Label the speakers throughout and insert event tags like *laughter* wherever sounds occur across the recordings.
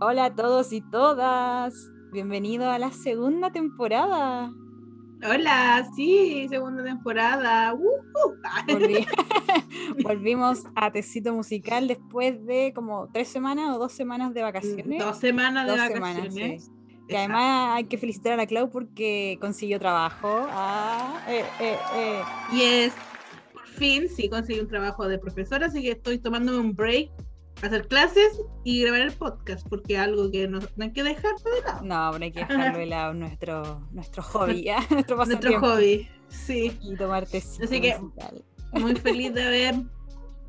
Speaker 1: Hola a todos y todas. Bienvenido a la segunda temporada.
Speaker 2: Hola, sí, segunda temporada. uh, ah. ¡Ujú! *laughs*
Speaker 1: Volvi- *laughs* Volvimos a Tecito Musical después de como tres semanas o dos semanas de vacaciones.
Speaker 2: Dos semanas de
Speaker 1: Dos
Speaker 2: vacaciones.
Speaker 1: sí. Que además hay que felicitar a la Clau porque consiguió trabajo. Ah, eh, eh, eh.
Speaker 2: Exacto. Y es, por fin, sí conseguí un trabajo de profesora, así que estoy tomándome un break, hacer clases y grabar el podcast, porque es algo que no, no hay que dejar de lado.
Speaker 1: No, pero hay que dejarlo de lado nuestro, nuestro hobby, ¿ah? *laughs* nuestro
Speaker 2: Ah. Nuestro
Speaker 1: pasatiempo.
Speaker 2: hobby. Sí,
Speaker 1: Y tomar tecito
Speaker 2: Así que-
Speaker 1: musical.
Speaker 2: muy feliz de haber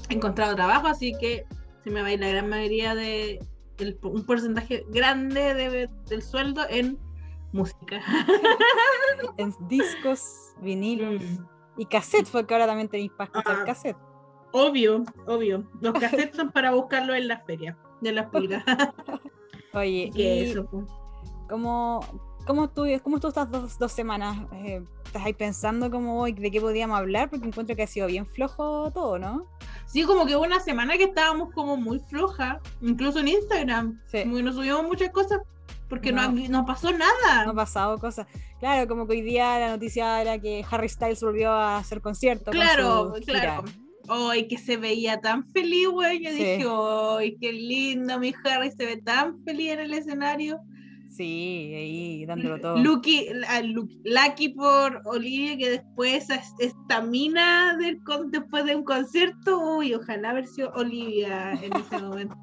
Speaker 2: encontrado trabajo, así que se me va a ir la gran mayoría de, el- un porcentaje grande de- del sueldo en música.
Speaker 1: En discos, vinilo
Speaker 2: Mm.
Speaker 1: y cassette, porque ahora también tenéis para escuchar
Speaker 2: Ah.
Speaker 1: cassette.
Speaker 2: Obvio, obvio. Los
Speaker 1: *laughs*
Speaker 2: cassettes son para buscarlo en la feria de las pulgas.
Speaker 1: Oye,
Speaker 2: Que
Speaker 1: y-
Speaker 2: eso, po.
Speaker 1: ¿Cómo, cómo, tú, cómo tú estás dos, dos semanas? Eh, ¿Estás ahí pensando cómo, hoy de qué podíamos hablar? Porque encuentro que ha sido bien flojo todo, ¿no?
Speaker 2: Sí, como que hubo una semana que estábamos como muy floja, incluso en Instagram.
Speaker 1: Sí.
Speaker 2: Como que no subimos muchas cosas porque no,
Speaker 1: No.
Speaker 2: no pasó nada.
Speaker 1: No han pasado cosas. Claro, como que hoy día la noticia era que Harry Styles volvió a hacer concierto. con
Speaker 2: claro,
Speaker 1: su gira.
Speaker 2: claro. Ay, que se veía tan feliz, güey. Yo
Speaker 1: Sí.
Speaker 2: dije, ay, qué lindo, mi Harry se ve tan feliz en el escenario.
Speaker 1: Sí, ahí dándolo todo.
Speaker 2: Lucky, a Lu- Lucky por Olivia, que después esa es- estamina del con- después de un concierto. Uy, ojalá haber sido Olivia en ese
Speaker 1: *laughs*
Speaker 2: momento.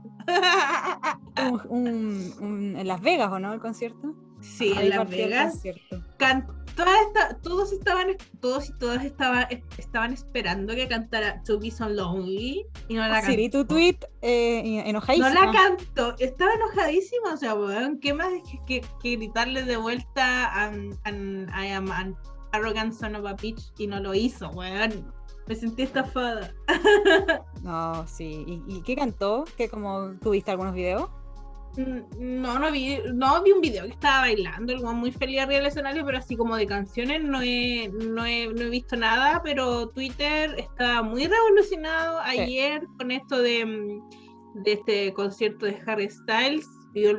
Speaker 1: Un- un- un- en Las Vegas, ¿o no? El concierto.
Speaker 2: sí,
Speaker 1: Ahí
Speaker 2: en Las
Speaker 1: partió el
Speaker 2: Vegas.
Speaker 1: concierto.
Speaker 2: can- todas esta- todos estaban, todos y todas estaban, estaban esperando que cantara To Be So Lonely y no la
Speaker 1: Siri, tu
Speaker 2: cantó.
Speaker 1: tweet eh, enojadísima.
Speaker 2: No la cantó, estaba enojadísima, o sea, weón, ¿qué más que, que- que gritarle de vuelta "I'm- I'm- I am an arrogant son of a bitch? Y no lo hizo, weón. Me sentí estafada.
Speaker 1: No, sí. ¿Y, y qué cantó? ¿Que como tuviste algunos videos?
Speaker 2: Mm, No, no vi, no vi un video que estaba bailando, el weón muy feliz arriba del escenario, pero así como de canciones no he, no he, no he visto nada, pero Twitter está muy revolucionado
Speaker 1: Sí.
Speaker 2: ayer con esto de, mm, de este concierto de Harry Styles, y yo,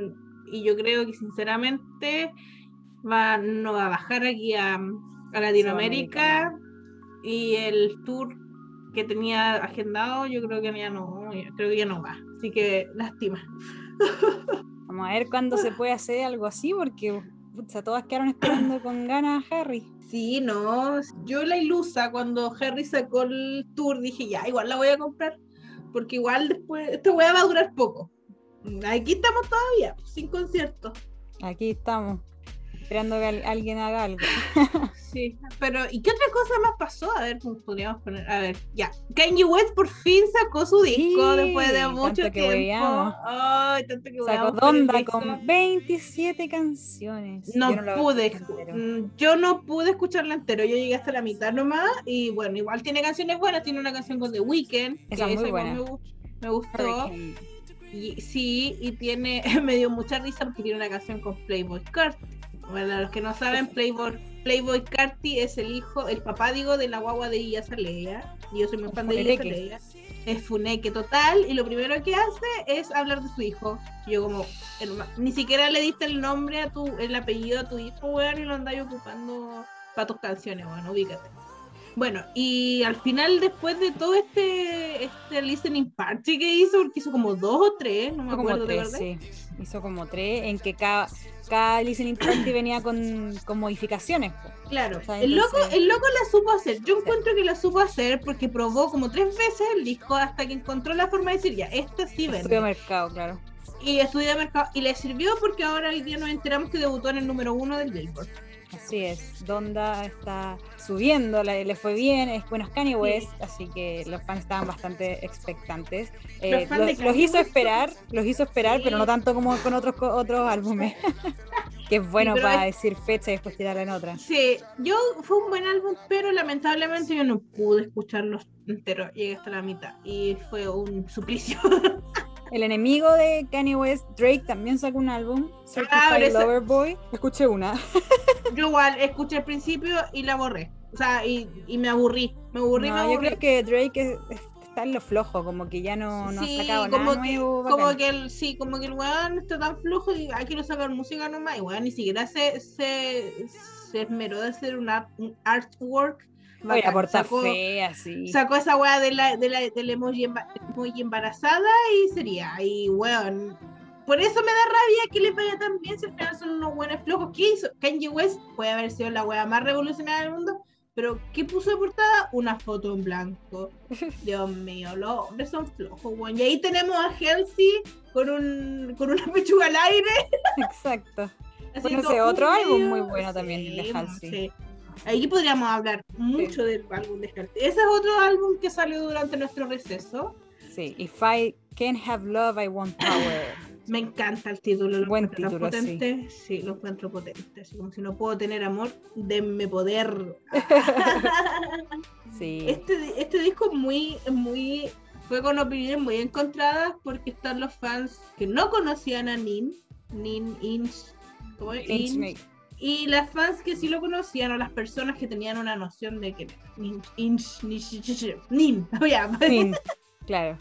Speaker 2: y yo creo que sinceramente va, no va a bajar aquí a, a Latinoamérica, y el tour que tenía agendado, yo creo que ya no, yo creo que ya no va, así que lástima.
Speaker 1: Vamos a ver cuándo se puede hacer algo así, porque pucha, todas quedaron esperando con ganas a Harry.
Speaker 2: Sí, no. Yo la ilusa cuando Harry sacó el tour dije, ya, igual la voy a comprar, porque igual después, esta weá va a durar poco. Aquí estamos todavía, sin
Speaker 1: *laughs*
Speaker 2: concierto.
Speaker 1: Aquí estamos, esperando que al- alguien haga algo.
Speaker 2: Sí, pero ¿y qué otra cosa más pasó? A ver, pues, podríamos poner, a ver, ya. Kanye West por fin sacó su
Speaker 1: Sí,
Speaker 2: disco después de
Speaker 1: tanto
Speaker 2: mucho
Speaker 1: que
Speaker 2: tiempo.
Speaker 1: hueveamos.
Speaker 2: Ay, tanto que
Speaker 1: Sacó
Speaker 2: hueveamos por el
Speaker 1: Donda
Speaker 2: disco.
Speaker 1: con 27 canciones.
Speaker 2: No
Speaker 1: Yo lo
Speaker 2: pude,
Speaker 1: escuché entero.
Speaker 2: mm, yo no pude escucharla entero, yo llegué hasta la mitad nomás y bueno, igual tiene canciones buenas, tiene una canción con The Weeknd, que
Speaker 1: Esa es muy
Speaker 2: igual
Speaker 1: buena.
Speaker 2: Me, gu- me gustó,
Speaker 1: Hurricane.
Speaker 2: y, sí, y tiene, *laughs* me dio mucha risa porque tiene una canción con Playboy Carti. Para los que no saben, Playboy, Playboy Carti es el hijo, el papá digo, de la guagua de Iya Zaleya, y yo soy muy
Speaker 1: Un
Speaker 2: fan de Iya
Speaker 1: funereque.
Speaker 2: Zaleya. Es funeque total, y lo primero que hace es hablar de su hijo. Y yo como, herma- ni siquiera le diste el nombre a tu, el apellido a tu hijo, weón, y lo andáis ocupando para tus canciones, bueno, ubícate. Bueno, y al final, después de todo este, este listening party que hizo, porque hizo como dos o tres, no me
Speaker 1: Hizo como
Speaker 2: acuerdo, de
Speaker 1: tres,
Speaker 2: verdad.
Speaker 1: sí. Hizo como tres, en que cada, cada listening party venía con, con modificaciones. po.
Speaker 2: Claro,
Speaker 1: O sea,
Speaker 2: el loco,
Speaker 1: entonces-
Speaker 2: el loco la supo hacer. Yo
Speaker 1: Sí.
Speaker 2: encuentro que la supo hacer porque probó como tres veces el disco hasta que encontró la forma de decir, ya, este sí
Speaker 1: Estudio de
Speaker 2: vende.
Speaker 1: mercado, claro.
Speaker 2: Y estudió mercado. Y le sirvió porque ahora hoy día nos enteramos que debutó en el número uno del Billboard.
Speaker 1: Así es, Donda está subiendo, le, le fue bien, es bueno es Kanye West, así que los fans estaban bastante expectantes. Eh,
Speaker 2: Los
Speaker 1: los,
Speaker 2: fans de Kanye
Speaker 1: los hizo
Speaker 2: West.
Speaker 1: esperar, los hizo esperar,
Speaker 2: Sí.
Speaker 1: pero no tanto como con otros co- otros
Speaker 2: *laughs*
Speaker 1: álbumes. *laughs* que es bueno
Speaker 2: pero
Speaker 1: para decir fecha y después tirar en otra.
Speaker 2: Sí, yo fue un buen álbum, pero lamentablemente yo no pude escucharlo entero. Llegué hasta la mitad y fue un *laughs* suplicio.
Speaker 1: El enemigo de Kanye West, Drake, también sacó un álbum,
Speaker 2: Ah, pero
Speaker 1: Certified
Speaker 2: esa-
Speaker 1: Lover Boy. Escuché una.
Speaker 2: yo igual escuché el principio y la borré. O sea, y, y me aburrí. Me aburrí,
Speaker 1: No,
Speaker 2: me
Speaker 1: yo
Speaker 2: aburrí.
Speaker 1: creo que Drake es- es- está está en lo flojo, como que ya no, no
Speaker 2: sí,
Speaker 1: ha sacado
Speaker 2: como
Speaker 1: nada
Speaker 2: que,
Speaker 1: nuevo.
Speaker 2: como
Speaker 1: bacán.
Speaker 2: que el, sí, como que el weón está tan flojo y ah, quiero sacar música nomás. Y weón, ni siquiera se, se, se esmeró de hacer un, art- un artwork.
Speaker 1: Oye, la
Speaker 2: bacán.
Speaker 1: portada
Speaker 2: sacó,
Speaker 1: fea, sí.
Speaker 2: sacó esa weá de la, de la, del emoji, emba- emoji embarazada y sería. Y weón. Por eso me da rabia que le vaya tan bien si al final son unos buenos flojos. ¿Qué hizo? Kanye West puede haber sido la weá más revolucionaria del mundo. Pero, ¿qué puso de portada? Una foto en blanco. Dios mío, los hombres son flojos, weón. Y ahí tenemos a Halsey con, un, con una pechuga al aire.
Speaker 1: *laughs* Exacto.
Speaker 2: haciendo
Speaker 1: ese
Speaker 2: un
Speaker 1: otro álbum
Speaker 2: video.
Speaker 1: muy bueno también, el de
Speaker 2: Sí,
Speaker 1: Halsey.
Speaker 2: sí. Ahí podríamos hablar mucho del álbum de Halsey. Ese es otro álbum que salió durante nuestro receso.
Speaker 1: Sí, If I Can't Have Love, I Want
Speaker 2: *laughs*
Speaker 1: Power.
Speaker 2: Me encanta el título. Lo
Speaker 1: Buen
Speaker 2: encuentro
Speaker 1: título, sí.
Speaker 2: potente. Sí. lo encuentro potente. Así como si no puedo tener amor, denme poder.
Speaker 1: Sí,
Speaker 2: este, este disco es muy, es muy, fue con opiniones muy encontradas porque están los fans que no conocían a Nin, Nin, Inch, ¿cómo es?
Speaker 1: Lynch
Speaker 2: Inch,
Speaker 1: me-
Speaker 2: y las fans que sí lo conocían o las personas que tenían una noción de que Nin, Inch, Nish- Nish- Nin, *laughs* ya,
Speaker 1: Lynch, claro.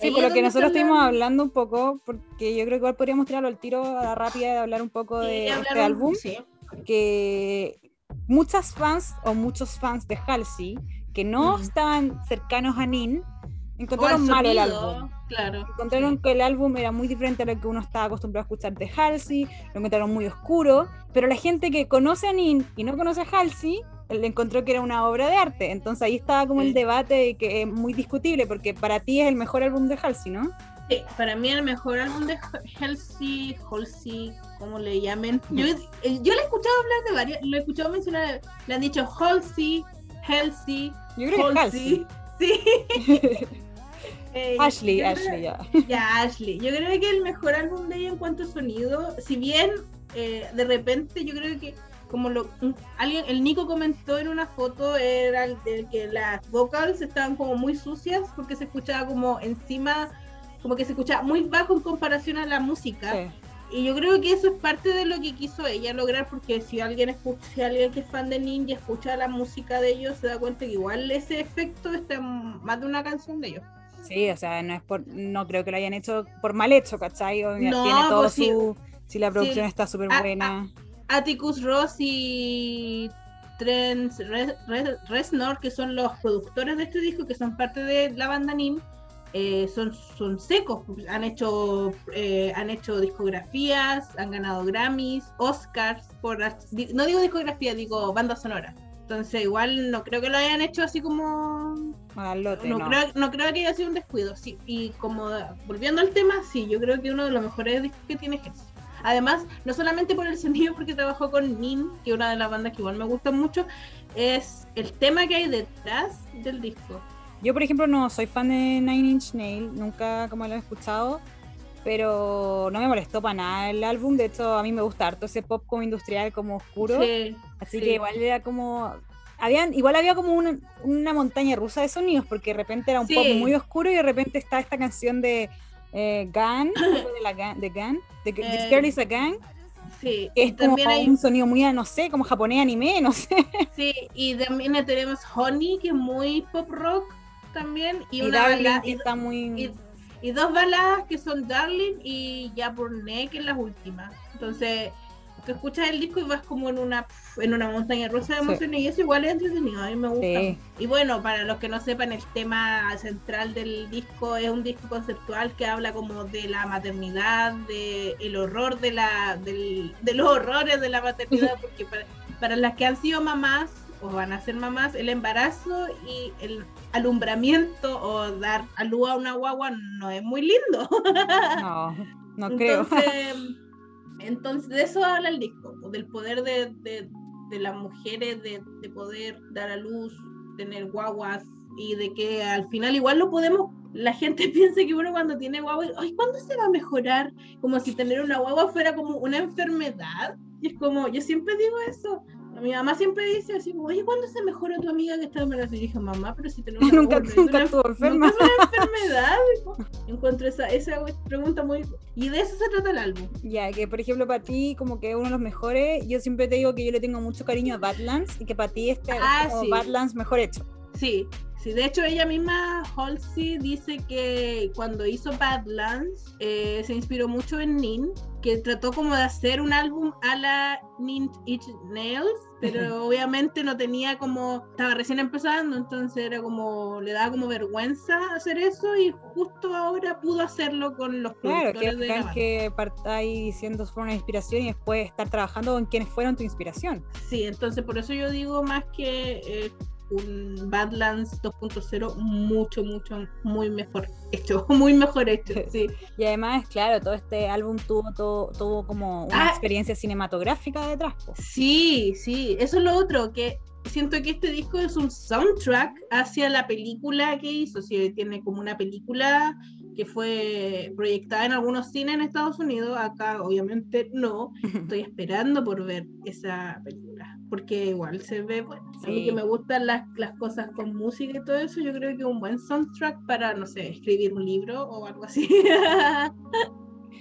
Speaker 1: Sí,
Speaker 2: Ahí
Speaker 1: por
Speaker 2: es
Speaker 1: lo que
Speaker 2: donde
Speaker 1: nosotros
Speaker 2: salió-
Speaker 1: estuvimos hablando un poco, porque yo creo que igual podríamos tirarlo al tiro a la rápida de hablar un poco de
Speaker 2: y
Speaker 1: este
Speaker 2: hablaron-
Speaker 1: álbum.
Speaker 2: sí.
Speaker 1: que muchas fans o muchos fans de Halsey que no
Speaker 2: Ujú.
Speaker 1: estaban cercanos a Nin
Speaker 2: O al
Speaker 1: encontraron malo el
Speaker 2: sonido,
Speaker 1: álbum.
Speaker 2: Claro.
Speaker 1: Encontraron que el álbum era muy diferente a lo que uno estaba acostumbrado a escuchar de Halsey, lo encontraron muy oscuro, pero la gente que conoce a Nin y no conoce a Halsey le encontró que era una obra de arte. Entonces ahí estaba como
Speaker 2: Sí.
Speaker 1: el debate de que es muy discutible porque para ti es el mejor álbum de Halsey, ¿no?
Speaker 2: Sí, para mí el mejor álbum de Halsey, Halsey, como le llamen. Yo, eh, yo le he escuchado hablar de varios, lo he escuchado mencionar, le han dicho Halsey, Halsey,
Speaker 1: Yo creo que *laughs*
Speaker 2: Halsey.
Speaker 1: Halsey. *laughs*
Speaker 2: Sí. *laughs* Eh,
Speaker 1: Ashley,
Speaker 2: yo creo-
Speaker 1: Ashley, ya.
Speaker 2: Ya, Ashley. Yo creo que el mejor álbum de ella en cuanto a sonido, si bien eh, de repente yo creo que como lo un- alguien el Nico comentó en una foto era el, de que las vocals estaban como muy sucias porque se escuchaba como encima como que se escuchaba muy bajo en comparación a la música.
Speaker 1: Sí.
Speaker 2: Y yo creo que eso es parte de lo que quiso ella lograr, porque si alguien escucha, si alguien que es fan de Ninja escucha la música de ellos, se da cuenta que igual ese efecto está en más de una canción de ellos.
Speaker 1: Sí, o sea, no es por, no creo que lo hayan hecho por mal hecho, ¿cachai? O
Speaker 2: No,
Speaker 1: tiene todo
Speaker 2: pues sí.
Speaker 1: su. Si la producción
Speaker 2: Sí.
Speaker 1: está súper
Speaker 2: Ah,
Speaker 1: buena.
Speaker 2: Atticus Ross y Trent Re- Re- Reznor, que son los productores de este disco, que son parte de la banda Nin, eh, son, son secos. pues, Han hecho, eh, han hecho discografías, han ganado Grammys, Oscars, por art- di- no digo discografía, digo banda sonora. Entonces igual no creo que lo hayan hecho así como
Speaker 1: al lote,
Speaker 2: ah. no,
Speaker 1: no.
Speaker 2: Creo, no creo que haya sido un descuido, sí. Y como volviendo al tema, sí, yo creo que uno de los mejores discos que tiene es ese. Además, no solamente por el sonido, *laughs* porque trabajó con Nin, que es una de las bandas que igual me gusta mucho, es el tema que hay detrás del disco.
Speaker 1: Yo, por ejemplo, no soy fan de Nine Inch Nail, nunca como lo he escuchado, pero no me molestó para nada el álbum. De hecho, a mí me gusta harto ese pop como industrial, como oscuro.
Speaker 2: Sí,
Speaker 1: Así
Speaker 2: Sí.
Speaker 1: que igual era como. Habían, igual había como una, una montaña rusa de sonidos, porque de repente era un
Speaker 2: Sí.
Speaker 1: pop muy oscuro y de repente está esta canción de eh, Gun, *coughs* de, la Gun- de Gun, de que This
Speaker 2: Eh,
Speaker 1: Girl is a Gun,
Speaker 2: sí.
Speaker 1: que
Speaker 2: Y
Speaker 1: es como
Speaker 2: también hay,
Speaker 1: un sonido muy, no sé, como japonés anime, no sé.
Speaker 2: sí, y también tenemos Honey, que es muy pop rock también, y,
Speaker 1: Y,
Speaker 2: una
Speaker 1: Darling,
Speaker 2: bala-
Speaker 1: que está muy...
Speaker 2: y- y dos baladas que son Darling y Ya por Ne, que es las últimas. Entonces, tú escuchas el disco y vas como en una en una montaña rusa de
Speaker 1: Sí.
Speaker 2: emociones y eso igual es entretenido, a mí me gusta.
Speaker 1: Sí.
Speaker 2: Y bueno, para los que no sepan, el tema central del disco es un disco conceptual que habla como de la maternidad, de el horror de la del- de los horrores de la maternidad, porque para, para las que han sido mamás o van a ser mamás, el embarazo y el alumbramiento o dar a luz a una guagua no es muy lindo.
Speaker 1: No,
Speaker 2: *laughs*
Speaker 1: no creo.
Speaker 2: Entonces,
Speaker 1: *laughs*
Speaker 2: entonces, de eso habla el disco, po, del poder de, de- de las mujeres, de, de poder dar a luz, tener guaguas y de que al final igual lo podemos, la gente *laughs* piensa que uno cuando tiene guagua, ay, ¿cuándo se va a mejorar? Como si tener una guagua fuera como una enfermedad. Y es como, yo siempre digo eso. Mi mamá siempre dice así, como, oye, ¿cuándo se mejora tu amiga que está embarazada? Y yo dije, mamá, pero si
Speaker 1: *laughs*
Speaker 2: tenemos
Speaker 1: Nunca- nunca estuvo enferma".
Speaker 2: es una enfermedad. hijo. Encuentro esa, esa pregunta muy... Y de eso se trata el álbum.
Speaker 1: Ya, que por ejemplo para ti como que es uno de los mejores, yo siempre te digo que yo le tengo mucho cariño a Badlands y que para ti este es
Speaker 2: Ah,
Speaker 1: como
Speaker 2: sí.
Speaker 1: Badlands mejor hecho.
Speaker 2: Sí, sí, de hecho ella misma, Halsey, dice que cuando hizo Badlands eh, se inspiró mucho en Nin, que trató como de hacer un álbum a la Nin It Nails, pero obviamente no tenía como, estaba recién empezando, entonces era como, le daba como vergüenza hacer eso y justo ahora pudo hacerlo con los
Speaker 1: Claro, que,
Speaker 2: productores de
Speaker 1: bacán
Speaker 2: la
Speaker 1: que partáis diciendo fue una inspiración y después estar trabajando con quienes fueron tu inspiración.
Speaker 2: Sí, entonces por eso yo digo más que eh, un Badlands 2.0 mucho, mucho, muy mejor hecho, *laughs* muy mejor hecho, sí.
Speaker 1: Y además, claro, todo este álbum tuvo, todo, tuvo como una
Speaker 2: Ah.
Speaker 1: experiencia cinematográfica detrás. po.
Speaker 2: Sí, sí, eso es lo otro, que siento que este disco es un soundtrack hacia la película que hizo, sí, tiene como una película que fue proyectada en algunos cines en Estados Unidos, acá obviamente no, estoy esperando por ver esa película, porque igual se ve, bueno, a mí
Speaker 1: Sí.
Speaker 2: que me gustan las, las cosas con música y todo eso, yo creo que un buen soundtrack para, no sé, escribir un libro o algo así.
Speaker 1: *laughs*
Speaker 2: *laughs*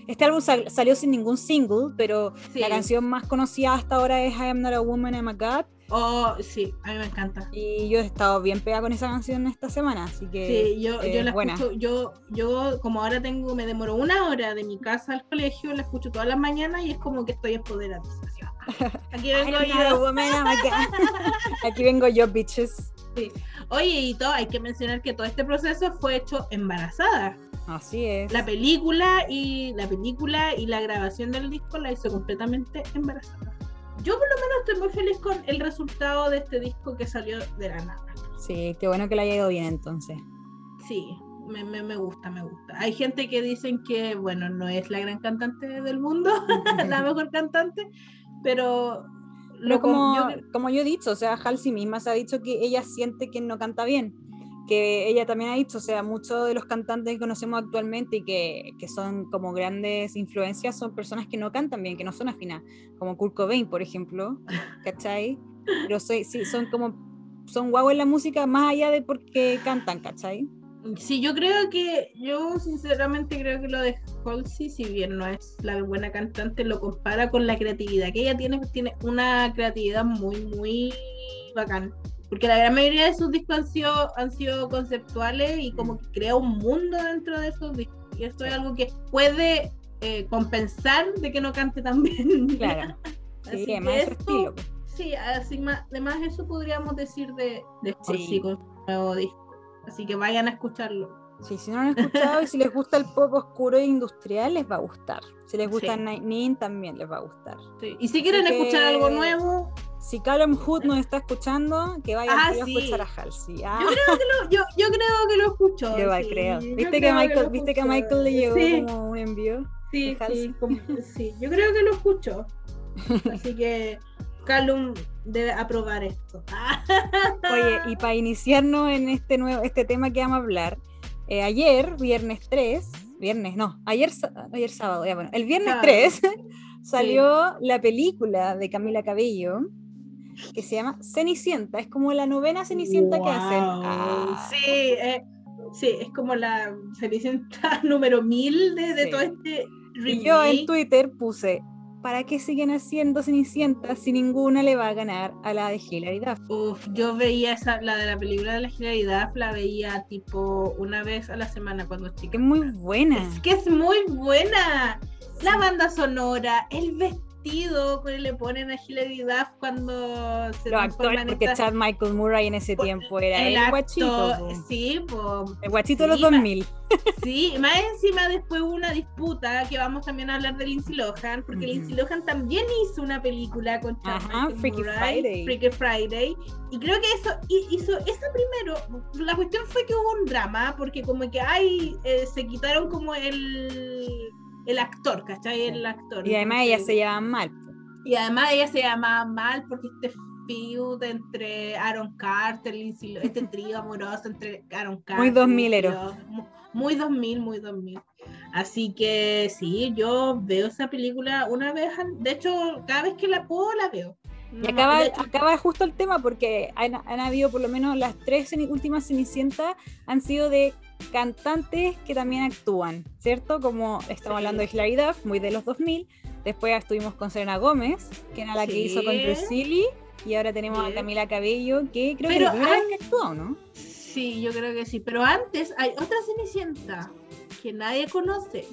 Speaker 1: Este álbum sal- salió sin ningún single, pero
Speaker 2: Sí,
Speaker 1: la canción más conocida hasta ahora es I Am Not a Woman, I'm a God.
Speaker 2: oh, sí, a mí me encanta.
Speaker 1: Y yo he estado bien pegada con esa canción esta semana, así que.
Speaker 2: Sí, yo,
Speaker 1: eh,
Speaker 2: yo la
Speaker 1: buena.
Speaker 2: escucho, yo, yo como ahora tengo, me demoro una hora de mi casa al colegio, la escucho todas las mañanas y es como que estoy empoderada. así,
Speaker 1: *laughs*
Speaker 2: ah, Aquí
Speaker 1: I am
Speaker 2: vengo
Speaker 1: not a
Speaker 2: yo.
Speaker 1: woman, I'm a god. *laughs* Aquí vengo yo, bitches.
Speaker 2: Oye, y todo, hay que mencionar que todo este proceso fue hecho embarazada.
Speaker 1: Así es.
Speaker 2: La película y la película y la grabación del disco la hizo completamente embarazada. Yo por lo menos estoy muy feliz con el resultado de este disco que salió de la nada.
Speaker 1: Sí, qué bueno que le haya ido bien entonces.
Speaker 2: Sí, me, me, me gusta, me gusta. Hay gente que dicen que, bueno, no es la gran cantante del mundo, *laughs* *laughs* la mejor cantante, pero
Speaker 1: Pero
Speaker 2: lo
Speaker 1: como,
Speaker 2: con- yo-
Speaker 1: como yo he dicho, o sea, Halsey misma se ha dicho que ella siente que no canta bien. Que ella también ha dicho, o sea, muchos de los cantantes que conocemos actualmente y que, que son como grandes influencias son personas que no cantan bien, que no son afinadas, como Kurt Cobain, por ejemplo, ¿cachai? Pero sí, sí, son como, son guau en la música más allá de por qué cantan, ¿cachai?
Speaker 2: sí, yo creo que, yo sinceramente creo que lo de Halsey, si bien no es la buena cantante, lo compara con la creatividad que ella tiene, pues tiene una creatividad muy, muy bacán. Porque la gran mayoría de sus discos han sido, han sido conceptuales y como que crea un mundo dentro de esos discos. Y esto es algo que puede eh, compensar de que no cante tan bien.
Speaker 1: Claro. Sí,
Speaker 2: Así que
Speaker 1: además de su
Speaker 2: esto-
Speaker 1: estilo. pues.
Speaker 2: *laughs* Sí, así ma- además eso podríamos decir de, de
Speaker 1: Sí.
Speaker 2: Halsey con su nuevo disco. Así que vayan a escucharlo.
Speaker 1: Sí, si no lo han escuchado y si les gusta el pop oscuro e industrial, les va a gustar. Si les gusta
Speaker 2: Sí.
Speaker 1: Night Nin, también les va a gustar.
Speaker 2: Sí. Y si quieren
Speaker 1: Así que-
Speaker 2: escuchar algo nuevo,
Speaker 1: Si Callum Hood nos está escuchando, que vaya
Speaker 2: Ah,
Speaker 1: al tiro
Speaker 2: sí.
Speaker 1: a escuchar a Halsey. Ah,
Speaker 2: yo creo que lo, yo, yo creo que lo escucho.
Speaker 1: yo
Speaker 2: sí.
Speaker 1: creo.
Speaker 2: Yo
Speaker 1: ¿Viste, que,
Speaker 2: creo
Speaker 1: Michael,
Speaker 2: lo
Speaker 1: ¿Viste que a
Speaker 2: escucho.
Speaker 1: Michael le llegó
Speaker 2: Sí,
Speaker 1: como un envío?
Speaker 2: sí,
Speaker 1: de
Speaker 2: sí,
Speaker 1: Halsey?
Speaker 2: como- sí, yo creo que
Speaker 1: *laughs*
Speaker 2: lo escucho. Así que Calum debe aprobar esto. Ah,
Speaker 1: Oye, y para iniciarnos en este nuevo este tema que vamos a hablar, eh, ayer, viernes 3, viernes, no, ayer, sa- ayer sábado, ya bueno, el viernes
Speaker 2: Sábado.
Speaker 1: 3 *laughs* salió la película de Camila Cabello que se llama Cenicienta, es como la novena Cenicienta que hacen.
Speaker 2: wow.
Speaker 1: Ah,
Speaker 2: Sí, eh, sí, es como la Cenicienta *laughs* número mil de, de
Speaker 1: Sí.
Speaker 2: todo este
Speaker 1: Y yo
Speaker 2: remake.
Speaker 1: en Twitter puse, ¿para qué siguen haciendo Cenicienta si ninguna le va a ganar a la de Hilary Duff?
Speaker 2: Uf, yo veía esa, la de la película de la generalidad, la veía tipo una vez a la semana cuando
Speaker 1: Que
Speaker 2: chica.
Speaker 1: es muy buena.
Speaker 2: Es que es muy buena. La banda sonora, el vestido que le ponen a Hilary Duff cuando se
Speaker 1: Los
Speaker 2: transforma
Speaker 1: actores,
Speaker 2: en
Speaker 1: porque
Speaker 2: esta-
Speaker 1: Chad Michael Murray en ese
Speaker 2: Por-
Speaker 1: tiempo era
Speaker 2: Pues, el
Speaker 1: el,
Speaker 2: acto,
Speaker 1: guachito. po.
Speaker 2: sí, po.
Speaker 1: El guachito de los
Speaker 2: Sí, ma-
Speaker 1: 2000.
Speaker 2: sí, más encima después hubo una disputa que vamos también a hablar de Lindsay Lohan, porque
Speaker 1: Ujú.
Speaker 2: Lindsay Lohan también hizo una película con Chad
Speaker 1: Ajá,
Speaker 2: Michael
Speaker 1: Freaky Friday.
Speaker 2: Freaky Friday, y creo que eso hi- hizo eso primero, la cuestión fue que hubo un drama, porque como que ay, eh, se quitaron como el el actor, ¿cachai? El actor.
Speaker 1: Y además ella
Speaker 2: Entonces-
Speaker 1: se llevaba mal. po.
Speaker 2: y además ella se llamaba mal porque este feud entre Aaron Carter, Lindsay Lo- este trío amoroso entre Aaron Carter.
Speaker 1: 2000ero.
Speaker 2: Lindsay Lo- mu- Muy 2000, muy 2000. Así que sí, yo veo esa película una vez, al- de hecho, cada vez que la puedo la veo.
Speaker 1: Y
Speaker 2: No,
Speaker 1: acaba,
Speaker 2: de hecho,
Speaker 1: acaba justo el tema porque han, han habido por lo menos las tres ceni- últimas Cenicientas han sido de cantantes que también actúan, ¿cierto? Como estamos
Speaker 2: Sí.
Speaker 1: hablando de Hilary Duff, muy de los 2000. Después estuvimos con Serena Gómez, que era la que
Speaker 2: Sí.
Speaker 1: hizo con Priscilla Y ahora tenemos a
Speaker 2: Bien.
Speaker 1: Camila Cabello, que creo que
Speaker 2: Pero
Speaker 1: es la primera vez que actuó, ¿no?
Speaker 2: Sí, yo creo que sí. Pero antes hay otra Cenicienta que nadie conoce,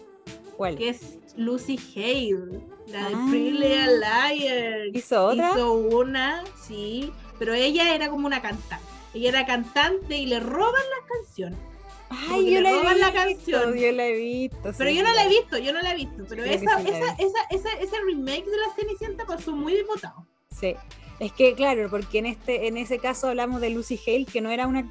Speaker 1: ¿Cuál?
Speaker 2: que es Lucy Hale, la de
Speaker 1: Ah.
Speaker 2: Pretty Little Liars.
Speaker 1: ¿Hizo otra?
Speaker 2: Hizo una, sí, pero ella era como una cantante. Ella era cantante y le roban las canciones. como
Speaker 1: Ay,
Speaker 2: que
Speaker 1: yo
Speaker 2: le
Speaker 1: la,
Speaker 2: roban la
Speaker 1: he visto,
Speaker 2: canción.
Speaker 1: yo la he visto.
Speaker 2: Pero
Speaker 1: sí.
Speaker 2: yo no la he visto, yo no la he visto. Pero
Speaker 1: Creo que
Speaker 2: esa,
Speaker 1: sí la
Speaker 2: esa, esa, esa- ese remake de la Cenicienta pasó muy votado.
Speaker 1: Sí. Es que, claro, porque en, este, en ese caso hablamos de Lucy Hale, que no era una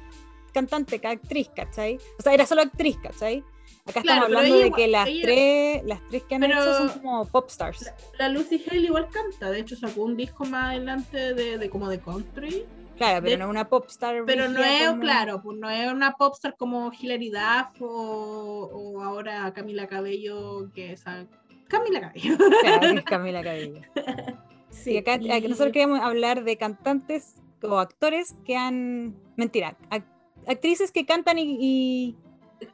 Speaker 1: cantante, que era actriz, ¿cachai? O sea, era solo actriz, ¿cachai? Acá estamos
Speaker 2: Claro, pero
Speaker 1: hablando
Speaker 2: ella
Speaker 1: de
Speaker 2: igual-
Speaker 1: que las
Speaker 2: ella-
Speaker 1: tres, las tres que han
Speaker 2: Pero-
Speaker 1: hecho son como pop stars.
Speaker 2: La Lucy Hale igual canta, de hecho sacó un disco más adelante de, de como de country.
Speaker 1: Claro, pero
Speaker 2: de-
Speaker 1: no es una pop star.
Speaker 2: Pero no
Speaker 1: brígida
Speaker 2: es,
Speaker 1: como-
Speaker 2: claro, pues no es una popstar como Hilary Duff o, o ahora Camila Cabello, que es Camila Cabello.
Speaker 1: *laughs* Claro, es Camila
Speaker 2: *laughs*
Speaker 1: Cabello. Y acá acá
Speaker 2: y-
Speaker 1: nosotros queríamos hablar de cantantes o actores que han. Mentira, ac- actrices que cantan y. y-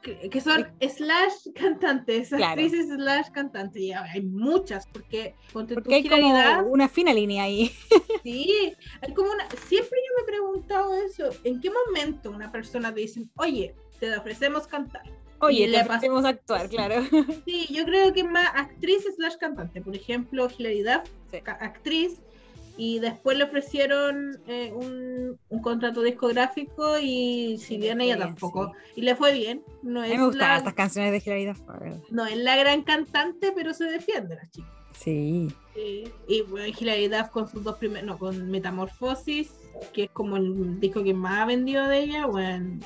Speaker 2: que que son slash cantantes,
Speaker 1: Eh, Claro.
Speaker 2: actrices slash cantantes, y hay muchas, porque ponte tu
Speaker 1: porque hay como
Speaker 2: Hilary Duff,
Speaker 1: una fina línea ahí. *laughs*
Speaker 2: sí, hay como una, siempre yo me he preguntado eso, ¿en qué momento una persona te dice, oye, te ofrecemos cantar?
Speaker 1: Oye,
Speaker 2: le
Speaker 1: le
Speaker 2: pas-
Speaker 1: pasemos a actuar, claro.
Speaker 2: Sí, yo creo que más actriz slash cantante, por ejemplo, Hilary Duff,
Speaker 1: Sí.
Speaker 2: ca- actriz, y después le ofrecieron eh, un, un contrato discográfico y si
Speaker 1: Y le
Speaker 2: bien
Speaker 1: fue
Speaker 2: ella
Speaker 1: bien,
Speaker 2: tampoco, y le fue bien, no
Speaker 1: A mí
Speaker 2: es
Speaker 1: me gustaban
Speaker 2: la-
Speaker 1: estas canciones de Hilary Duff, la verdad.
Speaker 2: no es la gran cantante, pero se defiende la chica.
Speaker 1: Sí.
Speaker 2: Sí, Y bueno, Hilary Duff con sus dos primeros, no, con Metamorfosis, que es como el disco que más ha vendido de ella, bueno,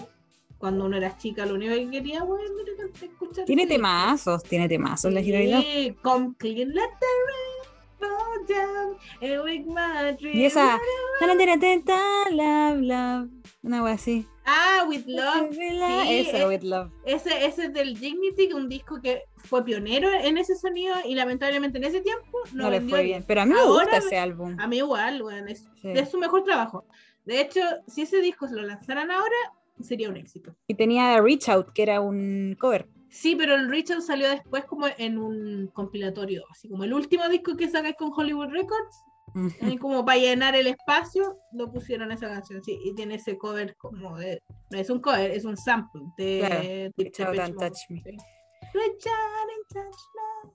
Speaker 2: cuando uno era chica lo único que quería, bueno, era cantar- escuchar.
Speaker 1: Tiene
Speaker 2: ese disco.
Speaker 1: temazos, tiene temazos la Hilary Duff.
Speaker 2: Sí, con Clean Let the Rain Fall Down and Wake My Dream.
Speaker 1: Y esa. "Tarantaratenta, Love, love. Una wea así.
Speaker 2: Ah, With Love.
Speaker 1: Eso,
Speaker 2: eh.
Speaker 1: with love.
Speaker 2: Ese, ese es del Dignity, que un disco que fue pionero en ese sonido y lamentablemente en ese tiempo no,
Speaker 1: No, le
Speaker 2: vendió
Speaker 1: fue bien. Pero a mí me
Speaker 2: Ahora
Speaker 1: gusta
Speaker 2: me- ah,
Speaker 1: ese álbum.
Speaker 2: A mí igual, weón, es,
Speaker 1: Sí.
Speaker 2: es su mejor trabajo. De hecho, si ese disco se lo lanzaran ahora, sería un éxito.
Speaker 1: Y tenía Reach Out, que era un cover.
Speaker 2: Sí, pero el Richard salió después como en un compilatorio, así como el último disco que sacáis con Hollywood Records,
Speaker 1: *laughs* Mm.
Speaker 2: eh, como para llenar el espacio, lo pusieron esa canción, sí, y tiene ese cover como de, no es un cover, es un sample de
Speaker 1: Claro,
Speaker 2: de
Speaker 1: Reach Out
Speaker 2: Depeche
Speaker 1: and
Speaker 2: Mode,
Speaker 1: Touch Me.
Speaker 2: sí. Reach Out and Touch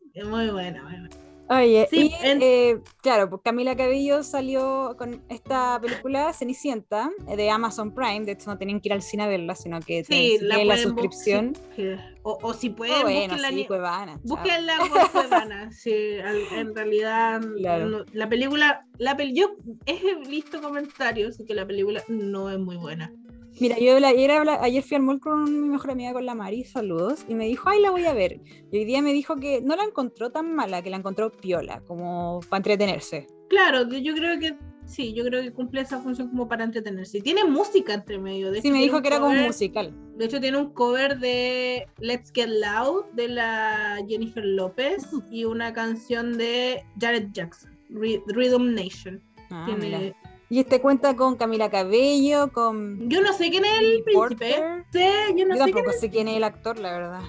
Speaker 2: Me. Es muy buena, bueno.
Speaker 1: Oye,
Speaker 2: Sí,
Speaker 1: y,
Speaker 2: en-
Speaker 1: eh, claro, pues Camila Cabello salió con esta película Cenicienta eh, de Amazon Prime. De hecho, no tienen que ir al cine a verla, sino que
Speaker 2: Sí,
Speaker 1: tienen si tienen la,
Speaker 2: pueden bu-
Speaker 1: suscripción.
Speaker 2: sí, O, o si pueden,
Speaker 1: Ah, bueno,
Speaker 2: búsquenla,
Speaker 1: sí,
Speaker 2: Eh, ni-
Speaker 1: Cuevana. chao.
Speaker 2: búsquenla por
Speaker 1: *laughs*
Speaker 2: semana. sí, al- en realidad,
Speaker 1: Claro.
Speaker 2: no- la película, la pel- yo he visto comentarios de que la película no es muy buena.
Speaker 1: Mira, yo la- ayer, habla- ayer fui al mall con mi mejor amiga, con la Mari, saludos, y me dijo, ay, la voy a ver. Y hoy día me dijo que no la encontró tan mala, que la encontró piola, como para entretenerse.
Speaker 2: Claro, que yo creo que sí, yo creo que cumple esa función como para entretenerse. Y tiene música entre medio. De
Speaker 1: Sí,
Speaker 2: hecho,
Speaker 1: me
Speaker 2: tiene
Speaker 1: dijo
Speaker 2: un
Speaker 1: que era como
Speaker 2: cover-
Speaker 1: musical.
Speaker 2: De hecho, tiene un cover de Let's Get Loud de la Jennifer López y una canción de Jared Jackson, Ry- Rhythm Nation.
Speaker 1: Ah,
Speaker 2: Tiene-
Speaker 1: mira. Y este cuenta con Camila Cabello, con
Speaker 2: Yo no sé quién es el
Speaker 1: Billy
Speaker 2: príncipe.
Speaker 1: Porter.
Speaker 2: Sí, yo no
Speaker 1: Yo
Speaker 2: sé quién
Speaker 1: tampoco sé quién es el actor, la verdad.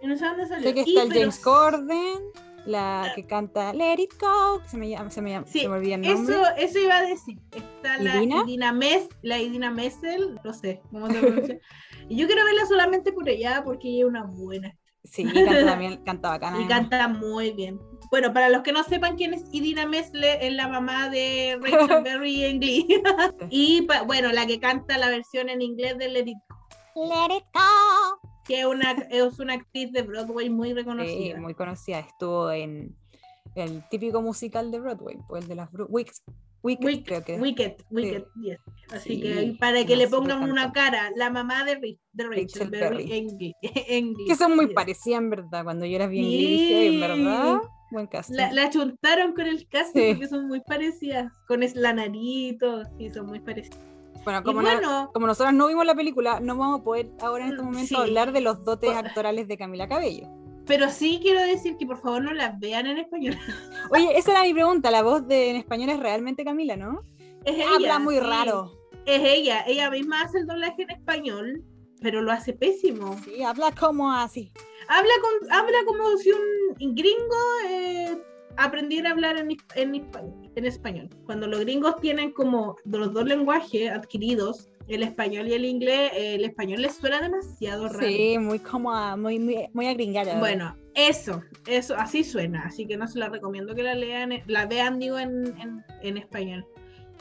Speaker 2: es. No sé dónde salió.
Speaker 1: Sé que
Speaker 2: Y,
Speaker 1: está el
Speaker 2: pero Ah.
Speaker 1: James Corden, la que canta Let It Go, que se me, llama, se me, llama-
Speaker 2: Sí,
Speaker 1: se me olvida el nombre.
Speaker 2: Eso, eso iba a decir. Está la
Speaker 1: ¿Idina?
Speaker 2: Idina, Mes, la Idina Mesel, no sé cómo se pronuncia. y yo quiero verla solamente por ella porque ella es una buena
Speaker 1: Sí, y canta también, canta bacana.
Speaker 2: Y
Speaker 1: además.
Speaker 2: canta muy bien. Bueno, para los que no sepan quién es Idina Mesle, es la mamá de
Speaker 1: *laughs*
Speaker 2: Rachel Berry en Glee. y pa- bueno, la que canta la versión en inglés de Let It Go,
Speaker 1: Let It Go.
Speaker 2: que es una, es una actriz de Broadway muy
Speaker 1: Sí, eh,
Speaker 2: reconocida.
Speaker 1: muy conocida. Estuvo en el típico musical de Broadway, pues el de las Bru- Wicked, Wicked,
Speaker 2: Wicked,
Speaker 1: creo que es.
Speaker 2: Wicked, Wicked, yes. Así
Speaker 1: Sí,
Speaker 2: que para que
Speaker 1: no,
Speaker 2: le pongan
Speaker 1: súper
Speaker 2: una cara, la mamá de, Ri- de Rachel
Speaker 1: Rachel
Speaker 2: Berry
Speaker 1: Berry.
Speaker 2: en Glee. *laughs* en Glee,
Speaker 1: Que son muy
Speaker 2: yes.
Speaker 1: parecidas en verdad. Cuando yo las vi en
Speaker 2: Sí.
Speaker 1: Glee, dije, en verdad, buen casting.
Speaker 2: La, la chuntaron con el casting
Speaker 1: Sí.
Speaker 2: porque son muy parecidas, con es- la nariz, y todo, sí, son muy parecidas.
Speaker 1: Bueno,
Speaker 2: Y
Speaker 1: Ah, como, no-
Speaker 2: bueno,
Speaker 1: como nosotras no vimos la película, no vamos a poder ahora en este
Speaker 2: Mm,
Speaker 1: momento
Speaker 2: sí.
Speaker 1: hablar de los dotes
Speaker 2: Por-
Speaker 1: actorales de Camila Cabello.
Speaker 2: Pero sí quiero decir que por favor no las vean en español. *laughs*
Speaker 1: Oye, esa era mi pregunta. La voz de en español es realmente Camila, ¿no?
Speaker 2: Es ella,
Speaker 1: Habla muy
Speaker 2: sí.
Speaker 1: raro.
Speaker 2: Es ella, ella misma hace el doblaje en español, pero lo hace pésimo.
Speaker 1: Sí, habla como así.
Speaker 2: Habla con, habla como si un gringo eh, aprender a hablar en, en, en español. Cuando los gringos tienen como los dos lenguajes adquiridos, el español y el inglés, eh, el español les suena demasiado raro.
Speaker 1: Sí, muy como a- muy, muy, muy agringada.
Speaker 2: Bueno, eso, eso, así suena, así que no se la recomiendo que la lean, eh, la vean, digo, en, en- en español.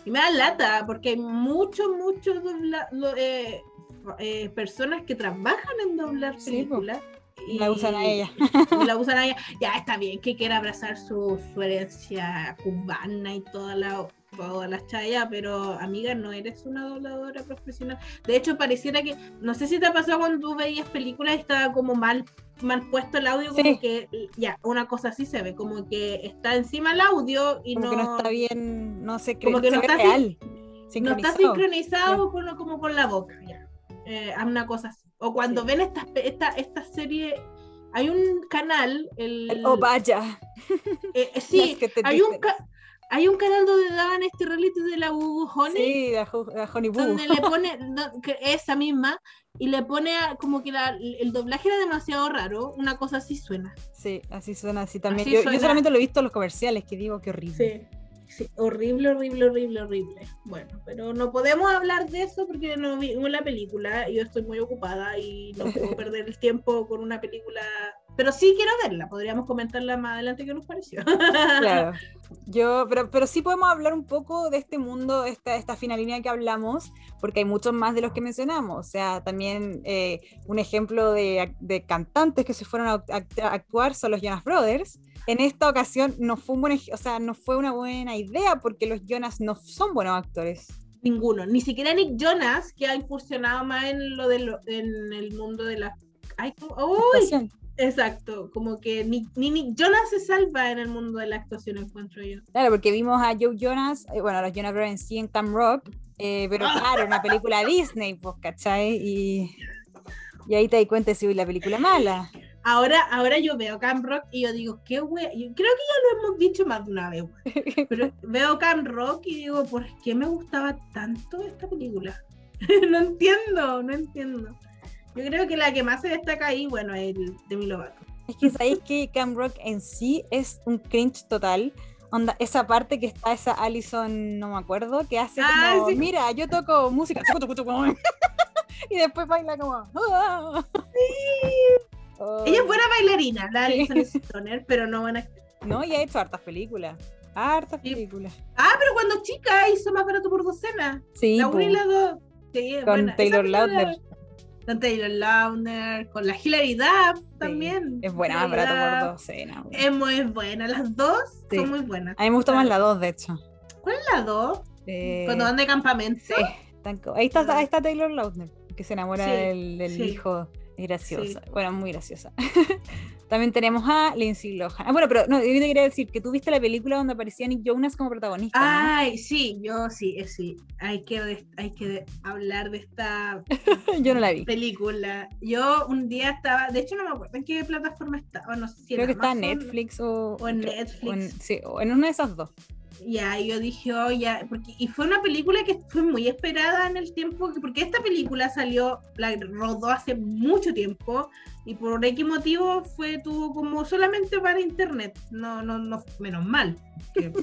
Speaker 2: Y me da lata, porque hay muchos, muchos dobla- do- eh, eh, personas que trabajan en doblar
Speaker 1: Sí, po.
Speaker 2: películas.
Speaker 1: y la usan a ella.
Speaker 2: y
Speaker 1: *laughs*
Speaker 2: la usan a ella. Ya está bien que quiera abrazar su, su herencia cubana y toda la, toda la chaya, pero amiga, no eres una dobladora profesional. De hecho, pareciera que, no sé si te pasó cuando tú veías películas y estaba como mal, mal puesto el audio, como
Speaker 1: Sí.
Speaker 2: que, ya, una cosa así se ve, como que está encima el audio y
Speaker 1: Como
Speaker 2: no,
Speaker 1: que no está bien, no sé,
Speaker 2: Como
Speaker 1: creo
Speaker 2: que
Speaker 1: que
Speaker 2: no
Speaker 1: no
Speaker 2: está
Speaker 1: real.
Speaker 2: no está
Speaker 1: Sincronizado.
Speaker 2: sincronizado con, como con la boca, ya. Eh, haz una cosa así. O cuando
Speaker 1: Sí.
Speaker 2: ven esta, esta, esta serie, hay un canal, el,
Speaker 1: El Oh, vaya.
Speaker 2: eh, eh, sí,
Speaker 1: Las que te
Speaker 2: hay un,
Speaker 1: dicen.
Speaker 2: ca- hay un canal donde daban este reality de la Google Honey,
Speaker 1: Sí, la, ju- la Honey Boo.
Speaker 2: donde le pone, no, que esa misma, y le pone a- como que la- el doblaje era demasiado raro, una cosa así suena.
Speaker 1: Sí, así suena, así también.
Speaker 2: Así
Speaker 1: yo, yo
Speaker 2: suena.
Speaker 1: solamente lo he visto en los comerciales, que digo, qué horrible.
Speaker 2: sí, horrible, horrible, horrible, horrible. Bueno, pero no podemos hablar de eso porque no vimos la película, yo estoy muy ocupada y no *laughs* puedo perder el tiempo con una película, pero sí quiero verla, podríamos comentarla más adelante qué nos pareció. *laughs*
Speaker 1: Claro. *laughs* Yo, pero, pero sí podemos hablar un poco de este mundo, esta, esta fina línea que hablamos, porque hay muchos más de los que mencionamos. O sea, también eh, un ejemplo de, ac- de cantantes que se fueron a, act- a actuar son los Jonas Brothers. En esta ocasión no fue, un buen ej- o sea, no fue una buena idea porque los Jonas no son buenos actores.
Speaker 2: Ninguno, ni siquiera Nick Jonas, que ha incursionado más en lo de lo- en el mundo de la. Ay, ¿cómo? ¡Uy!
Speaker 1: Actuación.
Speaker 2: Exacto, como que ni, ni Nick Jonas se salva en el mundo de la actuación, encuentro yo.
Speaker 1: Claro, porque vimos a Joe Jonas, eh, bueno, a los Jonas Brothers en sí en Camp Rock, eh, pero claro, una película Disney, pues, ¿cachai? Y, y ahí te di cuenta si vi la película mala.
Speaker 2: Ahora, ahora yo veo Camp Rock y yo digo, qué wea. Yo creo que ya lo hemos dicho más de una
Speaker 1: *laughs*
Speaker 2: vez, wea. Pero veo Camp Rock y digo, ¿por qué me gustaba tanto esta película? *laughs* no entiendo, no entiendo. Yo creo que la que más se destaca ahí, bueno, es el de Milovato.
Speaker 1: Es que sabéis que Camp Rock en sí es un cringe total. Onda, esa parte que está esa Allison, no me acuerdo, que hace
Speaker 2: Ah,
Speaker 1: como,
Speaker 2: sí.
Speaker 1: mira, yo toco música, tucu, tucu, tucu", *laughs* y después baila como... "Ah". Oh,
Speaker 2: Ella es buena bailarina, la
Speaker 1: Sí.
Speaker 2: Alison Stoner, pero no buena actriz.
Speaker 1: No, y ha hecho hartas películas, hartas
Speaker 2: Sí.
Speaker 1: películas.
Speaker 2: Ah, pero cuando chica hizo más barato por docena.
Speaker 1: Sí,
Speaker 2: la una y
Speaker 1: po.
Speaker 2: la dos. Sí, es
Speaker 1: Con
Speaker 2: buena.
Speaker 1: Taylor
Speaker 2: Esa película-
Speaker 1: Lautner.
Speaker 2: Con Taylor Lautner, con la Hilary Duff también.
Speaker 1: Es buena, más
Speaker 2: Hilary
Speaker 1: barato por
Speaker 2: Duff
Speaker 1: docena. güey.
Speaker 2: Es muy buena, las dos
Speaker 1: Sí.
Speaker 2: son muy buenas.
Speaker 1: A mí me gusta más la 2, de hecho.
Speaker 2: ¿Cuál es la dos?
Speaker 1: Eh,
Speaker 2: Cuando van de campamento.
Speaker 1: sí, tan co- ahí, está, ahí está Taylor Lautner, que se enamora
Speaker 2: Sí,
Speaker 1: del, del
Speaker 2: sí.
Speaker 1: hijo. Es graciosa. Bueno, muy graciosa. *laughs* También tenemos a Lindsay Lohan. Ah, bueno, pero no, yo te quería decir que tú viste la película donde aparecía Nick Jonas como protagonista.
Speaker 2: Ay, sí, yo sí, eh, sí. Hay que, des- hay que de- hablar de
Speaker 1: *laughs*
Speaker 2: esta
Speaker 1: ¿no? *laughs* Yo no la vi.
Speaker 2: película. Yo un día estaba, de hecho no me acuerdo en qué plataforma estaba, no sé si
Speaker 1: Creo que está en
Speaker 2: Amazon.
Speaker 1: Netflix o,
Speaker 2: o en
Speaker 1: creo-
Speaker 2: Netflix.
Speaker 1: o en- sí, o en una de esas dos.
Speaker 2: Ya, yo dije, oh, ya, porque, y fue una película que fue muy esperada en el tiempo, que- porque esta película salió, la rodó hace mucho tiempo, y por X motivo fue, tuvo como solamente para internet, no, no, no, menos mal. que-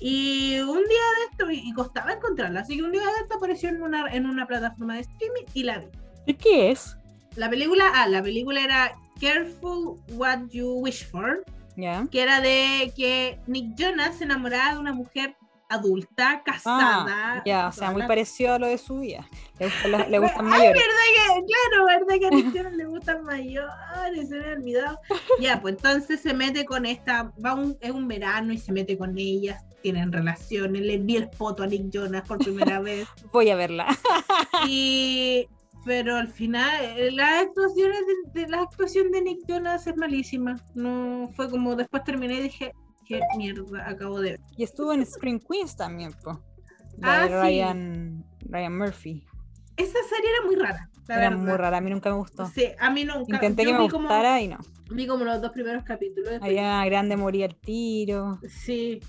Speaker 2: y un día de esto, y, y costaba encontrarla, así que un día de esto apareció en una, en una plataforma de streaming y la vi.
Speaker 1: ¿Y qué es?
Speaker 2: La película, ah, la película era Careful What You Wish For,
Speaker 1: Ya.
Speaker 2: que era de que Nick Jonas se enamoraba de una mujer adulta, casada.
Speaker 1: Ah, ya, o sea, muy
Speaker 2: Todas las-
Speaker 1: parecido a lo de su vida. Le gustan, los- le
Speaker 2: Ay,
Speaker 1: gustan mayores.
Speaker 2: ¿Verdad que, claro, verdad que
Speaker 1: *laughs*
Speaker 2: a Nick Jonas le gustan mayores, se me ha olvidado. Ya, pues entonces se mete con esta, va un, es un verano y se mete con ellas, tienen relaciones, le envía el foto a Nick Jonas
Speaker 1: *laughs*
Speaker 2: por primera vez.
Speaker 1: Voy a verla. *laughs*
Speaker 2: Y, pero al final, eh, las actuaciones de, de- la actuación de Nick Jonas es malísima. No fue como después terminé y dije, qué mierda, acabo de ver.
Speaker 1: Y estuvo en Scream Queens también, po.
Speaker 2: Ah,
Speaker 1: La de
Speaker 2: sí.
Speaker 1: Ryan, Ryan Murphy.
Speaker 2: Esa serie era muy rara. La
Speaker 1: Era
Speaker 2: verdad.
Speaker 1: muy rara, a mí nunca me gustó.
Speaker 2: Sí, a mí nunca.
Speaker 1: Intenté
Speaker 2: yo
Speaker 1: que me
Speaker 2: vi como-
Speaker 1: gustara y no.
Speaker 2: vi como los dos primeros capítulos. después-
Speaker 1: Había grande moría el tiro.
Speaker 2: Sí,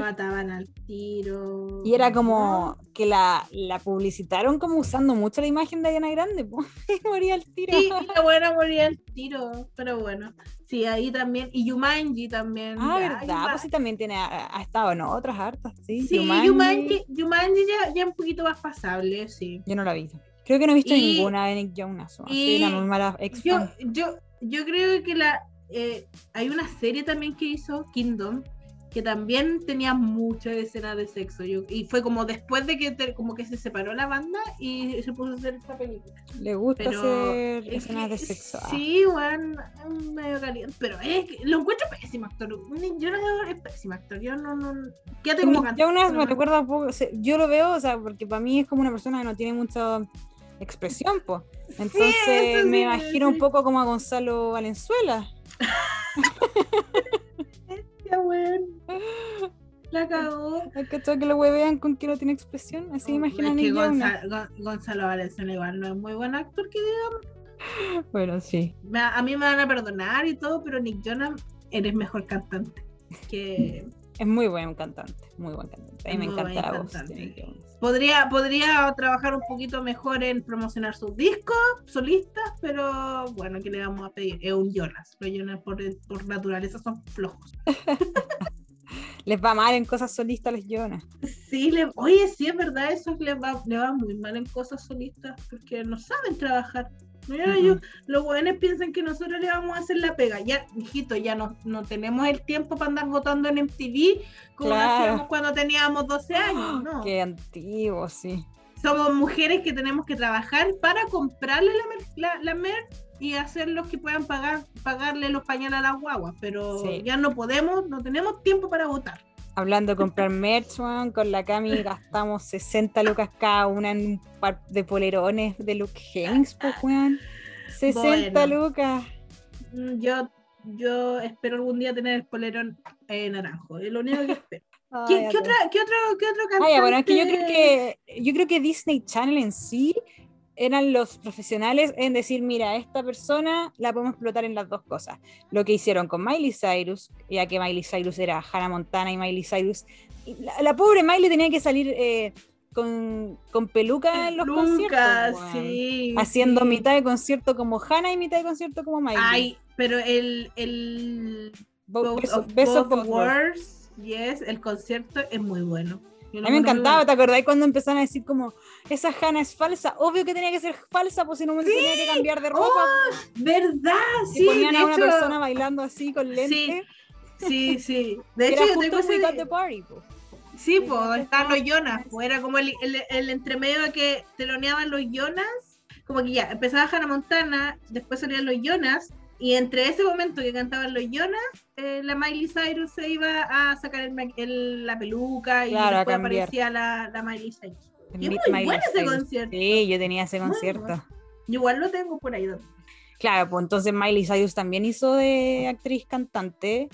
Speaker 1: *laughs*
Speaker 2: mataban al tiro.
Speaker 1: Y era *laughs*
Speaker 2: Ah.
Speaker 1: como que la, la publicitaron como usando mucho la imagen de Ariana Grande, po. *laughs* moría el tiro.
Speaker 2: Sí, la buena moría al tiro, pero bueno. Sí, ahí también. Y Yumanji también.
Speaker 1: Ah,
Speaker 2: ya,
Speaker 1: verdad, pues sí también tiene, ha, ha estado en otras hartas, sí.
Speaker 2: Yumanji. Sí,
Speaker 1: Jumanji.
Speaker 2: Yumanji, Yumanji ya, ya un poquito más pasable, sí.
Speaker 1: Yo no la he visto. Creo que no he visto
Speaker 2: Y-
Speaker 1: ninguna de Nick Jonas. o
Speaker 2: y-
Speaker 1: Así, la muy mala ex
Speaker 2: Yo,
Speaker 1: fan.
Speaker 2: yo, yo creo que la eh, hay una serie también que hizo, Kingdom, que también tenía muchas escenas de sexo. yo- y fue como después de que te- como que se separó la banda y se puso a hacer esta película.
Speaker 1: Le gusta
Speaker 2: pero
Speaker 1: hacer
Speaker 2: Es
Speaker 1: escenas
Speaker 2: que
Speaker 1: de sexo. ah.
Speaker 2: Sí, weón, es medio caliente. Pero es que lo encuentro pésimo actor. Ni- Yo no es pésimo actor. Yo no, no. Quédate como
Speaker 1: Nick
Speaker 2: cantante.
Speaker 1: Jonas me
Speaker 2: no-
Speaker 1: recuerda un poco, o sea, yo lo veo, o sea, porque para mí es como una persona que no tiene mucha expresión, pues. Entonces
Speaker 2: eso
Speaker 1: me
Speaker 2: sí,
Speaker 1: imagino
Speaker 2: sí.
Speaker 1: un poco como a Gonzalo Valenzuela. *laughs*
Speaker 2: Ya, weón. La cagó.
Speaker 1: Es que todo que lo huevean con que no tiene expresión, así imagina
Speaker 2: Oh, Es
Speaker 1: a
Speaker 2: que
Speaker 1: Nick Jonas.
Speaker 2: Gonza- Gon- Gonzalo Valenzuela igual no es muy buen actor que digamos.
Speaker 1: Bueno, sí.
Speaker 2: Me- a mí me van a perdonar y todo, pero Nick Jonas eres mejor cantante. Que
Speaker 1: Es muy buen cantante, muy buen cantante. A mí me
Speaker 2: Muy buen
Speaker 1: encanta la voz de
Speaker 2: cantante.
Speaker 1: Nick Jonas.
Speaker 2: podría, podría trabajar un poquito mejor en promocionar sus discos solistas, pero bueno, ¿qué le vamos a pedir? Es un Jonas. Los Jonas por, por naturaleza son flojos.
Speaker 1: Les va mal en cosas solistas a los Jonas.
Speaker 2: Sí, le- oye, sí es verdad, eso le va, le va muy mal en cosas solistas porque no saben trabajar. Mira,
Speaker 1: Ujú.
Speaker 2: yo- los jóvenes piensan que nosotros le vamos a hacer la pega. Ya, hijito, ya no, no tenemos el tiempo para andar votando en MTV como lo
Speaker 1: Claro. Ah,
Speaker 2: hacíamos cuando teníamos
Speaker 1: *gasps*
Speaker 2: 12 años. No.
Speaker 1: Qué antiguo, sí.
Speaker 2: Somos mujeres que tenemos que trabajar para comprarle la, mer- la, la mer y hacer los que puedan pagar pagarle los pañales a las guaguas. Pero
Speaker 1: Sí.
Speaker 2: ya no podemos, no tenemos tiempo para votar.
Speaker 1: Hablando de comprar merch, weón, con la
Speaker 2: *laughs*
Speaker 1: Cami gastamos 60 lucas cada una en un par de polerones de Luke James, pues, weón. 60
Speaker 2: Bueno.
Speaker 1: lucas.
Speaker 2: Mm, Yo, yo espero algún día tener el polerón eh, naranjo. Es lo único *laughs* que espero. ¿Qué,
Speaker 1: Ay,
Speaker 2: qué
Speaker 1: acá.
Speaker 2: otra, qué otro, qué otro
Speaker 1: Ah,
Speaker 2: cantante?
Speaker 1: ya, bueno, es que yo creo que yo creo que Disney Channel en sí eran los profesionales en decir, mira, esta persona la podemos explotar en las dos cosas. Lo que hicieron con Miley Cyrus, ya que Miley Cyrus era Hannah Montana y Miley Cyrus, y la, la pobre Miley tenía que salir eh, con, con peluca en los
Speaker 2: Lucas,
Speaker 1: conciertos, weón.
Speaker 2: sí.
Speaker 1: haciendo
Speaker 2: sí.
Speaker 1: mitad de concierto como Hannah y mitad de concierto como Miley.
Speaker 2: Ay, pero el, el
Speaker 1: Bo-
Speaker 2: Both
Speaker 1: beso-
Speaker 2: of
Speaker 1: beso
Speaker 2: Both
Speaker 1: both worlds.
Speaker 2: Worlds, yes, el concierto es muy bueno. Yo
Speaker 1: A
Speaker 2: lo
Speaker 1: mí me
Speaker 2: encuentro muy
Speaker 1: encantaba,
Speaker 2: bueno.
Speaker 1: ¿te acordás cuando empezaron a decir como, esa Hannah es falsa? Obvio que tenía que ser falsa, pues si no me tenía que cambiar de ropa.
Speaker 2: ¿Verdad?
Speaker 1: y
Speaker 2: Oh, Sí, de
Speaker 1: ponían a una
Speaker 2: hecho,
Speaker 1: persona bailando así con lentes.
Speaker 2: sí, sí. De
Speaker 1: que
Speaker 2: hecho,
Speaker 1: era
Speaker 2: yo tengo
Speaker 1: justo We
Speaker 2: ese-
Speaker 1: Got the Party. po.
Speaker 2: Sí,
Speaker 1: We
Speaker 2: pues,
Speaker 1: Got
Speaker 2: donde
Speaker 1: the
Speaker 2: estaban los
Speaker 1: Party.
Speaker 2: Jonas, pues, era como el, el, el entremedio que teloneaban los Jonas, como que ya, empezaba Hannah Montana, después salían los Jonas, y entre ese momento que cantaban los Jonas, eh, la Miley Cyrus se iba a sacar el ma- el- la peluca y
Speaker 1: Claro, a
Speaker 2: después
Speaker 1: cambiar.
Speaker 2: aparecía la, la Miley Cyrus.
Speaker 1: En
Speaker 2: Y es
Speaker 1: Meet
Speaker 2: muy
Speaker 1: Miley
Speaker 2: bueno ese
Speaker 1: Cyrus.
Speaker 2: concierto.
Speaker 1: Sí, yo tenía ese
Speaker 2: Muy
Speaker 1: concierto.
Speaker 2: bueno. Yo igual lo tengo por ahí. donde-
Speaker 1: Claro, pues entonces Miley Cyrus también hizo de actriz cantante,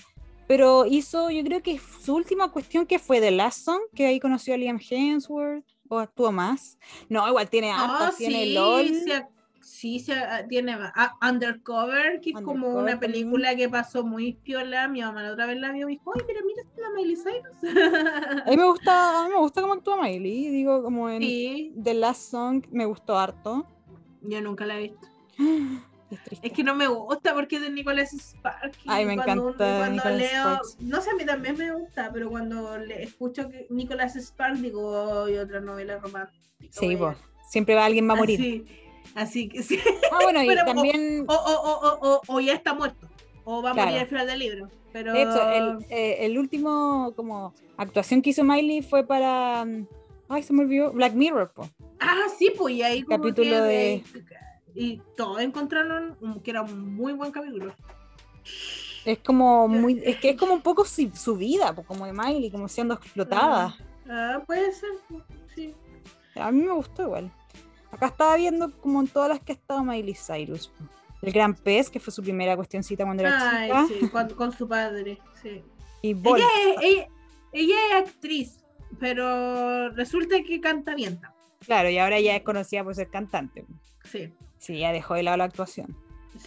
Speaker 1: pero hizo, yo creo que su última cuestión que fue The Last Song, que ahí conoció a Liam Hemsworth, o actuó más. No, igual tiene hartas, tiene
Speaker 2: Ah, sí,
Speaker 1: LOL.
Speaker 2: sí, ac- sí, sí, ah, tiene ah, Undercover, que es como
Speaker 1: Undercover
Speaker 2: una
Speaker 1: también.
Speaker 2: película que pasó muy piola. Mi mamá la otra vez la vio y me dijo, ay, mira, mira, está la Miley Cyrus.
Speaker 1: *laughs* A mí me gusta, a mí me gusta cómo actúa Miley, digo, como en
Speaker 2: sí,
Speaker 1: The Last Song me gustó harto. *gasps*
Speaker 2: yo nunca la he visto.
Speaker 1: Es triste.
Speaker 2: Es que no me gusta porque es de Nicolas Sparks. y
Speaker 1: Ay, me
Speaker 2: cuando,
Speaker 1: encanta
Speaker 2: y cuando
Speaker 1: Nicolas
Speaker 2: leo,
Speaker 1: Sparks.
Speaker 2: no sé, a mí también me gusta, pero cuando le escucho que Nicolas Sparks digo, "Ay, otra novela romántica.
Speaker 1: Sí,
Speaker 2: weón".
Speaker 1: pues, siempre va alguien va a
Speaker 2: Ah,
Speaker 1: morir.
Speaker 2: Así, así que sí.
Speaker 1: Ah, bueno,
Speaker 2: *laughs*
Speaker 1: y
Speaker 2: Pero, o-
Speaker 1: también,
Speaker 2: O, o- o- o- o- o ya está muerto. O va a
Speaker 1: Claro.
Speaker 2: morir al final del libro. Pero...
Speaker 1: de hecho, el, eh, el último como actuación que hizo Miley fue para, mm, ay, se me olvidó, Black Mirror, po.
Speaker 2: Ah, sí, pues y ahí como
Speaker 1: Capítulo
Speaker 2: que,
Speaker 1: de-
Speaker 2: eh, Y todos encontraron un- que era un muy buen capítulo.
Speaker 1: Es como muy, es que es como un poco si- su vida, po, como de Miley, como siendo explotada.
Speaker 2: Ah, puede ser, sí.
Speaker 1: A mí me gustó igual. Acá estaba viendo como en todas las que ha estado Miley Cyrus. po. El Gran Pez, que fue su primera cuestioncita cuando era
Speaker 2: Ay,
Speaker 1: chica.
Speaker 2: sí, con, con su padre, sí.
Speaker 1: Y Bolt.
Speaker 2: Ella es, ella, ella es actriz, pero resulta que canta bien. también.
Speaker 1: Claro, y ahora ya es conocida por ser cantante.
Speaker 2: Sí,
Speaker 1: Sí, ya dejó de lado la actuación.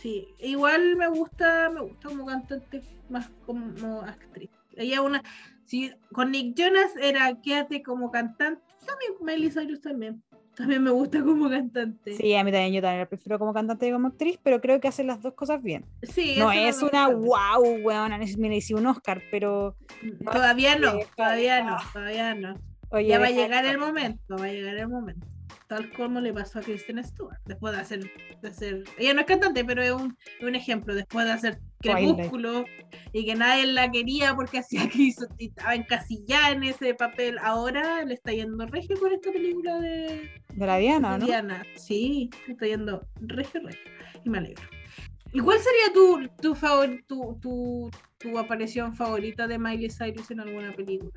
Speaker 2: sí. Igual me gusta, me gusta como cantante más como actriz. Ella una, si con Nick Jonas era quédate como cantante, también Miley Cyrus también. También me gusta como cantante.
Speaker 1: Sí, a mí también yo también la prefiero como cantante y como actriz, pero creo que hace las dos cosas bien.
Speaker 2: Sí,
Speaker 1: No
Speaker 2: eso
Speaker 1: es
Speaker 2: me
Speaker 1: una
Speaker 2: gusta.
Speaker 1: wow, weón, merecí un Oscar, pero
Speaker 2: Todavía no,
Speaker 1: Sí,
Speaker 2: todavía no,
Speaker 1: ah.
Speaker 2: todavía no.
Speaker 1: oye,
Speaker 2: Ya va a
Speaker 1: deja-
Speaker 2: llegar el momento, va a llegar el momento. Tal como le pasó a Kristen Stewart, después de hacer, de hacer ella no es cantante, pero es un, un ejemplo, después de hacer
Speaker 1: Twilight.
Speaker 2: Crepúsculo y que nadie la quería porque *laughs* hacía que hizo, estaba encasillada en ese papel, ahora le está yendo regio con esta película de,
Speaker 1: De la Diana,
Speaker 2: de
Speaker 1: ¿no?
Speaker 2: Diana. Sí, le está yendo regio, regio, y me alegro. ¿Y cuál sería tu, tu, favor, tu, tu, tu aparición favorita de Miley Cyrus en alguna película?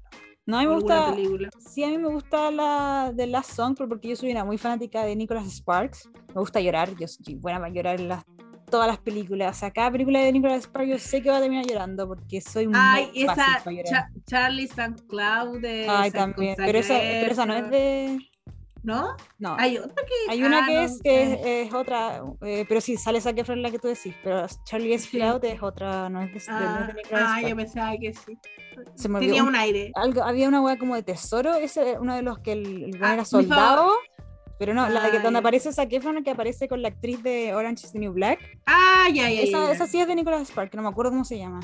Speaker 1: No, a mí me
Speaker 2: ¿Alguna
Speaker 1: gusta,
Speaker 2: película?
Speaker 1: sí, a mí me gusta la de Last Song, pero porque yo soy una muy fanática de Nicholas Sparks. Me gusta llorar, yo soy buena para llorar en las, todas las películas. O sea, cada película de Nicholas Sparks yo sé que va a terminar llorando porque soy muy
Speaker 2: Ay,
Speaker 1: fácil
Speaker 2: esa
Speaker 1: para llorar.
Speaker 2: Cha- Charlie San Cloud de
Speaker 1: Ay,
Speaker 2: San
Speaker 1: también. Pero esa, pero esa no es
Speaker 2: Consagreto.
Speaker 1: de.
Speaker 2: ¿No?
Speaker 1: No. Hay,
Speaker 2: Hay otra que.
Speaker 1: una
Speaker 2: ah,
Speaker 1: que
Speaker 2: no,
Speaker 1: es, que
Speaker 2: eh,
Speaker 1: es, es otra, eh, pero sí, sale esa que fue la que tú decís, pero Charlie S.
Speaker 2: Sí.
Speaker 1: Cloud es otra, no es de, de- no
Speaker 2: Ah,
Speaker 1: es de Nicholas
Speaker 2: ah, yo
Speaker 1: Sparks.
Speaker 2: pensaba que sí.
Speaker 1: Se me
Speaker 2: Tenía
Speaker 1: olvidó.
Speaker 2: un aire.
Speaker 1: Algo- había una weá como de tesoro, ese era uno de los que el, el weón
Speaker 2: Ah,
Speaker 1: era
Speaker 2: mi
Speaker 1: soldado, pero no, la de que,
Speaker 2: Ah,
Speaker 1: donde
Speaker 2: ya.
Speaker 1: aparece esa que aparece con la actriz de Orange is the New Black,
Speaker 2: Ah, ya, ya, ya,
Speaker 1: esa,
Speaker 2: ya.
Speaker 1: esa sí es de Nicholas Sparks, no me acuerdo cómo se llama,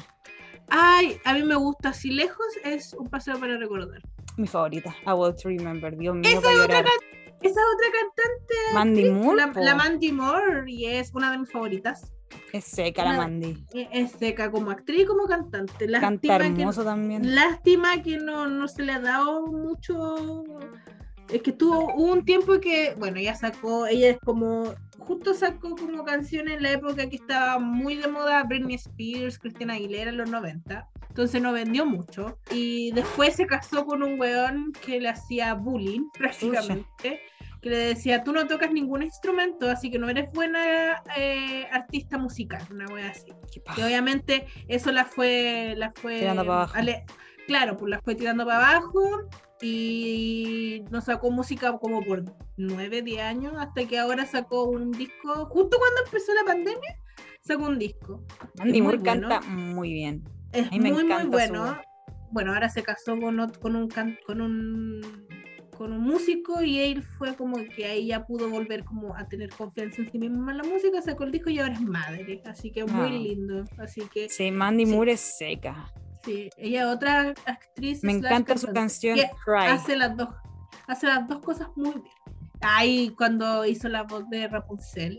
Speaker 2: Ay, a mí me gusta. Si lejos es un paseo para recordar.
Speaker 1: mi favorita, I Will to Remember, Dios mío,
Speaker 2: Esa
Speaker 1: para
Speaker 2: es otra
Speaker 1: llorar.
Speaker 2: cantante. Esa es otra cantante.
Speaker 1: Mandy Moore,
Speaker 2: La,
Speaker 1: po,
Speaker 2: la Mandy Moore. Y es una de mis favoritas.
Speaker 1: es seca la
Speaker 2: la-
Speaker 1: Mandy,
Speaker 2: Eh, Es seca como actriz y como cantante.
Speaker 1: canta
Speaker 2: Lástima que,
Speaker 1: hermoso también.
Speaker 2: Lástima que no, no se le ha dado mucho. Es que tuvo hubo un tiempo que, bueno, ella sacó, ella es como, justo sacó como canciones en la época que estaba muy de moda Britney Spears, Christina Aguilera en los 90. Entonces no vendió mucho. Y después se casó con un weón que le hacía bullying, *laughs* prácticamente. Que le decía, tú no tocas ningún instrumento, así que no eres buena eh, artista musical, una wea así.
Speaker 1: Qué paja.
Speaker 2: Y obviamente eso la fue, la fue
Speaker 1: Tirando para abajo.
Speaker 2: ale- claro, pues la fue tirando para abajo y nos sacó música como por 9, 10 años hasta que ahora sacó un disco, justo cuando empezó la pandemia, sacó un disco.
Speaker 1: Mandy
Speaker 2: es
Speaker 1: Moore
Speaker 2: muy
Speaker 1: canta
Speaker 2: bueno.
Speaker 1: muy bien.
Speaker 2: Es
Speaker 1: A mí me
Speaker 2: muy, muy
Speaker 1: encanta su voz.
Speaker 2: bueno. Bueno, ahora se casó con, ot- con, un, can- con un con un músico y él fue como que ahí ya pudo volver como a tener confianza en sí mismo en la música, sacó el disco y ahora es madre, así que muy
Speaker 1: Ah.
Speaker 2: lindo, así que
Speaker 1: Sí, Mandy
Speaker 2: Sí.
Speaker 1: Moore es seca.
Speaker 2: Sí, ella otra actriz.
Speaker 1: Me
Speaker 2: slash
Speaker 1: encanta su
Speaker 2: cantante.
Speaker 1: canción
Speaker 2: que
Speaker 1: Cry.
Speaker 2: Hace las dos, hace las dos cosas muy bien. Ahí cuando hizo la voz de Rapunzel.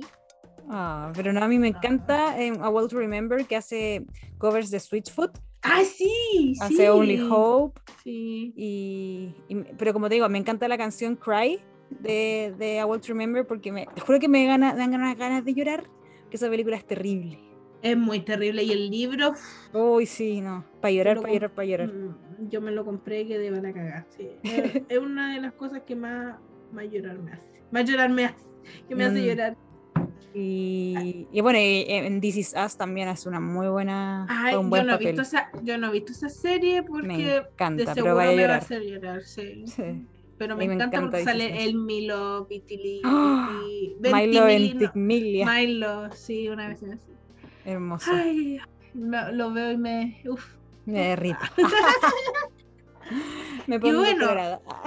Speaker 1: Ah, pero no, a mí me
Speaker 2: Ah.
Speaker 1: encanta eh, A World to Remember que hace covers de Switchfoot,
Speaker 2: ¡Ah, sí!
Speaker 1: hace
Speaker 2: sí,
Speaker 1: Only Hope,
Speaker 2: Sí.
Speaker 1: y, y me- pero como te digo, me encanta la canción Cry de, de A World to Remember porque me, te juro que me, gana- dan unas ganas de llorar, que esa película es terrible.
Speaker 2: Es muy terrible. Y el libro,
Speaker 1: Uy, sí, no, para llorar,
Speaker 2: Lo
Speaker 1: para llorar, para llorar.
Speaker 2: mm, yo me lo compré que de van a cagar. sí. Es
Speaker 1: *laughs*
Speaker 2: es una de las cosas que más, más llorar me hace. Más llorar me hace. Que me hace
Speaker 1: Mm.
Speaker 2: llorar.
Speaker 1: Y, y bueno, y en This Is Us también hace una muy buena,
Speaker 2: Ay,
Speaker 1: un
Speaker 2: yo
Speaker 1: buen
Speaker 2: no, he
Speaker 1: papel.
Speaker 2: visto esa, yo no he visto esa serie
Speaker 1: me
Speaker 2: porque de
Speaker 1: encanta, pero
Speaker 2: seguro
Speaker 1: vaya a
Speaker 2: me va a
Speaker 1: llorar.
Speaker 2: hacer llorar. sí.
Speaker 1: Sí.
Speaker 2: Pero
Speaker 1: A
Speaker 2: me,
Speaker 1: mí me
Speaker 2: encanta,
Speaker 1: encanta
Speaker 2: porque
Speaker 1: This Is
Speaker 2: sale
Speaker 1: Us.
Speaker 2: el Milo, Vitili,
Speaker 1: ¡Ah!
Speaker 2: Viti-
Speaker 1: Milo
Speaker 2: Ventimigli,
Speaker 1: en
Speaker 2: no,
Speaker 1: Tigmilia,
Speaker 2: Milo, sí, una vez así.
Speaker 1: hermoso.
Speaker 2: Ay, me- lo veo y me.
Speaker 1: *laughs*
Speaker 2: Uf.
Speaker 1: Me derrito. Me
Speaker 2: Y
Speaker 1: pongo
Speaker 2: bueno,
Speaker 1: colorada. Ah,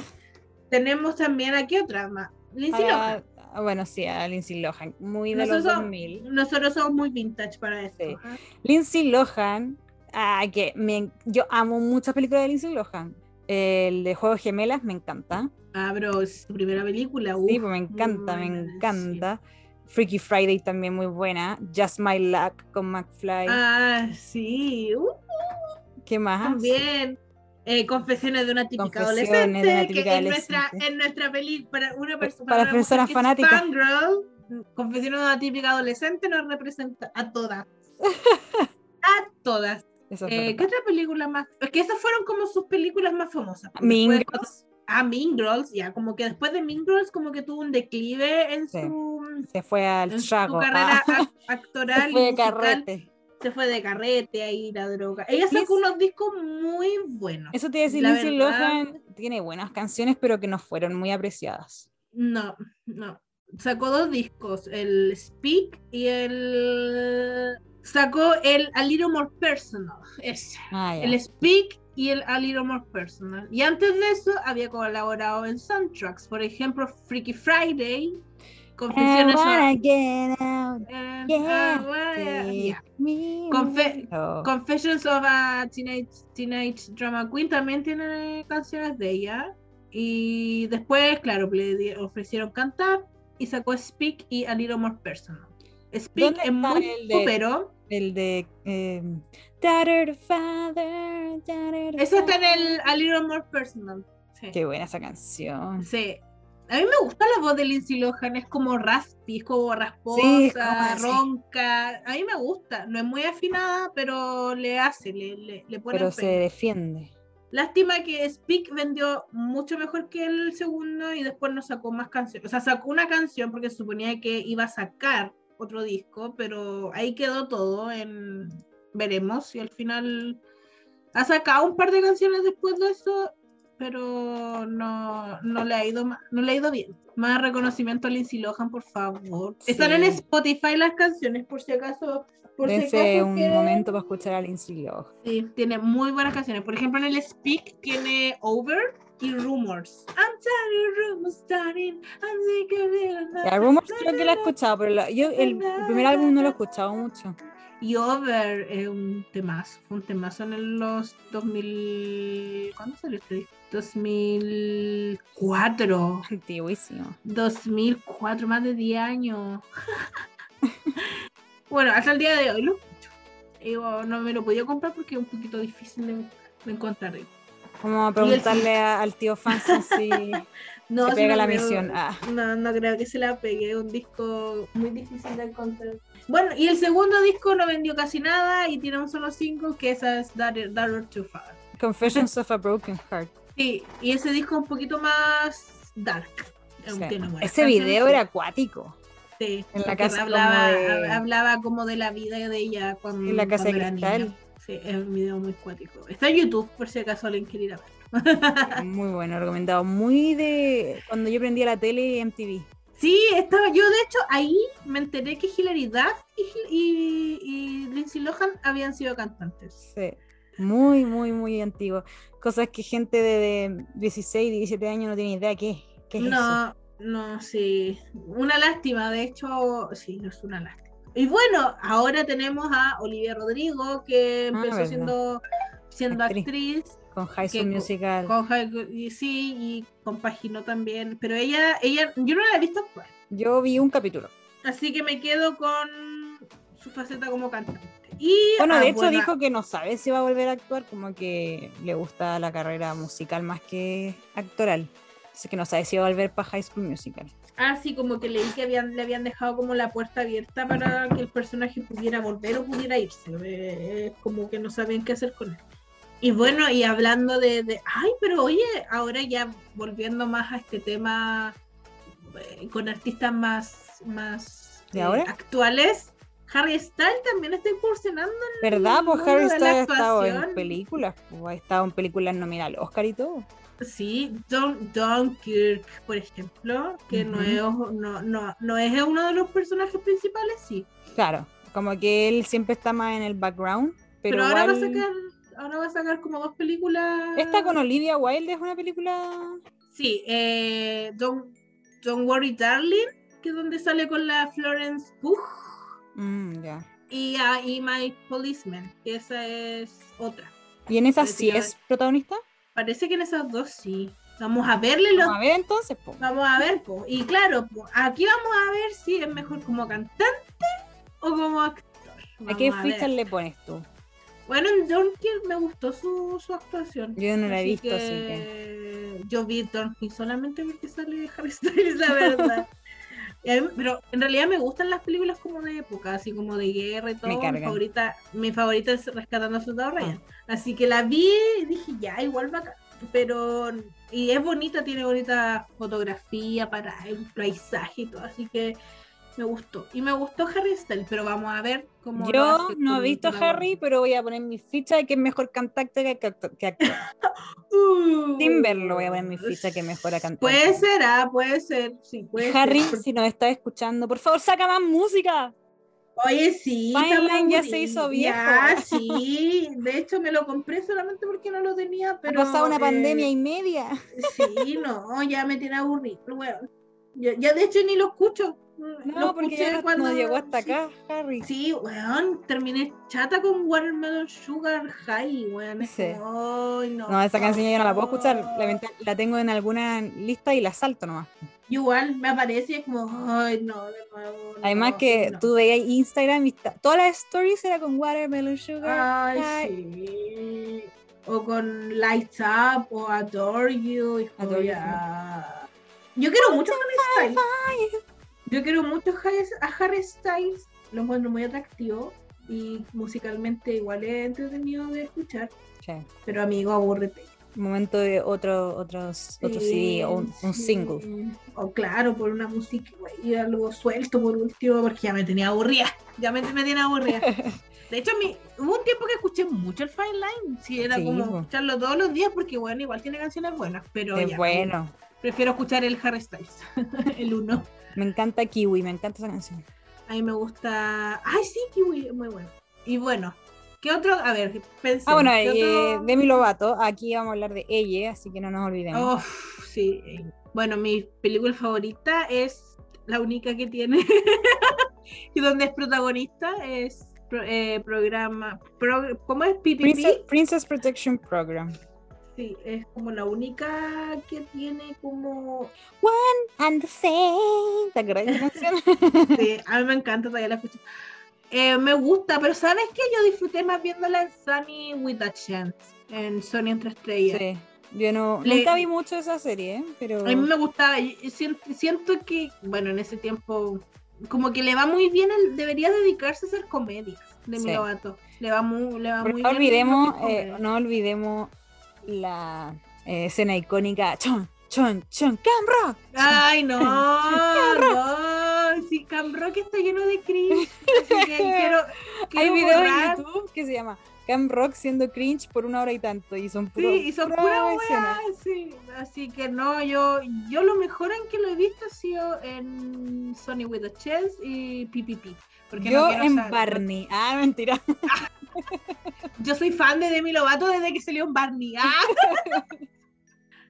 Speaker 2: Tenemos también aquí otra más. Lindsay Lohan.
Speaker 1: ah, ah, bueno, sí, a Lindsay Lohan, muy de los
Speaker 2: Nosotros-
Speaker 1: 2000.
Speaker 2: Nosotros somos muy vintage para esto.
Speaker 1: Sí.
Speaker 2: ¿ah?
Speaker 1: Lindsay Lohan, ah, que me en- yo amo muchas películas de Lindsay Lohan. El de Juegos Gemelas me encanta.
Speaker 2: Ah, pero es su primera película.
Speaker 1: Sí, pues
Speaker 2: uf,
Speaker 1: me encanta, me
Speaker 2: muy buena, sí.
Speaker 1: encanta. Freaky Friday también muy buena. Just My Luck con McFly.
Speaker 2: Ah, sí. uf,
Speaker 1: ¿Qué más?
Speaker 2: también. Eh, confesiones de una típica
Speaker 1: Ah, Confesiones de una
Speaker 2: adolescente,
Speaker 1: típica
Speaker 2: que en nuestra,
Speaker 1: adolescente.
Speaker 2: en nuestra peli, para una persona,
Speaker 1: Para
Speaker 2: una mujer
Speaker 1: personas
Speaker 2: que es
Speaker 1: fanáticas.
Speaker 2: fangirl, confesiones de una típica adolescente nos representa a
Speaker 1: *laughs*
Speaker 2: todas. a todas.
Speaker 1: Eso es
Speaker 2: Eh,
Speaker 1: verdad.
Speaker 2: ¿Qué otra película más? Es que esas fueron como sus películas más famosas.
Speaker 1: Mean
Speaker 2: Después-
Speaker 1: Girls
Speaker 2: Ah, Mean Girls, ya, como que después de Mean Girls como que tuvo un declive en
Speaker 1: Sí.
Speaker 2: su,
Speaker 1: se fue al
Speaker 2: en su
Speaker 1: trago.
Speaker 2: carrera
Speaker 1: ah, *laughs*
Speaker 2: ac- actoral
Speaker 1: se
Speaker 2: y
Speaker 1: fue de
Speaker 2: musical
Speaker 1: carrete.
Speaker 2: se fue de carrete ahí la droga. Ella
Speaker 1: Liz-
Speaker 2: sacó unos discos muy buenos.
Speaker 1: Eso te iba a decir,
Speaker 2: La
Speaker 1: Lindsay
Speaker 2: verdad-
Speaker 1: Lohan tiene buenas canciones, pero que no fueron muy apreciadas.
Speaker 2: No, no. sacó dos discos, el Speak y el... Sacó el A Little More Personal, ese.
Speaker 1: Ah, ya.
Speaker 2: el Speak y el A Little More Personal. Y antes de eso había colaborado en soundtracks, por ejemplo, Freaky Friday,
Speaker 1: I
Speaker 2: Confesiones...
Speaker 1: wanna get out,
Speaker 2: eh,
Speaker 1: get
Speaker 2: ah, bueno,
Speaker 1: take
Speaker 2: ya.
Speaker 1: me
Speaker 2: Confe-
Speaker 1: away.
Speaker 2: Confessions of a Teenage, Teenage Drama Queen también tiene canciones de ella. Y después, claro, le di- ofrecieron cantar y sacó Speak y A Little More Personal.
Speaker 1: ¿Dónde
Speaker 2: Speak
Speaker 1: está
Speaker 2: es muy
Speaker 1: el de-
Speaker 2: pero
Speaker 1: El de. Eh, Daughter, father, daughter,
Speaker 2: eso está en
Speaker 1: father.
Speaker 2: el A Little More Personal. Sí.
Speaker 1: Qué buena esa canción.
Speaker 2: Sí. A mí me gusta la voz de Lindsay Lohan, es como raspy, es como rasposa,
Speaker 1: Sí, es como así.
Speaker 2: ronca. A mí me gusta, no es muy afinada, pero le hace, le, le, le pone
Speaker 1: Pero
Speaker 2: empeño.
Speaker 1: se defiende.
Speaker 2: Lástima que Speak vendió mucho mejor que el segundo y después no sacó más canciones. O sea, sacó una canción porque se suponía que iba a sacar otro disco, pero ahí quedó todo en veremos y al final ha sacado un par de canciones después de eso, pero no, no le ha ido ma- no le ha ido bien. Más reconocimiento a Lindsay Lohan, por favor.
Speaker 1: Sí.
Speaker 2: Están en Spotify las canciones por si acaso por si
Speaker 1: Dense
Speaker 2: acaso
Speaker 1: un
Speaker 2: quieren-
Speaker 1: momento para escuchar a Lindsay Lohan.
Speaker 2: Sí, tiene muy buenas canciones. Por ejemplo, en el Speak tiene Over y Rumors. I'm tired of rumors starting. I'm sick of it.
Speaker 1: La Rumors creo que la he escuchado, pero la- yo el, el primer álbum no lo he escuchado mucho.
Speaker 2: Y Over es un temazo. Fue un temazo en el- los 2000. ¿Cuándo salió este disco? 2004.
Speaker 1: Antiguísimo.
Speaker 2: 2004, más de 10 años. *laughs* bueno, hasta el día de hoy lo escucho. Y, bueno, no me lo podía comprar porque es un poquito difícil de, de encontrar.
Speaker 1: Vamos a
Speaker 2: *laughs*
Speaker 1: preguntarle a- al tío Fancy si
Speaker 2: No,
Speaker 1: se
Speaker 2: sí
Speaker 1: pega
Speaker 2: lo
Speaker 1: la
Speaker 2: creo.
Speaker 1: misión. Ah,
Speaker 2: No, no creo que se la pegue. Es un disco muy difícil de encontrar. Bueno, y el segundo disco no vendió casi nada y tiene un solo single que esa es Daughter Daughter to Father.
Speaker 1: Confessions of a Broken Heart.
Speaker 2: Sí, y ese disco un poquito más dark.
Speaker 1: Sí.
Speaker 2: Tiene buenas
Speaker 1: Ese video
Speaker 2: canciones,
Speaker 1: era acuático.
Speaker 2: sí,
Speaker 1: en la
Speaker 2: porque
Speaker 1: casa
Speaker 2: hablaba
Speaker 1: como de-
Speaker 2: ha- hablaba como de la vida de ella cuando
Speaker 1: En la casa
Speaker 2: cuando
Speaker 1: de
Speaker 2: era
Speaker 1: cristal.
Speaker 2: niña. Sí, es un video muy cuático. Está en YouTube por si acaso alguien quiere ir a ver.
Speaker 1: Muy bueno, recomendado. Muy de cuando yo prendía la tele y MTV.
Speaker 2: Sí, estaba. Yo de hecho ahí me enteré que Hilary Duff y, Hil- y, y Lindsay Lohan habían sido cantantes.
Speaker 1: Sí, Muy, muy, muy antiguo. Cosas que gente de, de 16, 17 años no tiene idea qué, qué es eso.
Speaker 2: No, no, sí. Una lástima, de hecho, sí, no es una lástima. Y bueno, ahora tenemos a Olivia Rodrigo, que empezó
Speaker 1: Ah, verdad.
Speaker 2: siendo, siendo
Speaker 1: Actriz.
Speaker 2: actriz
Speaker 1: Con High School
Speaker 2: que-
Speaker 1: Musical.
Speaker 2: con High School- y sí, y compaginó también. Pero ella, ella, yo no la he visto actuar.
Speaker 1: Yo vi un capítulo.
Speaker 2: Así que me quedo con su faceta como cantante. Y,
Speaker 1: Bueno,
Speaker 2: ah,
Speaker 1: de hecho
Speaker 2: bueno,
Speaker 1: dijo que no sabe si va a volver a actuar, como que le gusta la carrera musical más que actoral. Así que no sabe si va a volver para High School Musical.
Speaker 2: Ah, sí, como que leí que habían, le habían dejado como la puerta abierta para que el personaje pudiera volver o pudiera irse. Eh, eh, como que no sabían qué hacer con él. Y bueno, y hablando de, de- Ay, pero oye, ahora ya volviendo más a este tema eh, con artistas más, más eh,
Speaker 1: ¿De ahora?
Speaker 2: actuales, Harry Styles también está incursionando.
Speaker 1: ¿Verdad? Pues
Speaker 2: mundo
Speaker 1: Harry
Speaker 2: de la
Speaker 1: Styles ha estado en
Speaker 2: actuación.
Speaker 1: películas, pues, ha estado en películas nominal Oscar y todo.
Speaker 2: Sí, Don, Dunkirk, por ejemplo, que no, es, no, no, no es uno de los personajes principales, sí.
Speaker 1: Claro, como que él siempre está más en el background, pero,
Speaker 2: Pero, ahora va a
Speaker 1: igual-
Speaker 2: sacar, ahora va a sacar como dos películas.
Speaker 1: Esta con Olivia Wilde es una película
Speaker 2: Sí, eh, Don't, Don't Worry Darling, que es donde sale con la Florence Pugh
Speaker 1: Mm, ya.
Speaker 2: y, ah, y My Policeman, que esa es otra.
Speaker 1: ¿Y en esa
Speaker 2: Pero
Speaker 1: sí
Speaker 2: tiene-
Speaker 1: es protagonista?
Speaker 2: Parece que en esas dos sí. Vamos a verle los
Speaker 1: Vamos a ver entonces, po.
Speaker 2: Vamos a ver, po. y claro, po, aquí vamos a ver si es mejor como cantante o como actor.
Speaker 1: ¿A qué
Speaker 2: Vamos a ver.
Speaker 1: fichas le pones tú?
Speaker 2: Bueno, en Dunkirk me gustó su, su actuación.
Speaker 1: Yo no la he visto, así que.
Speaker 2: Yo vi Dunkirk solamente porque sale Harry Styles, la
Speaker 1: *laughs*
Speaker 2: verdad. Y a mí- Pero en realidad me gustan las películas como de época, así como de guerra y todo. Mi
Speaker 1: cargan. Ah.
Speaker 2: favorita, mi favorita es Rescatando a Soldado Ryan. Así que la vi y dije, ya, igual bacán. Pero, y es bonita, tiene bonita fotografía para el paisaje y todo. Así que Me gustó. Y me gustó Harry Styles, pero vamos a ver cómo. lo
Speaker 1: Yo
Speaker 2: hace
Speaker 1: no he
Speaker 2: con-
Speaker 1: visto
Speaker 2: con
Speaker 1: a
Speaker 2: la-
Speaker 1: Harry, pero voy a poner mi ficha de que es mejor cantante que, acto- que actor.
Speaker 2: Uh.
Speaker 1: Timber lo voy a poner en mi ficha que mejora cantante.
Speaker 2: Puede ser, ah, puede ser. Sí, puede ser.
Speaker 1: Harry,
Speaker 2: Porque-
Speaker 1: si nos está escuchando, por favor, saca más música.
Speaker 2: Oye, sí.
Speaker 1: Fine
Speaker 2: estamos
Speaker 1: Line ya
Speaker 2: aburridos.
Speaker 1: se hizo
Speaker 2: Ya,
Speaker 1: viejo.
Speaker 2: sí. De hecho, me lo compré solamente porque no lo tenía, pero.
Speaker 1: ha pasado una
Speaker 2: eh,
Speaker 1: pandemia y media.
Speaker 2: Sí, no, ya me tiene aburrido, weón. Yo- ya de hecho ni lo escucho. mm,
Speaker 1: No,
Speaker 2: Lo
Speaker 1: porque
Speaker 2: escuché
Speaker 1: ya no-
Speaker 2: cuando-
Speaker 1: no llegó hasta
Speaker 2: sí.
Speaker 1: acá, Harry.
Speaker 2: Sí, weón, terminé chata con Watermelon Sugar High, weón. Es
Speaker 1: Sí.
Speaker 2: como, "Ay, no.
Speaker 1: No, esa canción yo no la puedo escuchar. lamenta- La tengo en alguna lista y la salto nomás.
Speaker 2: Y Igual me aparece y es como, ay, no, de nuevo. no,
Speaker 1: Además que
Speaker 2: no".
Speaker 1: tú veías Instagram y ta- todas las stories era con Watermelon Sugar.
Speaker 2: Ay,
Speaker 1: Ay.
Speaker 2: sí. O con Lights Up o Adore You. y como
Speaker 1: Adore You.
Speaker 2: ya. Yo quiero mucho a Harry Styles. Yo quiero mucho a Harry- a Harry Styles. Lo encuentro muy atractivo y musicalmente igual es entretenido de escuchar.
Speaker 1: Che,
Speaker 2: Pero amigo, aburrete.
Speaker 1: momento de otro, otros, otro CD o un, un single.
Speaker 2: O claro, por una música güey, y algo suelto por último, porque ya me tenía aburrida. Ya me, me
Speaker 1: *laughs*
Speaker 2: tenía aburrida. De hecho, mi, hubo un tiempo que escuché mucho el Fine Line. Sí, era
Speaker 1: Sí,
Speaker 2: como
Speaker 1: po.
Speaker 2: escucharlo todos los días, porque bueno, igual tiene canciones buenas, pero
Speaker 1: Es
Speaker 2: ya,
Speaker 1: bueno.
Speaker 2: prefiero escuchar el Harry Styles, *laughs* el uno.
Speaker 1: Me encanta Kiwi, me encanta esa canción.
Speaker 2: A mí me gusta. Ay, sí, Kiwi, muy bueno. Y bueno, ¿qué otro? A ver, pensé.
Speaker 1: Ah, bueno,
Speaker 2: ¿qué
Speaker 1: eh,
Speaker 2: otro?
Speaker 1: Demi Lovato, aquí vamos a hablar de ella, así que no nos
Speaker 2: Oh,
Speaker 1: olvidemos.
Speaker 2: Uf, sí. eh, Bueno, mi película favorita es la única que tiene *laughs* y donde es protagonista es pro- eh, programa pro- ¿cómo es PPP?
Speaker 1: Princess, Princess Protection Program.
Speaker 2: Sí, es como la única que tiene como
Speaker 1: And the same. ¿Te acordás de esa canción?
Speaker 2: Sí, a mí me encanta, todavía la escucho. Eh, me gusta, pero ¿sabes qué? Yo disfruté más viéndola en Sunny with a Chance, en Sony entre estrellas.
Speaker 1: Sí. Yo no,
Speaker 2: Le-
Speaker 1: nunca vi mucho esa serie, ¿eh? pero
Speaker 2: A mí me gustaba, y- y sien- siento, que, bueno, en ese tiempo, como que le va muy bien, el, debería dedicarse a hacer comedias de
Speaker 1: Sí.
Speaker 2: mi Lovato. Le va muy, le va
Speaker 1: pero
Speaker 2: muy
Speaker 1: no
Speaker 2: bien.
Speaker 1: olvidemos,
Speaker 2: lo que
Speaker 1: eh,
Speaker 2: come.
Speaker 1: no olvidemos la eh, escena icónica Chon, Chon, Chon, Cam Rock.
Speaker 2: Ay,
Speaker 1: *laughs*
Speaker 2: no, no, si Cam Rock está lleno de cringe, así
Speaker 1: *laughs*
Speaker 2: que quiero,
Speaker 1: Hay
Speaker 2: quiero
Speaker 1: videos
Speaker 2: borrar.
Speaker 1: en YouTube que se llama Cam Rock siendo cringe por una hora y tanto y son puras
Speaker 2: Sí, y son puras weas, sí. Así que no, yo, yo lo mejor en que lo he visto ha sido en Sony with a Chess y PPP. Porque no
Speaker 1: Yo
Speaker 2: quiero
Speaker 1: en
Speaker 2: saber-
Speaker 1: Barney. Ah, mentira.
Speaker 2: Yo soy fan de Demi Lovato desde que salió en Barney.
Speaker 1: *laughs*
Speaker 2: ¡Ah!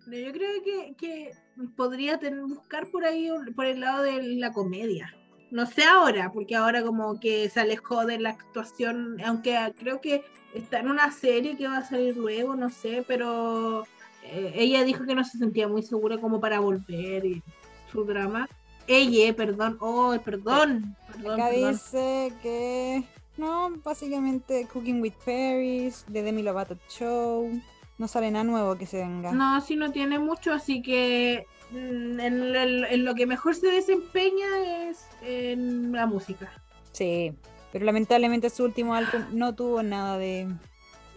Speaker 2: No, yo creo que, que podría ten- buscar por ahí, un- por el lado de la comedia. No sé ahora, porque ahora como que se alejó de la actuación, aunque creo que está en una serie que va a salir luego, no sé, pero eh, ella dijo que no se sentía muy segura como para volver y su drama. Ella, perdón, oh, perdón, perdón,
Speaker 1: Acá
Speaker 2: perdón.
Speaker 1: dice que. No, básicamente Cooking with Paris, de Demi Lovato Show. No sale nada nuevo que se venga.
Speaker 2: No, sí no tiene mucho, así que mm, en, lo- en lo que mejor se desempeña es en la música.
Speaker 1: Sí, pero lamentablemente su último álbum no tuvo nada de.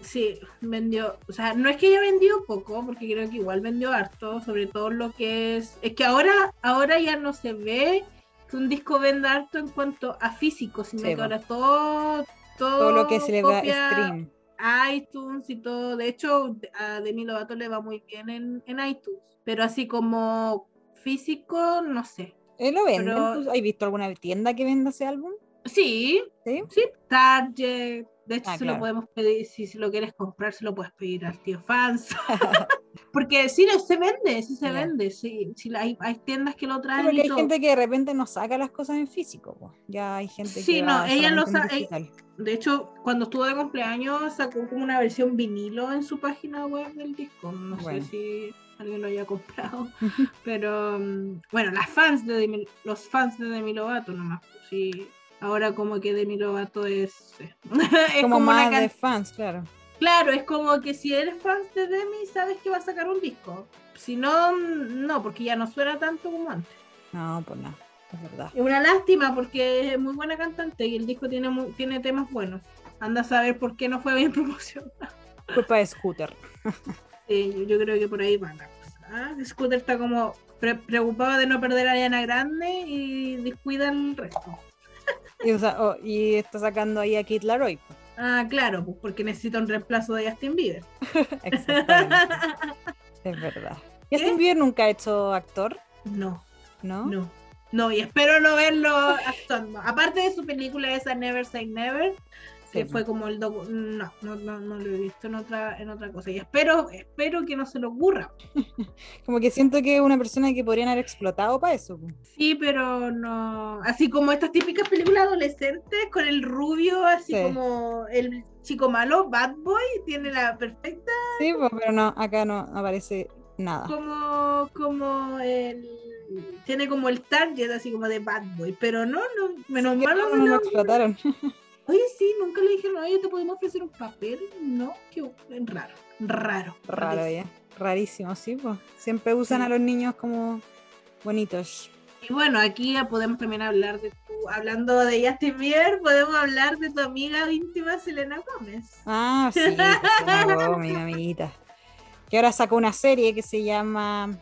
Speaker 2: Sí, vendió, o sea, no es que haya vendido poco, porque creo que igual vendió harto, sobre todo lo que es, es que ahora, ahora ya no se ve que un disco venda harto en cuanto a físico, sino
Speaker 1: Sí,
Speaker 2: que
Speaker 1: po.
Speaker 2: ahora todo, todo,
Speaker 1: Todo lo que se le da
Speaker 2: copia
Speaker 1: stream.
Speaker 2: iTunes y todo, de hecho a Demi Lovato le va muy bien en, en iTunes, pero así como físico, no sé.
Speaker 1: Eh, lo venden.
Speaker 2: pero-
Speaker 1: pues, ¿Has visto alguna tienda que venda ese álbum?
Speaker 2: Sí,
Speaker 1: ¿Sí?
Speaker 2: Target. De hecho,
Speaker 1: Ah,
Speaker 2: se
Speaker 1: claro.
Speaker 2: lo podemos pedir. Si se lo quieres comprar, se lo puedes pedir al tío fans. *laughs* Porque sí, no, se vende, sí se
Speaker 1: Ya.
Speaker 2: vende. Sí, sí, hay, hay tiendas que lo
Speaker 1: Sí,
Speaker 2: traen.
Speaker 1: porque
Speaker 2: y
Speaker 1: hay
Speaker 2: todo.
Speaker 1: gente que de repente no saca las cosas en físico. po. Ya hay gente que.
Speaker 2: Sí, no,
Speaker 1: va
Speaker 2: ella lo
Speaker 1: solamente en
Speaker 2: sa- ella-
Speaker 1: digital.
Speaker 2: De hecho, cuando estuvo de cumpleaños, sacó como una versión vinilo en su página web del disco. No
Speaker 1: Bueno.
Speaker 2: sé si alguien lo haya
Speaker 1: *laughs*
Speaker 2: comprado. Pero mm, bueno, las fans de Demi- los fans de Demi Lovato nomás. pues, Sí, ahora como que Demi Lovato es. *laughs* es
Speaker 1: Como,
Speaker 2: una
Speaker 1: más
Speaker 2: can-
Speaker 1: de fans, claro.
Speaker 2: Claro, es como que si eres fan de Demi, sabes que va a sacar un disco. Si no, mm, no, porque ya no suena tanto como antes.
Speaker 1: No, pues nada, es verdad.
Speaker 2: Es una lástima porque es muy buena cantante y el disco tiene, mu- tiene temas buenos. Anda a saber por *laughs* qué no fue bien promocionado.
Speaker 1: Culpa de Scooter.
Speaker 2: Sí, yo, yo creo que por ahí va la cosa. Ah, Scooter está como pre- preocupado de no perder a Ariana Grande y descuida el resto.
Speaker 1: Y, o sea, oh, y está sacando ahí a Kit Laroi.
Speaker 2: Ah, claro, pues porque necesita un reemplazo de Justin Bieber.
Speaker 1: Exactamente.
Speaker 2: *laughs*
Speaker 1: es verdad.
Speaker 2: ¿Qué?
Speaker 1: Justin Bieber nunca ha hecho actor,
Speaker 2: No,
Speaker 1: ¿no?
Speaker 2: no. No, y espero no verlo actuando. Aparte de su película esa Never Say Never, que
Speaker 1: Sí. pues.
Speaker 2: fue como el docu- no, no, no, no lo he visto en otra, en otra cosa. Y espero, espero que no se le ocurra.
Speaker 1: Como que siento que es una persona que podrían haber explotado para eso. pues. po.
Speaker 2: Sí, pero no. Así como estas típicas películas adolescentes con el rubio, así
Speaker 1: Sí.
Speaker 2: como el chico malo, Bad Boy, tiene la perfecta,
Speaker 1: Sí, po, pero no, acá no aparece nada.
Speaker 2: como, como el. Tiene como el target, así como de Bad Boy. Pero no, no, menos
Speaker 1: No,
Speaker 2: mal no
Speaker 1: no,
Speaker 2: se
Speaker 1: lo
Speaker 2: lo-
Speaker 1: explotaron.
Speaker 2: Oye, sí, nunca le dijeron, oye, te podemos ofrecer un papel. No, qué raro, *laughs* raro.
Speaker 1: Raro ya. Rarísimo, sí, pues. Siempre usan
Speaker 2: Sí.
Speaker 1: a los niños como bonitos.
Speaker 2: Y bueno, aquí ya podemos también hablar de tu, hablando de Justin Bieber, podemos hablar de tu amiga íntima Selena Gómez.
Speaker 1: Ah, sí,
Speaker 2: *laughs*
Speaker 1: pues, mi amiguita. Que ahora sacó una serie que se llama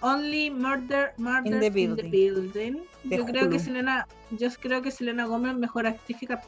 Speaker 2: Only Murder, Murder
Speaker 1: the
Speaker 2: in the Building.
Speaker 1: Building. De
Speaker 2: Yo creo que
Speaker 1: Hulu.
Speaker 2: Selena, yo creo que Selena Gómez mejor actriz que cap-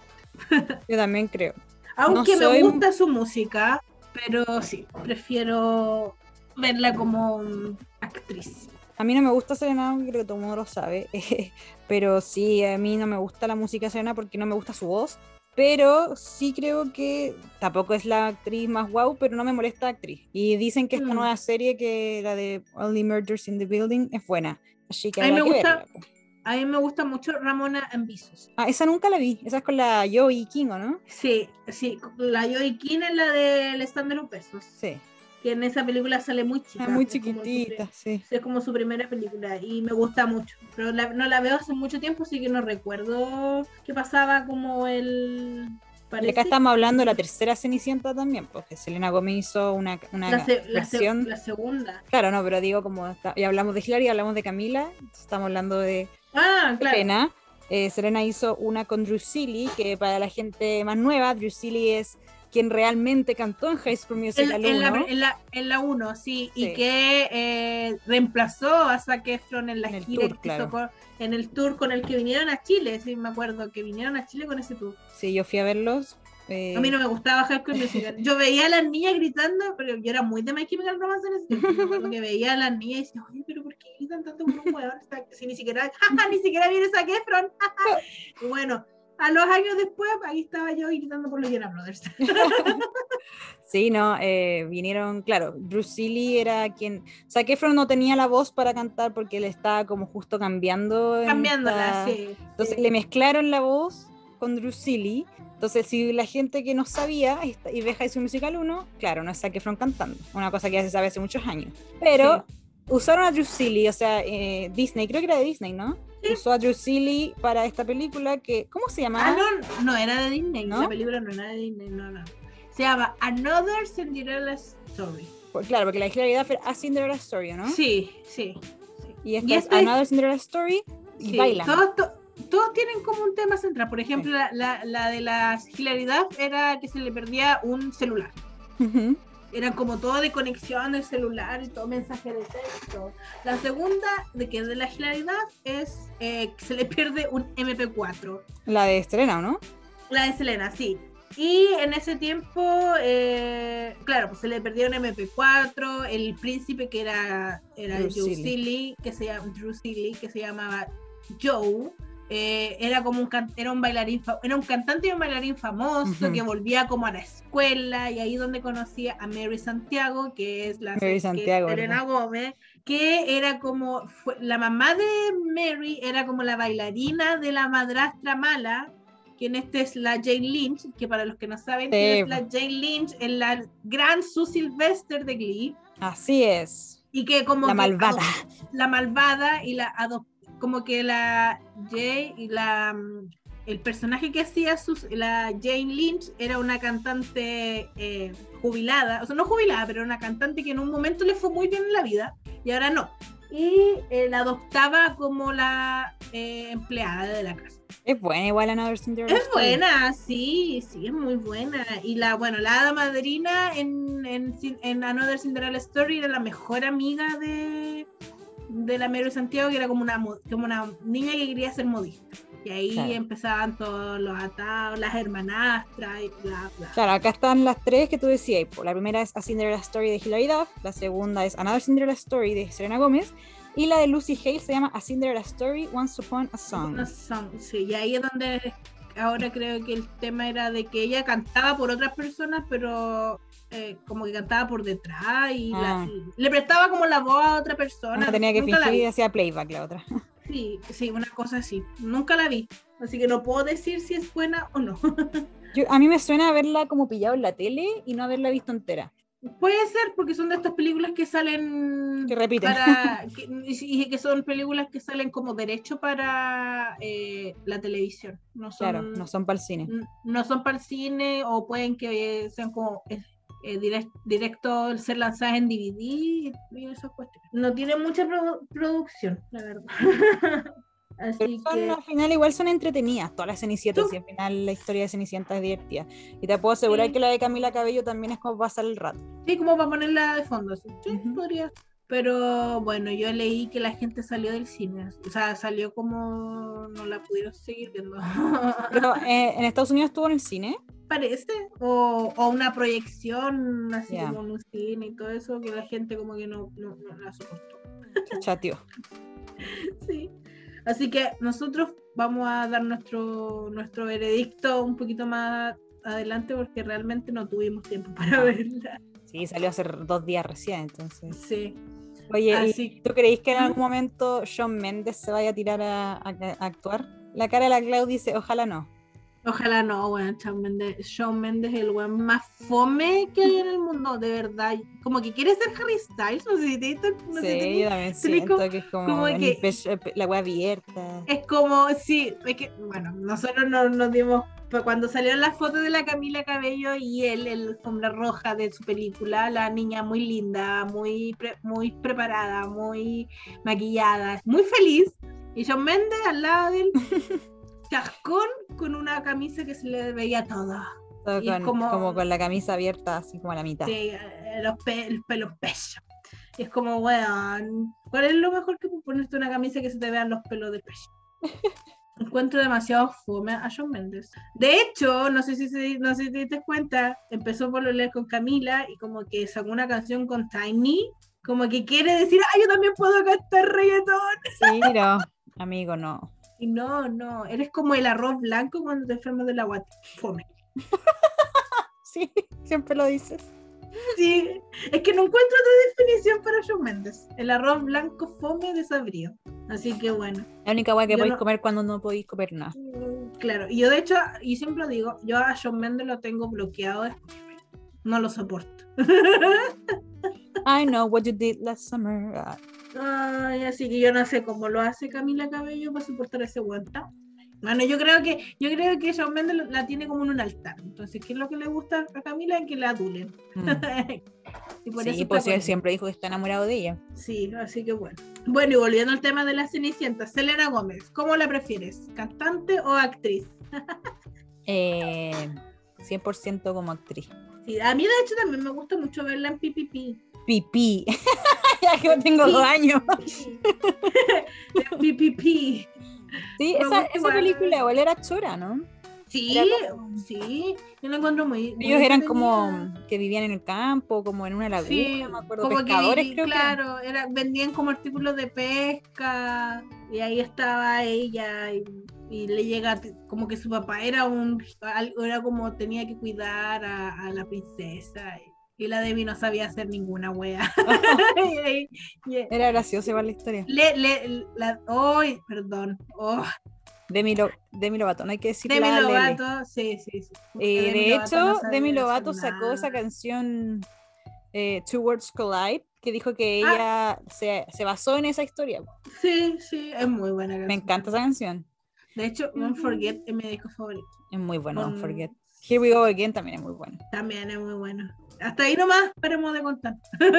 Speaker 1: Yo también creo.
Speaker 2: Aunque
Speaker 1: soy-
Speaker 2: me gusta su música, pero sí, prefiero verla como mm, actriz.
Speaker 1: A mí no me gusta Selena, creo que todo el mundo lo sabe, *laughs* pero sí, a mí no me gusta la música de Selena porque no me gusta su voz, pero sí creo que tampoco es la actriz más guau, pero no me molesta la actriz. Y dicen que esta
Speaker 2: Mm.
Speaker 1: nueva serie, que la de Only Murders in the Building, es buena. Así que
Speaker 2: A mí
Speaker 1: habrá
Speaker 2: me
Speaker 1: que
Speaker 2: gusta-
Speaker 1: verla, po.
Speaker 2: A mí me gusta mucho Ramona Ambizos.
Speaker 1: Ah, esa nunca la vi, esa es con la Joey King, ¿o ¿no?
Speaker 2: Sí, sí, la Joy King es la del stand de los pesos.
Speaker 1: Sí,
Speaker 2: Que en esa película sale muy chica.
Speaker 1: es muy
Speaker 2: es como su
Speaker 1: chiquitita, sí.
Speaker 2: pri- Es como su primera película y me gusta mucho. Pero la- no la veo hace mucho tiempo, así que no recuerdo qué pasaba como el.
Speaker 1: Y
Speaker 2: Parece
Speaker 1: acá estamos hablando de la tercera Cenicienta también, porque Selena Gomez hizo una, una
Speaker 2: la, se- la se-
Speaker 1: versión...
Speaker 2: la segunda.
Speaker 1: Claro, no, pero digo, como está- ya hablamos de Hilary, hablamos de Camila, estamos hablando de
Speaker 2: Ah, claro.
Speaker 1: Selena. Eh, Selena hizo una con Drusili, que para la gente más nueva, Drusili es quien realmente cantó en High School
Speaker 2: En,
Speaker 1: Musical
Speaker 2: en la,
Speaker 1: 1,
Speaker 2: en, la, en la uno, sí,
Speaker 1: Sí.
Speaker 2: y que eh, reemplazó a Zac Efron en la
Speaker 1: En el
Speaker 2: gira
Speaker 1: tour,
Speaker 2: que hizo
Speaker 1: claro.
Speaker 2: con- en el tour con el que vinieron a Chile, sí, me acuerdo, que vinieron a Chile con ese tour.
Speaker 1: Sí, yo fui a verlos. eh,
Speaker 2: A mí no me gustaba High School Musical. Yo veía a las niñas gritando, pero yo era muy de My Chemical Romance en ese tiempo. me acuerdo que veía a las niñas y decía, oye, pero ¿por qué gritan tanto con un hueón? O sea, Si ni siquiera, *laughs* jaja, ni siquiera viene Zac Efron. *laughs* jaja". y bueno, a los años después, aquí estaba yo gritando por los Jonas Brothers.
Speaker 1: Sí, no, eh, vinieron, claro, Bruce Lee era quien, o sea, que Efron no tenía la voz para cantar porque él estaba como justo cambiando. en
Speaker 2: Cambiándola,
Speaker 1: esta-
Speaker 2: sí. Eh,
Speaker 1: Entonces
Speaker 2: sí.
Speaker 1: le mezclaron la voz con Drusili. Entonces, si la gente que no sabía esta- y ve High School Musical 1, claro, no es Zac Efron cantando, una cosa que ya se sabe hace muchos años. Pero usaron a Drusili, o sea, eh, Disney, creo que era de Disney, ¿no?
Speaker 2: Sí.
Speaker 1: Usó a Drusili para esta película que, ¿cómo se
Speaker 2: Ah,
Speaker 1: llamaba?
Speaker 2: no, no era de Disney.
Speaker 1: ¿No?
Speaker 2: La película no era de Disney, no, no. Se llama Another Cinderella Story.
Speaker 1: Por- Pues, claro, porque la de Hilary Duff era A Cinderella Story, ¿o ¿no?
Speaker 2: Sí, sí.
Speaker 1: Y esta
Speaker 2: Y
Speaker 1: es
Speaker 2: esta es-
Speaker 1: Another Cinderella Story y
Speaker 2: Sí,
Speaker 1: bailan.
Speaker 2: Todos, to- todos tienen como un tema central. Por ejemplo, la, la- la de la hilaridad era que se le perdía un celular.
Speaker 1: *laughs* Ujú.
Speaker 2: Era como todo de conexión del celular y todo mensaje de texto. La segunda, de que es de la hilaridad, es eh, que se le pierde un MP4.
Speaker 1: La de Estrena, ¿o no?
Speaker 2: La de Selena, sí. Y en ese tiempo, eh, claro, pues se le perdieron MP4, el príncipe que era, era
Speaker 1: Drew
Speaker 2: Joe
Speaker 1: Seeley.
Speaker 2: Seeley, que se llama Drew Seeley, que se llamaba Joe. eh, era como un can- era un bailarín fa- era un cantante y un bailarín famoso
Speaker 1: Ujú.
Speaker 2: que volvía como a la escuela y ahí donde conocía a Mary Santiago que es la
Speaker 1: Mary
Speaker 2: que es
Speaker 1: Santiago,
Speaker 2: Selena Gómez que era como fue- la mamá de Mary era como la bailarina de la madrastra mala quien esta este es la Jane Lynch, que para los que no saben, quién
Speaker 1: Sí,
Speaker 2: es la Jane Lynch es la gran Sue Sylvester de Glee,
Speaker 1: Así es.
Speaker 2: y que como
Speaker 1: La
Speaker 2: que
Speaker 1: malvada.
Speaker 2: adop- la malvada y la adop- como que la Jane y la mm, el personaje que hacía sus, la Jane Lynch era una cantante eh, jubilada, o sea, no jubilada, pero una cantante que en un momento le fue muy bien en la vida y ahora no. Y eh, la adoptaba como la eh, empleada de la casa.
Speaker 1: Es buena, igual Another Cinderella.
Speaker 2: Es
Speaker 1: Story.
Speaker 2: buena, sí, sí, es muy buena. Y la, bueno, la hada madrina en, en, Cin- en Another Cinderella Story era la mejor amiga de, de la Mary Santiago, que era como una, mo- como una niña que quería ser modista. Y ahí
Speaker 1: Claro.
Speaker 2: empezaban todos los atados, las hermanastras y bla, bla.
Speaker 1: Claro, acá están las tres que tú decías. po. La primera es A Cinderella Story de Hilary Duff, la segunda es Another Cinderella Story de Serena Gómez y la de Lucy Hale se llama A Cinderella Story Once Upon a Song.
Speaker 2: Una song, sí, y ahí es donde ahora creo que el tema era de que ella cantaba por otras personas, pero eh, como que cantaba por detrás y, la-
Speaker 1: Ah.
Speaker 2: y le prestaba como la voz a otra persona.
Speaker 1: Una tenía que
Speaker 2: Nunca la
Speaker 1: fingir y
Speaker 2: vi.
Speaker 1: hacía playback la otra.
Speaker 2: Sí, sí, una cosa así. Nunca la vi, así que no puedo decir si es buena o no. *laughs*
Speaker 1: Yo- a mí me suena haberla como pillado en la tele y no haberla visto entera.
Speaker 2: Puede ser porque son de estas películas que salen
Speaker 1: Que repiten.
Speaker 2: para que, y que son películas que salen como derecho para eh, la televisión. No son,
Speaker 1: Claro, no son para el cine.
Speaker 2: n- no son para el cine o pueden que eh, sean como eh, eh, direct- directo ser lanzadas en DVD y esas cuestiones. No tiene mucha produ- producción, la verdad. *laughs*
Speaker 1: Pero
Speaker 2: Así
Speaker 1: son,
Speaker 2: que
Speaker 1: al final igual son entretenidas todas las Cenicientas
Speaker 2: Son-
Speaker 1: y al final la historia de Cenicienta es divertida. Y te puedo asegurar
Speaker 2: Sí.
Speaker 1: que la de Camila Cabello también es como pasar el rato.
Speaker 2: sí, como para ponerla de fondo. así, sí,
Speaker 1: Ujú.
Speaker 2: podría. Pero bueno, yo leí que la gente salió del cine. O sea, salió como no la pudieron seguir viendo. *laughs*
Speaker 1: Pero eh, en Estados Unidos estuvo en el cine.
Speaker 2: Parece. O, o una proyección así
Speaker 1: Ya.
Speaker 2: como en un cine y todo eso que la gente como que no, no, no la soportó.
Speaker 1: Chateo.
Speaker 2: Sí. Así que nosotros vamos a dar nuestro, nuestro veredicto un poquito más adelante porque realmente no tuvimos tiempo para
Speaker 1: Ah.
Speaker 2: verla.
Speaker 1: Sí, salió hace dos días recién, entonces.
Speaker 2: Sí.
Speaker 1: Oye, ¿y
Speaker 2: Así
Speaker 1: ¿tú creéis que en
Speaker 2: Ah, Ujú.
Speaker 1: algún momento Shawn Mendes se vaya a tirar a, a- a actuar? La cara de la Clau dice, ojalá no.
Speaker 2: ojalá no, weón. Shawn Mendes, Shawn Mendes es el weón más fome que hay en el mundo, de verdad. Como que quiere ser Harry Styles, no sé si te diste- no sé si
Speaker 1: sí,
Speaker 2: te-
Speaker 1: yo también
Speaker 2: te digo
Speaker 1: siento que es como,
Speaker 2: como
Speaker 1: el
Speaker 2: que-
Speaker 1: pecho- la wea abierta.
Speaker 2: Es como, sí, es que, bueno, nosotros no- nos dimos, pues cuando salió la foto de la Camila Cabello y él, en la alfombra roja de su película, la niña muy linda, muy, pre- muy preparada, muy maquillada, muy feliz, y John Méndez al lado del chascón con una camisa que se le veía toda,
Speaker 1: Todo
Speaker 2: y es
Speaker 1: con,
Speaker 2: como-
Speaker 1: como... con la camisa abierta, así como a la mitad.
Speaker 2: sí, eh, los, pe- los pelos pechos. Y es como, weón, ¿cuál es lo mejor que ponerte una camisa que se te vean los pelos de pecho? Encuentro demasiado fome a Shawn Mendes. De hecho, no sé si, se- no sé si te diste cuenta, empezó por leer con Camila y como que sacó una canción con Tiny, como que quiere decir, ah, yo también puedo cantar reggaetón.
Speaker 1: Sí, pero, amigo, no.
Speaker 2: Y no, no, eres como el arroz blanco cuando te enfermas de la guata. Fome.
Speaker 1: Sí, *laughs* siempre lo dices.
Speaker 2: Sí, es que no encuentro otra definición para Shawn Mendes. El arroz blanco fome desabrido. Así que bueno,
Speaker 1: La única wea que
Speaker 2: Yo
Speaker 1: podéis
Speaker 2: no-
Speaker 1: comer cuando no podéis comer nada.
Speaker 2: mm, claro. Y yo de hecho, y siempre lo digo, yo a Shawn Mendes lo tengo bloqueado. de Spotify. No lo soporto. *laughs*
Speaker 1: I know what you did last summer.
Speaker 2: *laughs*
Speaker 1: Ah,
Speaker 2: Ay, así que yo no sé cómo lo hace Camila Cabello para soportar ese guanta. Bueno, yo creo que yo creo que Shawn Mendes lo- la tiene como en un altar. Entonces, ¿qué es lo que le gusta a Camila? Que la adulen. *laughs*
Speaker 1: mm.
Speaker 2: y por
Speaker 1: Sí,
Speaker 2: eso
Speaker 1: pues
Speaker 2: está
Speaker 1: él
Speaker 2: con-
Speaker 1: siempre dijo que está enamorado de ella.
Speaker 2: Sí, así que bueno. Bueno, y volviendo al tema de la Cenicienta, Selena Gómez, ¿cómo la prefieres? ¿Cantante o actriz?
Speaker 1: Eh, 100% como actriz.
Speaker 2: Sí, a mí de hecho también me gusta mucho verla en PPP.
Speaker 1: Pipí. *laughs* ya que yo tengo dos años.
Speaker 2: *laughs* En PPP.
Speaker 1: Sí,
Speaker 2: Me
Speaker 1: esa,
Speaker 2: gusta
Speaker 1: esa
Speaker 2: igual.
Speaker 1: película igual era chora, ¿no?
Speaker 2: Sí,
Speaker 1: Era como-
Speaker 2: sí, yo la encuentro muy... muy
Speaker 1: Ellos eran
Speaker 2: entretenida.
Speaker 1: como que vivían en el campo, como en una laguna,
Speaker 2: Sí,
Speaker 1: me acuerdo,
Speaker 2: como que
Speaker 1: pescadores
Speaker 2: viví-
Speaker 1: creo que eran.
Speaker 2: claro, era, vendían como artículos de pesca y ahí estaba ella y, y le llega t- como que su papá era un al- era como tenía que cuidar a, a la princesa y, y la Debbie no sabía hacer
Speaker 1: *laughs*
Speaker 2: ninguna wea. *laughs* Y ahí- y-
Speaker 1: Era graciosa igual la historia.
Speaker 2: le, le, la, ay, perdón. Oh,
Speaker 1: Demi, Lo- Demi Lovato, no hay que decir
Speaker 2: Demi
Speaker 1: la Lele.
Speaker 2: Lovato, sí, sí, sí.
Speaker 1: Eh,
Speaker 2: Demi
Speaker 1: de
Speaker 2: Lovato
Speaker 1: hecho,
Speaker 2: no sabía
Speaker 1: Demi
Speaker 2: hacer
Speaker 1: Lovato sacó esa
Speaker 2: nada.
Speaker 1: canción eh, Two Worlds Collide, que dijo que
Speaker 2: Ah.
Speaker 1: ella se, se basó en esa historia.
Speaker 2: Sí, sí, es muy buena
Speaker 1: Me
Speaker 2: canción.
Speaker 1: encanta esa canción.
Speaker 2: De hecho, Don't Forget es mi disco favorito.
Speaker 1: Es muy bueno, Don't
Speaker 2: Con-
Speaker 1: Forget. Here We Go Again también es muy bueno.
Speaker 2: También es muy bueno. Hasta ahí nomás, esperemos de contar. *laughs*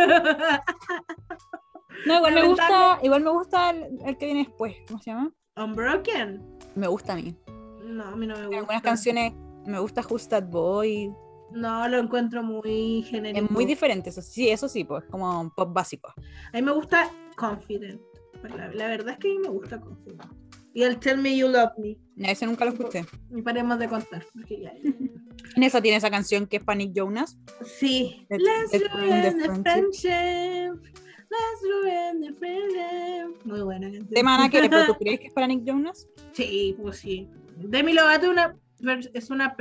Speaker 1: No, igual me
Speaker 2: Lamentable.
Speaker 1: gusta, igual me gusta el, el que viene después, ¿cómo se llama?
Speaker 2: Ay, Unbroken.
Speaker 1: Me gusta a mí.
Speaker 2: No, a mí no me
Speaker 1: En
Speaker 2: gusta.
Speaker 1: algunas canciones me gusta Who's That Boy.
Speaker 2: No, lo encuentro muy genérico.
Speaker 1: Es muy diferente, eso sí, eso sí, pues como un pop básico.
Speaker 2: A mí me gusta Confident. Pues La, la verdad es que a mí me gusta Confident. Y el Tell Me You Love Me.
Speaker 1: No, ese nunca lo escuché.
Speaker 2: Y paremos de contar. Porque
Speaker 1: *laughs*
Speaker 2: ya.
Speaker 1: En esa tiene esa canción que es Panic Jonas.
Speaker 2: Sí.
Speaker 1: Let's-
Speaker 2: Let's,
Speaker 1: let's
Speaker 2: ruin the
Speaker 1: ruin the
Speaker 2: friendship. Let's ruin the friendship. Muy buena canción.
Speaker 1: Tema nada que ver, *laughs*
Speaker 2: *laughs*
Speaker 1: pero ¿tú crees que es Panic Jonas?
Speaker 2: Sí, pues sí. Demi Lovato es una per- es una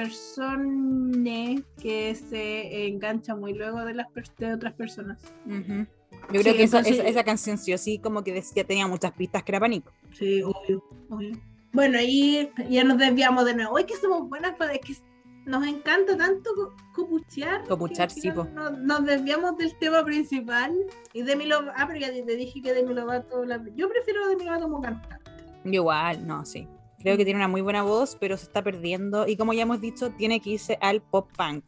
Speaker 2: persona que se engancha muy luego de las pers- de otras personas.
Speaker 1: Ujú. Yo creo
Speaker 2: Sí,
Speaker 1: que esa,
Speaker 2: entonces-
Speaker 1: esa- esa canción sí o sí como que decía, tenía muchas pistas que era Panic.
Speaker 2: Sí, obvio, obvio. Bueno, ahí ya nos desviamos de nuevo. Es que somos buenas, pues es que nos encanta tanto co- copuchear.
Speaker 1: Copuchear,
Speaker 2: que al
Speaker 1: sí,
Speaker 2: final
Speaker 1: po.
Speaker 2: Nos, nos desviamos del tema principal. Y Demi Lovato, ah, pero ya te dije que Demi Lovato, la- yo prefiero a Demi Lovato como cantante.
Speaker 1: Yo igual, no, sí. Creo que tiene una muy buena voz, pero se está perdiendo. Y como ya hemos dicho, tiene que irse al pop punk.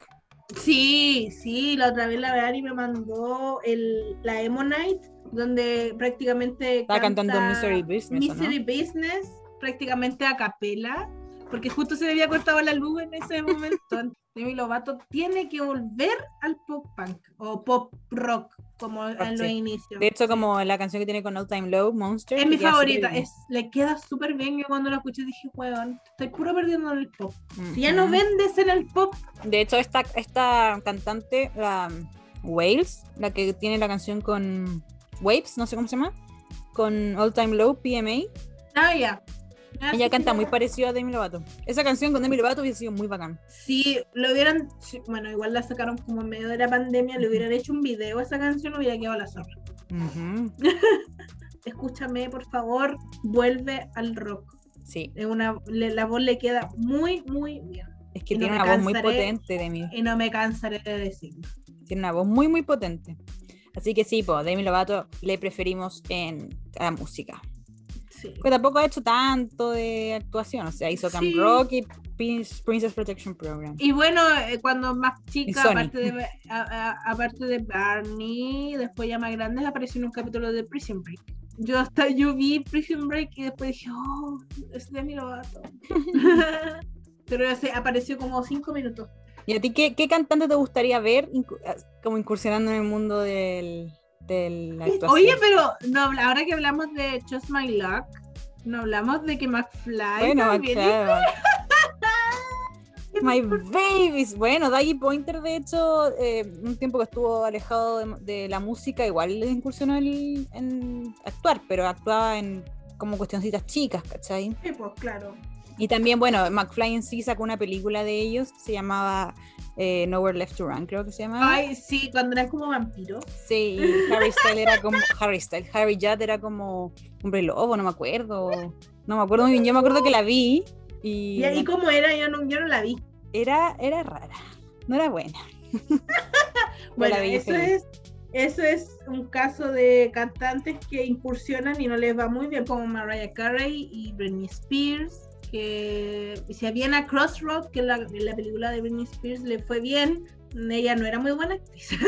Speaker 2: Sí, sí, la otra vez la Verani me mandó el, la Emo Night, donde prácticamente
Speaker 1: Estaba cantando
Speaker 2: canta
Speaker 1: Misery Business, ¿o
Speaker 2: Misery Business, prácticamente a capela, porque justo se le había cortado la luz en ese
Speaker 1: *laughs*
Speaker 2: momento. Demi Lovato tiene que volver al pop punk o pop rock, como
Speaker 1: Rock,
Speaker 2: en los
Speaker 1: sí.
Speaker 2: inicios.
Speaker 1: De hecho, como la canción que tiene con All Time Low, Monster.
Speaker 2: es
Speaker 1: que
Speaker 2: mi
Speaker 1: queda
Speaker 2: favorita,
Speaker 1: súper bien.
Speaker 2: es, le queda súper bien. Yo cuando la escuché dije, weón, estoy puro perdiendo en el pop.
Speaker 1: Mm,
Speaker 2: Si ya no
Speaker 1: mm.
Speaker 2: vendes en el pop,
Speaker 1: De hecho, esta, esta cantante, la um, Wales, la que tiene la canción con Waves, no sé cómo se llama, con All Time Low, PMA,
Speaker 2: ah, ya. Ya, sí,
Speaker 1: ella canta
Speaker 2: sí,
Speaker 1: muy parecido a Demi Lovato. Esa canción con Demi Lovato hubiera sido muy bacán.
Speaker 2: Si lo hubieran, sí, bueno, igual la sacaron como en medio de la pandemia, le hubieran hecho un video a esa canción, hubiera quedado la zorra.
Speaker 1: Ujú,
Speaker 2: Escúchame, por favor, vuelve al rock.
Speaker 1: Sí,
Speaker 2: Es una, le- la voz le queda muy, muy bien.
Speaker 1: es que
Speaker 2: Y no
Speaker 1: tiene
Speaker 2: me
Speaker 1: una voz muy
Speaker 2: cansaré.
Speaker 1: potente, Demi.
Speaker 2: Y no me cansaré de decirlo.
Speaker 1: Tiene una voz muy, muy potente. Así que sí, po, Demi Lovato le preferimos en a la música.
Speaker 2: Sí.
Speaker 1: Pero tampoco ha hecho tanto de actuación, o sea, hizo Camp
Speaker 2: Sí.
Speaker 1: Rock y Prin- Princess Protection Program.
Speaker 2: Y bueno, eh, cuando más
Speaker 1: Y
Speaker 2: chica,
Speaker 1: Sony.
Speaker 2: aparte de, a- a- aparte de Barney, después ya más grande, apareció en un capítulo de Prison Break. Yo hasta yo vi Prison Break y después dije, oh, es de mi novato. *laughs* Pero ya se apareció como cinco minutos.
Speaker 1: ¿Y a ti qué, qué cantante te gustaría ver incu- ah, como incursionando en el mundo del, de la actuación?
Speaker 2: Oye, pero no, habla- ahora que hablamos de Just My Luck, no hablamos de que McFly
Speaker 1: bueno,
Speaker 2: también
Speaker 1: claro. *laughs*
Speaker 2: es-
Speaker 1: My Babies. Bueno, Daggy Pointer, de hecho, eh, un tiempo que estuvo alejado de, de la música, igual le incursionó en- en actuar, pero actuaba en como cuestioncitas chicas, ¿cachai?
Speaker 2: Sí, pues, claro.
Speaker 1: Y también, bueno, McFly en sí sacó una película de ellos que se llamaba eh, Nowhere Left to Run, creo que se llamaba.
Speaker 2: Ay, sí, cuando eran como vampiros.
Speaker 1: Sí, y Harry Styles era como. Harry Styles, Harry Judd era como hombre lobo, no me acuerdo. No me acuerdo muy bien. Yo me acuerdo que la vi y.
Speaker 2: Y ahí como era, yo no, yo no la vi.
Speaker 1: Era, era rara. No era
Speaker 2: *laughs*
Speaker 1: buena. Pero
Speaker 2: Bueno,
Speaker 1: la vi
Speaker 2: eso
Speaker 1: feliz.
Speaker 2: es, eso es un caso de cantantes que incursionan y no les va muy bien, como Mariah Carey y Britney Spears, que y si había a Crossroad, que la, la película de Britney Spears le fue bien, ella no era muy buena actriz. *laughs*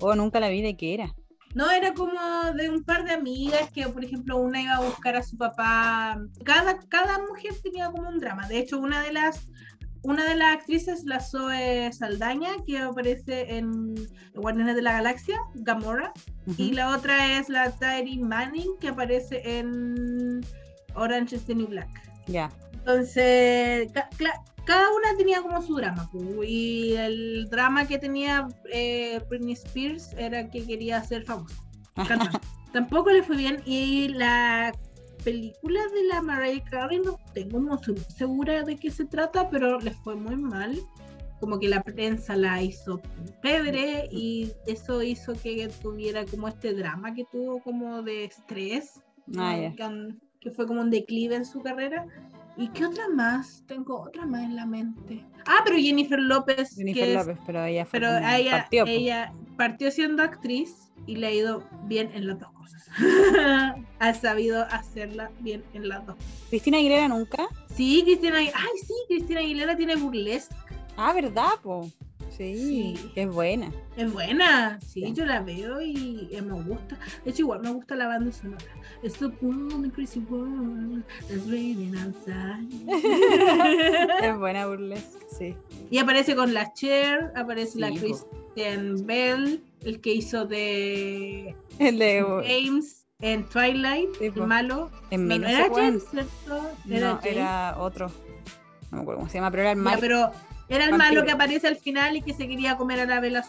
Speaker 1: O Oh, nunca la vi de qué era.
Speaker 2: No, era como de un par de amigas que, por ejemplo, una iba a buscar a su papá. Cada, cada mujer tenía como un drama. De hecho, una de las, una de las actrices, la Zoe Saldaña, que aparece en Guardianes de la Galaxia, Gamora. Y
Speaker 1: Ujú.
Speaker 2: la otra es la Tyree Manning, que aparece en Orange is the New Black.
Speaker 1: Ya.
Speaker 2: Entonces, ca- cla- cada una tenía como su drama. pu, Y el drama que tenía eh, Britney Spears era que quería ser famosa. cantante. Tampoco le fue bien. Y la película de la Mariah Carey, no tengo muy su- segura de qué se trata, pero le fue muy mal. Como que la prensa la hizo pebre y eso hizo que tuviera como este drama que tuvo como de estrés,
Speaker 1: Ah,
Speaker 2: ¿no?
Speaker 1: ya.
Speaker 2: que, un- que fue como un declive en su carrera. ¿Y qué otra más? Tengo otra más en la mente. Ah, pero Jennifer López.
Speaker 1: Jennifer
Speaker 2: que es-
Speaker 1: López, pero ella fue.
Speaker 2: pero
Speaker 1: como-
Speaker 2: a ella
Speaker 1: partió,
Speaker 2: partió,
Speaker 1: po.
Speaker 2: ella partió siendo actriz y le ha ido bien en las dos cosas. *laughs* ha sabido hacerla bien en las dos.
Speaker 1: Cristina Aguilera nunca.
Speaker 2: Sí, Cristina Aguilera. Ay, sí, Cristina Aguilera tiene burlesque.
Speaker 1: Ah, ¿verdad, po? Sí,
Speaker 2: Sí.
Speaker 1: es buena.
Speaker 2: Es buena, sí,
Speaker 1: Sí.
Speaker 2: yo la veo y eh, me gusta. De hecho, igual me gusta la banda sonora. It's the woman, crazy woman, that's raining
Speaker 1: *laughs*
Speaker 2: outside.
Speaker 1: Es buena burlesque, sí.
Speaker 2: y aparece con la Cher, aparece la
Speaker 1: Sí, po.
Speaker 2: Kristen Bell, el que hizo de
Speaker 1: El
Speaker 2: Eh,
Speaker 1: de.
Speaker 2: James en Twilight,
Speaker 1: Eh, Sí,
Speaker 2: el
Speaker 1: po.
Speaker 2: malo.
Speaker 1: En
Speaker 2: No,
Speaker 1: mí
Speaker 2: no
Speaker 1: no
Speaker 2: era
Speaker 1: se pueden.
Speaker 2: James, ¿cierto? Era
Speaker 1: No,
Speaker 2: James.
Speaker 1: era otro. No me acuerdo cómo se llama, pero era el
Speaker 2: Ya,
Speaker 1: mal.
Speaker 2: pero era el
Speaker 1: Vampiro.
Speaker 2: malo que aparece al final y que se quería comer a la vela.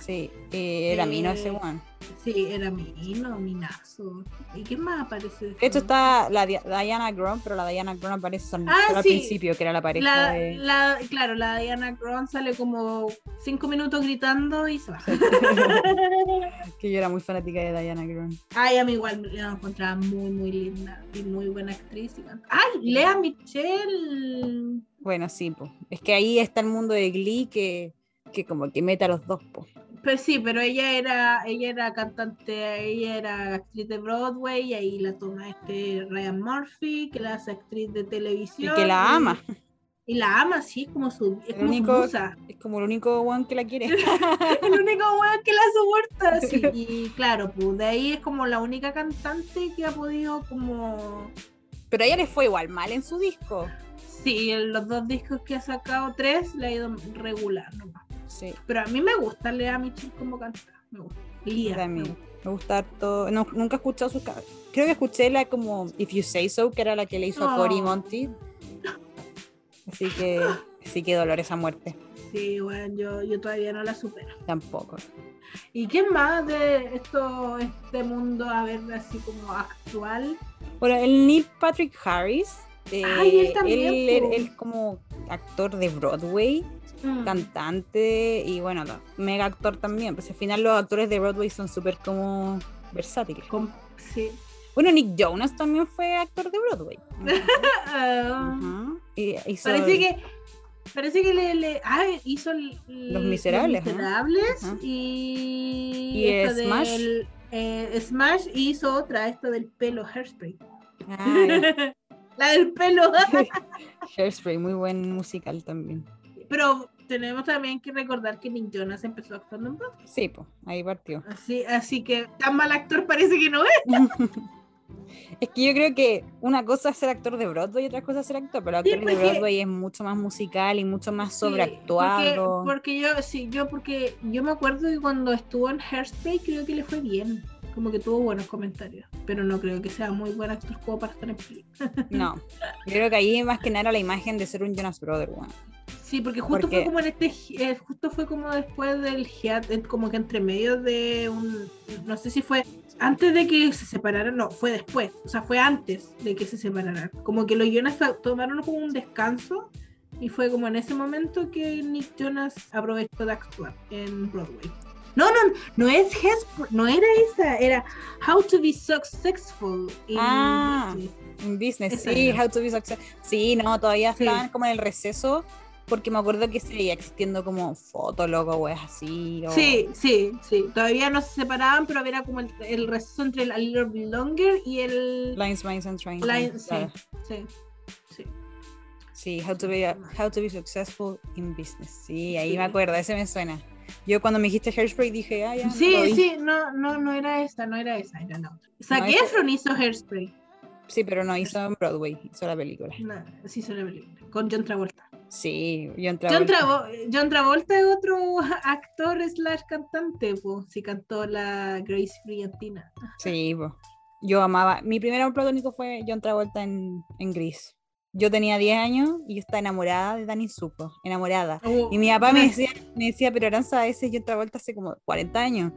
Speaker 1: Sí, eh, era Mino ese
Speaker 2: Eh,
Speaker 1: one.
Speaker 2: Sí, era Mino, Minazo. ¿Y quién más aparece?
Speaker 1: De hecho está la Di- Diana Grom, pero la Diana Grom aparece son-
Speaker 2: Ah,
Speaker 1: solo
Speaker 2: sí.
Speaker 1: al principio, que era la pareja
Speaker 2: La,
Speaker 1: de...
Speaker 2: *laughs* la- claro, la Diana Cron sale como cinco minutos gritando y se va.
Speaker 1: que yo era muy fanática de Diana Grom.
Speaker 2: Ay, a mí igual me la encontraba muy, muy linda y muy buena actriz. igual. Ay, Lea Michelle.
Speaker 1: Bueno, sí, po. es que ahí está el mundo de Glee que, que como que mete a los dos. Po.
Speaker 2: Pues sí, pero ella era, ella era cantante, ella era actriz de Broadway y ahí la toma este Ryan Murphy, que la hace actriz de
Speaker 1: Y
Speaker 2: televisión.
Speaker 1: que la ama.
Speaker 2: Y la ama, sí, es como su, es
Speaker 1: El
Speaker 2: como su
Speaker 1: único-
Speaker 2: musa. *laughs*
Speaker 1: Es como el único one que la quiere.
Speaker 2: El único weón que la
Speaker 1: *laughs*
Speaker 2: soporta. sí. Y claro, pues de ahí es como la única cantante que ha podido como...
Speaker 1: Pero a ella le fue igual mal en su disco.
Speaker 2: Sí, en los dos discos que ha sacado, tres, le ha ido regular nomás.
Speaker 1: Sí,
Speaker 2: Pero a mí me gusta Lea Michelle como canta. Me gusta. Lía.
Speaker 1: también. Me gusta harto. no, nunca he escuchado sus ca- Creo que escuché la como If You Say So, que era la que le hizo a Cory
Speaker 2: Oh.
Speaker 1: Monty. Así que sí que dolor esa muerte.
Speaker 2: Sí, bueno, yo, yo todavía no la supero.
Speaker 1: Tampoco.
Speaker 2: ¿Y qué más de esto, este mundo, a ver, así como actual?
Speaker 1: Bueno, el Neil Patrick Harris. eh,
Speaker 2: Ay, él también,
Speaker 1: él- él-
Speaker 2: po.
Speaker 1: él como actor de Broadway.
Speaker 2: Mm.
Speaker 1: cantante y bueno, no, mega actor también. Pues al final los actores de Broadway son súper como versátiles.
Speaker 2: Com- sí.
Speaker 1: Bueno, Nick Jonas también fue actor de
Speaker 2: *laughs*
Speaker 1: Broadway.
Speaker 2: Ah,
Speaker 1: Ujú. Y hizo-
Speaker 2: Parece que parece que le, le- ah, hizo el- el-
Speaker 1: Los Miserables,
Speaker 2: Los
Speaker 1: ¿no?
Speaker 2: Miserables
Speaker 1: Ajá.
Speaker 2: y,
Speaker 1: Y Smash.
Speaker 2: del, eh, Smash y hizo otra, esto del pelo hairspray.
Speaker 1: Ay,
Speaker 2: La
Speaker 1: *laughs*
Speaker 2: del pelo.
Speaker 1: Hairspray, muy buen musical también.
Speaker 2: Pero tenemos también que recordar que Nick Jonas empezó actuando en Broadway.
Speaker 1: Sí, pues, ahí partió.
Speaker 2: Así, así que tan mal actor parece que no es.
Speaker 1: Es que yo creo que una cosa es ser actor de Broadway y otra cosa es ser actor, pero actor de
Speaker 2: porque-
Speaker 1: Broadway es mucho más musical y mucho más
Speaker 2: Sí,
Speaker 1: sobreactuado.
Speaker 2: Porque, porque yo, sí, yo porque yo me acuerdo que cuando estuvo en Hairspray creo que le fue bien. Como que tuvo buenos comentarios. Pero no creo que sea muy buen actor como para estar en película.
Speaker 1: *laughs* No, yo creo que ahí más que nada era la imagen de ser un Jonas Brother. weón.
Speaker 2: Sí, porque justo
Speaker 1: Porque-
Speaker 2: fue como en este, gi- eh, justo fue como después del hiat, eh, como que entre medio de un, no sé si fue antes de que se separaran, no, fue después, o sea, fue antes de que se separaran. Como que los Jonas to- tomaron como un descanso y fue como en ese momento que Nick Jonas aprovechó de actuar en Broadway. No, no, no es Hesp- no era esa, era How to be successful. in
Speaker 1: Ah.
Speaker 2: Business.
Speaker 1: En business,
Speaker 2: Esa
Speaker 1: sí,
Speaker 2: era.
Speaker 1: How to be successful. Sí, no, todavía
Speaker 2: Sí.
Speaker 1: estaban como en el receso, porque me acuerdo que seguía existiendo como fotólogo, weas así. o-
Speaker 2: Sí, sí, sí. Todavía no se separaban, pero era como el, el receso entre el A Little Bit Longer y el.
Speaker 1: Lines, Mines and Trains.
Speaker 2: Line- sí,
Speaker 1: claro.
Speaker 2: sí, sí.
Speaker 1: Sí, how, to be, how to be Successful in Business. Sí, ahí
Speaker 2: Sí.
Speaker 1: me acuerdo, ese me suena. Yo cuando me dijiste Hairspray dije, ah, ya. lo
Speaker 2: Sí,
Speaker 1: vi.
Speaker 2: sí, no, no, no era esta, no era esa, era la otra. Zac
Speaker 1: No, esa-
Speaker 2: Efron hizo Hairspray.
Speaker 1: Sí, pero no hizo en Broadway, hizo la película.
Speaker 2: No, sí, se la película, Con John Travolta.
Speaker 1: Sí, yo entraba.
Speaker 2: John, Travo- John Travolta es otro *laughs* actor slash cantante, pues, si cantó la Grace Brillantina.
Speaker 1: Sí, po. yo amaba. Mi primer amor platónico fue John Travolta en, en Gris. Yo tenía 10 años y yo estaba enamorada de Danny Suco, enamorada.
Speaker 2: Oh,
Speaker 1: Y mi papá me
Speaker 2: ay,
Speaker 1: decía, me decía, pero Aranza, ese es John Travolta hace como 40
Speaker 2: *laughs*
Speaker 1: años.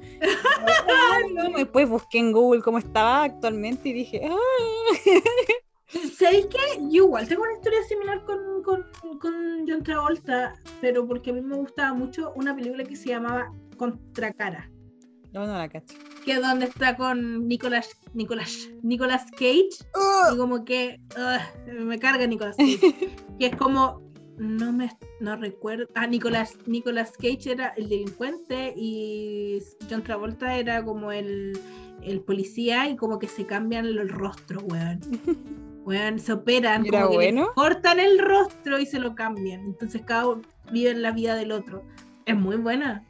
Speaker 1: Ay, no. Después busqué en Google cómo estaba actualmente y dije, "Ah".
Speaker 2: ¿Sabéis qué? Yo igual tengo una historia similar con, con, con John Travolta, pero porque a mí me gustaba mucho una película que se llamaba Contracara,
Speaker 1: No, no la cacho.
Speaker 2: que es donde está con Nicolas, Nicolas, Nicolas Cage, y como que ugh, me carga
Speaker 1: *laughs*
Speaker 2: Nicolas Cage, que es como, no me no recuerdo, ah, Nicolas, Nicolas Cage era el delincuente y John Travolta era como el, el policía y como que se cambian los rostros,
Speaker 1: *laughs*
Speaker 2: weón. Weón, se operan,
Speaker 1: ¿Y era
Speaker 2: como que le
Speaker 1: bueno?
Speaker 2: cortan el rostro y se lo cambian. Entonces cada uno vive la vida del otro. Es muy buena.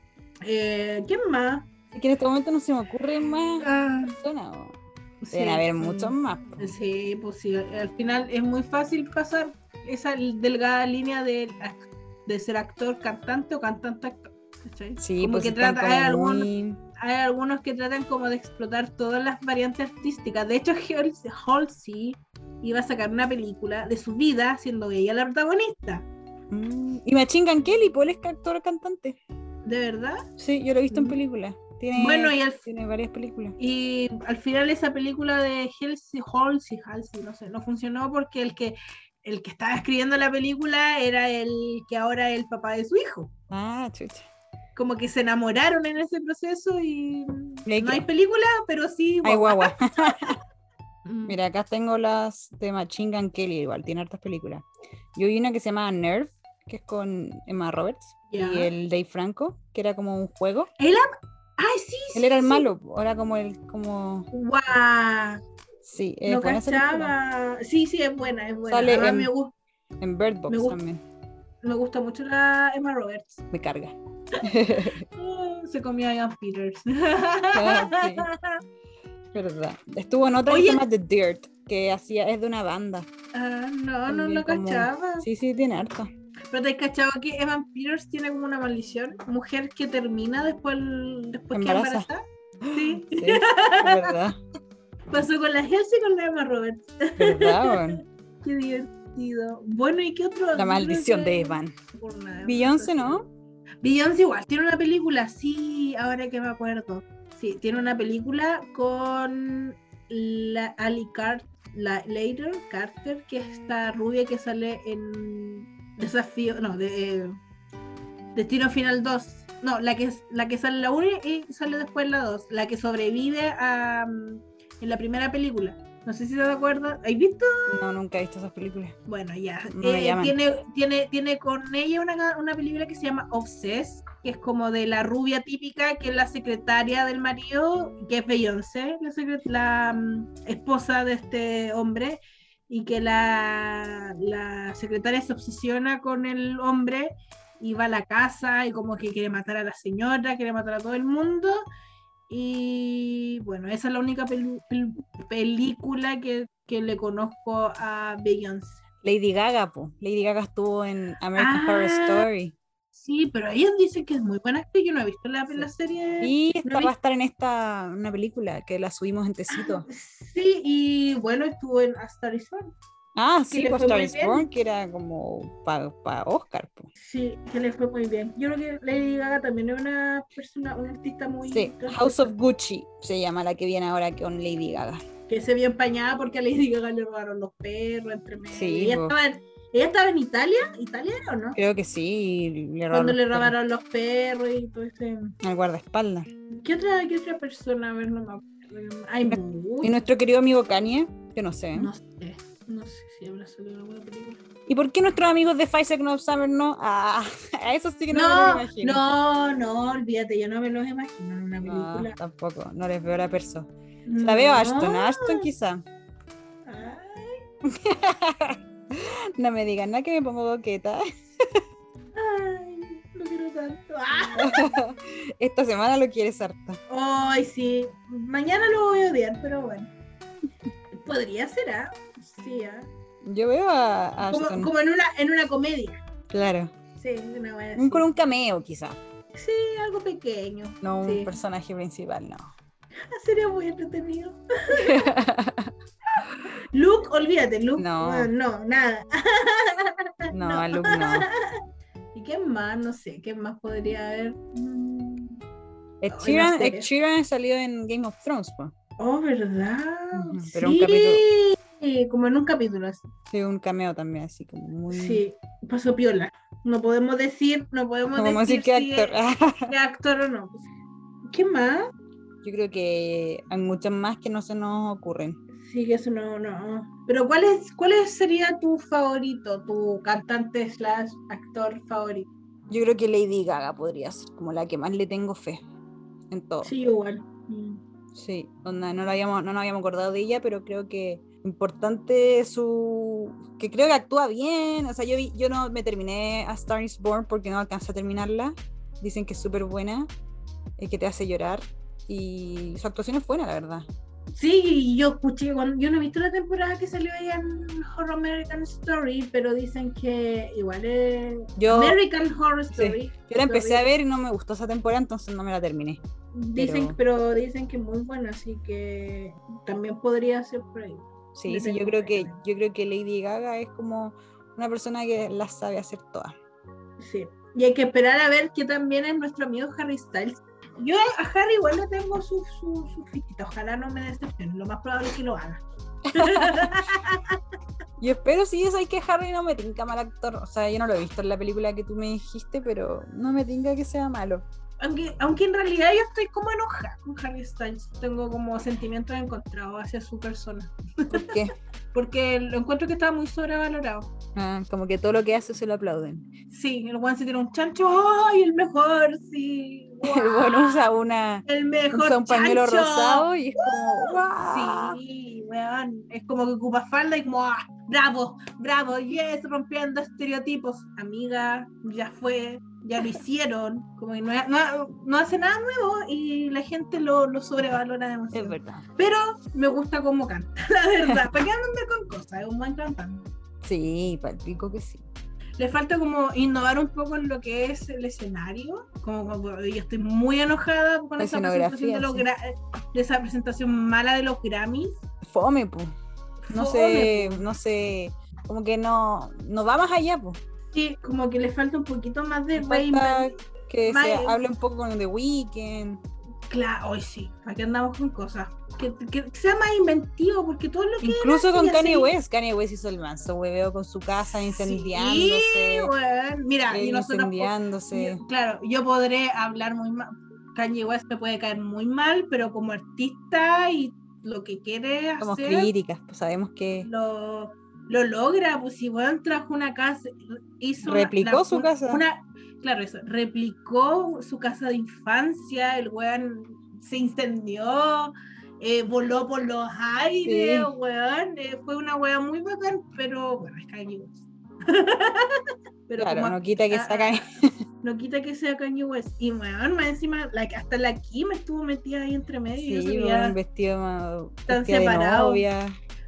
Speaker 2: Eh, ¿Quién más?
Speaker 1: Es que en este momento no se me ocurren más
Speaker 2: Ah,
Speaker 1: personas. o-
Speaker 2: sí,
Speaker 1: Deben haber
Speaker 2: sí.
Speaker 1: muchos más. po.
Speaker 2: Sí, pues sí, al final es muy fácil pasar esa delgada línea de, de ser actor, cantante o cantante actor. ¿cachai?
Speaker 1: Sí,
Speaker 2: Como
Speaker 1: pues
Speaker 2: que
Speaker 1: están
Speaker 2: trata- hay
Speaker 1: como
Speaker 2: algunos-
Speaker 1: muy-
Speaker 2: Hay algunos que tratan como de explotar todas las variantes artísticas. De hecho, *laughs* Hol- Halsey iba a sacar una película de su vida siendo ella la protagonista.
Speaker 1: Mm, Y Machingan Kelly, pues él es actor cantante.
Speaker 2: ¿De verdad?
Speaker 1: Sí, yo lo he visto en
Speaker 2: Mm.
Speaker 1: películas. Tiene,
Speaker 2: Bueno, y al,
Speaker 1: tiene varias películas.
Speaker 2: y al final esa película de Halsey, Halsey, Halsey, no sé, no funcionó porque el que, el que estaba escribiendo la película era el que ahora es el papá de su hijo.
Speaker 1: Ah, chucha.
Speaker 2: Como que se enamoraron en ese proceso y
Speaker 1: Y ahí
Speaker 2: no hay
Speaker 1: quedó.
Speaker 2: película, pero sí...
Speaker 1: Ay,
Speaker 2: guau.
Speaker 1: guagua. *laughs*
Speaker 2: Mm.
Speaker 1: Mira, acá tengo las de Machine Gun Kelly, igual, tiene hartas películas. Yo vi una que se llama Nerve, que es con Emma Roberts
Speaker 2: Ya.
Speaker 1: y el Dave Franco, que era como un juego.
Speaker 2: Ay, sí, sí.
Speaker 1: Él era el
Speaker 2: sí.
Speaker 1: malo, ahora como el, como,
Speaker 2: Guau.
Speaker 1: sí, es
Speaker 2: No
Speaker 1: buena esa película.
Speaker 2: cachaba. Sí, sí, es buena, es buena.
Speaker 1: Sale
Speaker 2: Además,
Speaker 1: en-
Speaker 2: me, gu-
Speaker 1: En Bird Box
Speaker 2: Me gusta.
Speaker 1: también,
Speaker 2: me gusta mucho la Emma Roberts.
Speaker 1: me carga.
Speaker 2: Ah, Se comía a Ian Peters. *laughs*
Speaker 1: sí. Verdad. Estuvo en otra que
Speaker 2: Oye.
Speaker 1: se llama The Dirt, que hacía, es de una banda.
Speaker 2: Ah, no, no,
Speaker 1: También
Speaker 2: no
Speaker 1: como-
Speaker 2: cachaba.
Speaker 1: Sí, sí, tiene harta.
Speaker 2: Pero te has cachado que Evan Peters tiene como una maldición. Mujer que termina después, después que
Speaker 1: Embaraza.
Speaker 2: embarazada. Sí.
Speaker 1: Sí, verdad.
Speaker 2: Pasó con la Halsey y con la Emma Roberts.
Speaker 1: Verdad, weón.
Speaker 2: Qué divertido. Bueno, ¿y qué otro?
Speaker 1: La maldición de Evan. Beyoncé, ¿no?
Speaker 2: Beyoncé igual, tiene una película, sí, ahora que me acuerdo. Sí, tiene una película con la Ali Cart, la Later Carter, que es esta rubia que sale en Desafío, no, de eh, Destino Final 2. No, la que, la que sale en la 1 y sale después en la 2. La que sobrevive a, mm, en la primera película. No sé si te acuerdas. ¿Has visto?
Speaker 1: No, nunca he visto esas películas.
Speaker 2: Bueno, ya.
Speaker 1: No me
Speaker 2: Eh,
Speaker 1: llaman.
Speaker 2: tiene, tiene, tiene con ella una, ca- una película que se llama Obsessed, que es como de la rubia típica, que es la secretaria del marido, que es Beyoncé, la, secre- la, mm, esposa de este hombre, y que la, la secretaria se obsesiona con el hombre y va a la casa y como que quiere matar a la señora, quiere matar a todo el mundo. Y bueno, esa es la única pelu- pel- película que, que le conozco a Beyoncé.
Speaker 1: Lady Gaga, po. Lady Gaga estuvo en American Horror
Speaker 2: Ah.
Speaker 1: Story.
Speaker 2: Sí, pero ellos dicen que es muy buena actriz. Yo no he visto la,
Speaker 1: Sí.
Speaker 2: la serie.
Speaker 1: Y esta
Speaker 2: vi-
Speaker 1: va a estar en esta una película que la subimos en
Speaker 2: *gasps*
Speaker 1: tecito.
Speaker 2: Sí, y bueno, estuvo en A Star Is Born.
Speaker 1: Ah, sí,
Speaker 2: le
Speaker 1: pues
Speaker 2: fue muy
Speaker 1: Star is
Speaker 2: bien.
Speaker 1: Born, que era como para Oscar, po.
Speaker 2: Sí, que le fue muy bien. Yo creo que Lady Gaga también es una persona, una artista muy.
Speaker 1: Sí, House of Gucci se llama la que viene ahora con Lady Gaga.
Speaker 2: Que se vio empañada porque a Lady Gaga le robaron los perros, entre medio.
Speaker 1: Sí,
Speaker 2: ella,
Speaker 1: po.
Speaker 2: estaba en, ella estaba en Italia, ¿Italia era o no?
Speaker 1: Creo que sí, y le
Speaker 2: Cuando
Speaker 1: robaron
Speaker 2: le robaron los perros y todo ese.
Speaker 1: al guardaespaldas.
Speaker 2: ¿Qué otra, qué otra persona? A ver, no me acuerdo. Hay
Speaker 1: Y
Speaker 2: muchos.
Speaker 1: nuestro querido amigo Kanye, que no sé.
Speaker 2: No sé. No sé si habrá salido alguna película.
Speaker 1: ¿Y por qué nuestros amigos de Pfizer Knob Summer no? Ah, *laughs* a eso sí que no,
Speaker 2: No,
Speaker 1: me lo imagino.
Speaker 2: no, no, olvídate, yo no me los imagino en una
Speaker 1: No,
Speaker 2: película.
Speaker 1: tampoco, no les veo la perso. La veo a ¿ah? Ashton, a Ashton quizá.
Speaker 2: Ay,
Speaker 1: No me digan nada que me pongo coqueta. *laughs*
Speaker 2: ay, lo quiero tanto. Ah,
Speaker 1: Esta semana lo quieres harta.
Speaker 2: Ay, sí, mañana lo voy a odiar, pero bueno. Podría ser, ¿ah? Sí, ¿ah?
Speaker 1: Yo veo a a
Speaker 2: Como,
Speaker 1: Ashton,
Speaker 2: como en, una, en una comedia.
Speaker 1: claro.
Speaker 2: Sí, una wea
Speaker 1: Un-
Speaker 2: así.
Speaker 1: con un cameo quizá,
Speaker 2: Sí, algo pequeño.
Speaker 1: no un
Speaker 2: Sí.
Speaker 1: personaje principal, no.
Speaker 2: Ah, sería
Speaker 1: *laughs*
Speaker 2: muy entretenido. Luke, olvídate, Luke.
Speaker 1: No.
Speaker 2: bueno, no nada.
Speaker 1: No, a Luke
Speaker 2: *laughs*
Speaker 1: no.
Speaker 2: ¿Y qué más? No sé, ¿qué más podría haber? Mm.
Speaker 1: Ed
Speaker 2: Ay, no
Speaker 1: Sheeran,
Speaker 2: sé.
Speaker 1: Ed Sheeran salió en Game of Thrones, po.
Speaker 2: Oh, ¿verdad?
Speaker 1: Ujú,
Speaker 2: sí,
Speaker 1: pero un capítulo-
Speaker 2: como en un capítulo así.
Speaker 1: Sí, un cameo también, así como muy...
Speaker 2: Sí, pasó piola. No podemos decir, no podemos
Speaker 1: Como decir eh.
Speaker 2: decir
Speaker 1: que
Speaker 2: si
Speaker 1: actor.
Speaker 2: es- que actor o no. ¿Qué más?
Speaker 1: *laughs* Yo creo que hay muchas más que no se nos ocurren.
Speaker 2: Sí, que eso no, no. Pero ¿cuál es, cuál es- sería tu favorito, tu cantante slash actor favorito?
Speaker 1: Yo creo que Lady Gaga podría ser como la que más le tengo fe en todo. Sí,
Speaker 2: Sí, yo igual. Mm.
Speaker 1: onda, no, lo habíamos, no nos habíamos acordado de ella, pero creo que importante su... que creo que actúa bien. O sea, yo, vi- yo no me terminé a Star is Born porque no alcancé a terminarla, dicen que es súper buena, eh, que te hace llorar. Y su actuación es buena, la verdad.
Speaker 2: Sí, yo escuché, cuando, yo no he visto la temporada que salió allá en Horror American Story, pero dicen que igual es
Speaker 1: Yo-
Speaker 2: American Horror
Speaker 1: Sí.
Speaker 2: Story.
Speaker 1: Yo la empecé a
Speaker 2: Story.
Speaker 1: ver y no me gustó esa temporada, entonces no me la terminé.
Speaker 2: Dicen, pero dicen que es muy buena, así que también podría ser por ahí.
Speaker 1: Sí,
Speaker 2: Le
Speaker 1: sí, yo
Speaker 2: tengo
Speaker 1: creo
Speaker 2: fe
Speaker 1: que
Speaker 2: también.
Speaker 1: yo creo que Lady Gaga es como una persona que las sabe hacer todas.
Speaker 2: Sí. Y hay que esperar a ver qué también es nuestro amigo Harry Styles. Yo a Harry igual le tengo su, su, su fichita, ojalá no me decepcione, lo más probable es que lo haga.
Speaker 1: Yo espero sí, es ahí que Harry no me tinca mal actor. O sea, yo no lo he visto en la película que tú me dijiste, pero no me tinca que sea malo.
Speaker 2: aunque, aunque en realidad yo estoy como enojada con Harry Styles, tengo como sentimientos encontrados hacia su persona,
Speaker 1: ¿Por qué?
Speaker 2: *laughs* porque lo encuentro que está muy sobrevalorado.
Speaker 1: Ah, como que todo lo que hace se lo aplauden. *laughs*
Speaker 2: Sí, el one se tiene un chancho, ¡ay, el mejor! Sí,
Speaker 1: El
Speaker 2: ¡guau!
Speaker 1: bueno usa una
Speaker 2: el mejor
Speaker 1: usa un pañuelo
Speaker 2: chancho".
Speaker 1: rosado y es como ¡guau!
Speaker 2: Sí, weón, es como que ocupa falda y como, ¡ah! ¡bravo! ¡bravo! ¡yes! Rompiendo estereotipos. Amiga, ya fue, ya lo hicieron, como que no, no- no hace nada nuevo y la gente lo, lo sobrevalora demasiado.
Speaker 1: Es verdad.
Speaker 2: Pero me gusta cómo canta, *laughs* la verdad. ¿Para qué andar con cosas? Es un buen cantante.
Speaker 1: Sí, palpico que sí.
Speaker 2: Le falta como innovar un poco en lo que es el escenario. Como, como- yo estoy muy enojada con
Speaker 1: La
Speaker 2: esa presentación, de, los
Speaker 1: escenografía,
Speaker 2: gra- de esa presentación mala de los Grammys.
Speaker 1: Fome, pues. No
Speaker 2: Fome,
Speaker 1: sé, no sé, como que no, no va más allá, pues.
Speaker 2: Sí, como que le falta un poquito más de
Speaker 1: Le
Speaker 2: reinvent-
Speaker 1: falta que se
Speaker 2: Bye.
Speaker 1: hable un poco con The Weeknd.
Speaker 2: Claro, hoy sí, aquí andamos con cosas. Que, que sea más inventivo, porque todo lo que.
Speaker 1: Incluso con
Speaker 2: así.
Speaker 1: Kanye West. Kanye West hizo el manso hueveo con su casa incendiándose.
Speaker 2: Sí, weón. Mira,
Speaker 1: él
Speaker 2: y nosotros.
Speaker 1: incendiándose.
Speaker 2: yo- claro, yo podré hablar muy mal. Kanye West me puede caer muy mal, pero como artista y lo que quiere
Speaker 1: Somos
Speaker 2: hacer,
Speaker 1: críticas, pues sabemos que
Speaker 2: lo, lo logra. Pues si weón trajo una casa, hizo. una-
Speaker 1: Replicó
Speaker 2: la-
Speaker 1: su
Speaker 2: un-
Speaker 1: casa.
Speaker 2: una- claro, eso. Replicó su casa de infancia, el weón se incendió. eh, voló por los aires,
Speaker 1: Sí.
Speaker 2: weón. eh, fue una wea muy bacán, pero bueno, es Kanye West. *laughs* pero
Speaker 1: claro,
Speaker 2: como
Speaker 1: no quita que
Speaker 2: ah,
Speaker 1: saca.
Speaker 2: *laughs* no quita que sea Kanye West. Y weón, más encima, la- hasta la Kim estuvo metida ahí entre medio. y yo
Speaker 1: Sí,
Speaker 2: sabía-
Speaker 1: un vestido más.
Speaker 2: Están
Speaker 1: vestida de
Speaker 2: separados.
Speaker 1: novia,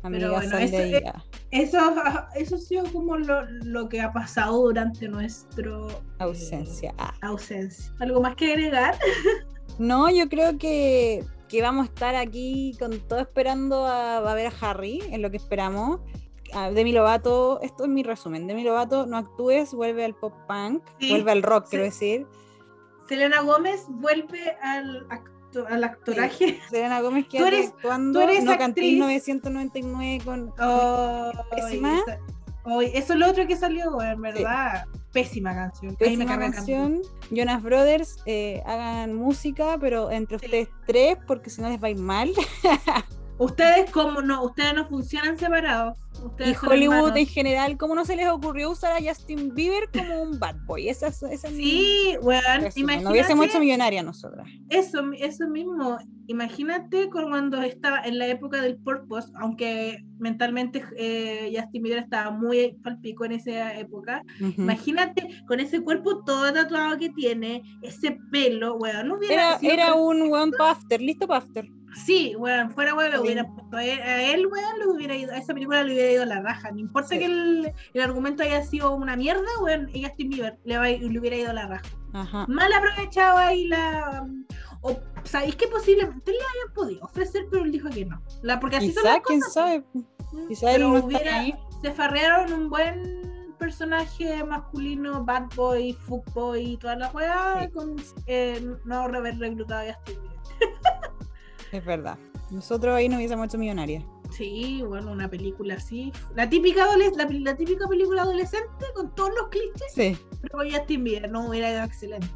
Speaker 1: amiga
Speaker 2: bueno,
Speaker 1: sal de
Speaker 2: eso-
Speaker 1: ahí, ya.
Speaker 2: Eso, eso ha sido como lo, lo que ha pasado durante nuestro eh,
Speaker 1: ausencia. Ah.
Speaker 2: ausencia. ¿Algo más que agregar? *laughs*
Speaker 1: No, yo creo que, que vamos a estar aquí con todo esperando a, a ver a Harry, es lo que esperamos. A Demi Lovato, esto es mi resumen, Demi Lovato, no actúes, vuelve al pop punk,
Speaker 2: Sí,
Speaker 1: vuelve al rock,
Speaker 2: sí.
Speaker 1: quiero decir.
Speaker 2: Selena Gómez vuelve al, acto- al actoraje. *laughs*
Speaker 1: Selena Gómez que
Speaker 2: eres-
Speaker 1: actuando,
Speaker 2: tú eres
Speaker 1: no cantí
Speaker 2: actriz.
Speaker 1: 999 con...
Speaker 2: Oh,
Speaker 1: Pésima.
Speaker 2: esa- oh, eso es lo otro que salió, en verdad. Pésima canción. Ahí me
Speaker 1: Pésima
Speaker 2: carga
Speaker 1: canción. Jonas Brothers, eh, hagan música, pero entre
Speaker 2: Sí.
Speaker 1: ustedes tres, porque si no les va a ir mal.
Speaker 2: Ustedes como no, ustedes no funcionan separados. Ustedes
Speaker 1: Y
Speaker 2: son
Speaker 1: Hollywood
Speaker 2: hermanos.
Speaker 1: en general, ¿cómo no se les ocurrió usar a Justin Bieber como un bad boy? Esa, es- esa es mi-
Speaker 2: Sí, weón,
Speaker 1: Eso, no hubiésemos hecho
Speaker 2: imagínate
Speaker 1: millonaria nosotras.
Speaker 2: eso, eso mismo. Imagínate con cuando estaba en la época del Purpose, aunque mentalmente eh, Justin Bieber estaba muy palpico en esa época.
Speaker 1: Ujú.
Speaker 2: Imagínate con ese cuerpo todo tatuado que tiene, ese pelo, weón, no hubiera
Speaker 1: Era,
Speaker 2: sido
Speaker 1: era un weón pa' after, listo pa' after.
Speaker 2: Sí, weón, fuera weón,
Speaker 1: Sí.
Speaker 2: lo hubiera puesto a él, a él, weón, le hubiera ido, a esa película le hubiera ido la raja. No importa
Speaker 1: Sí.
Speaker 2: que el, el argumento haya sido una mierda, weón, y Justin Bieber le, va- le hubiera ido la raja.
Speaker 1: Ajá.
Speaker 2: Mal aprovechado ahí la. O, ¿Sabéis qué posiblemente le hayan podido ofrecer, pero él dijo que no? La, porque así son
Speaker 1: Quizá,
Speaker 2: las
Speaker 1: quién
Speaker 2: cosas,
Speaker 1: sabe.
Speaker 2: pues.
Speaker 1: Quizá él
Speaker 2: Pero
Speaker 1: no está
Speaker 2: hubiera,
Speaker 1: ahí.
Speaker 2: se farrearon un buen personaje masculino, bad boy, fuckboy y toda la weá,
Speaker 1: Sí.
Speaker 2: con eh, no haber reclutado a Justin Bieber.
Speaker 1: Es verdad. Nosotros ahí no hubiésemos hecho millonaria.
Speaker 2: Sí, bueno, una película así. La típica, adoles- la, la típica película adolescente con todos los clichés,
Speaker 1: Sí.
Speaker 2: pero con Justin Bieber, no hubiera ido excelente.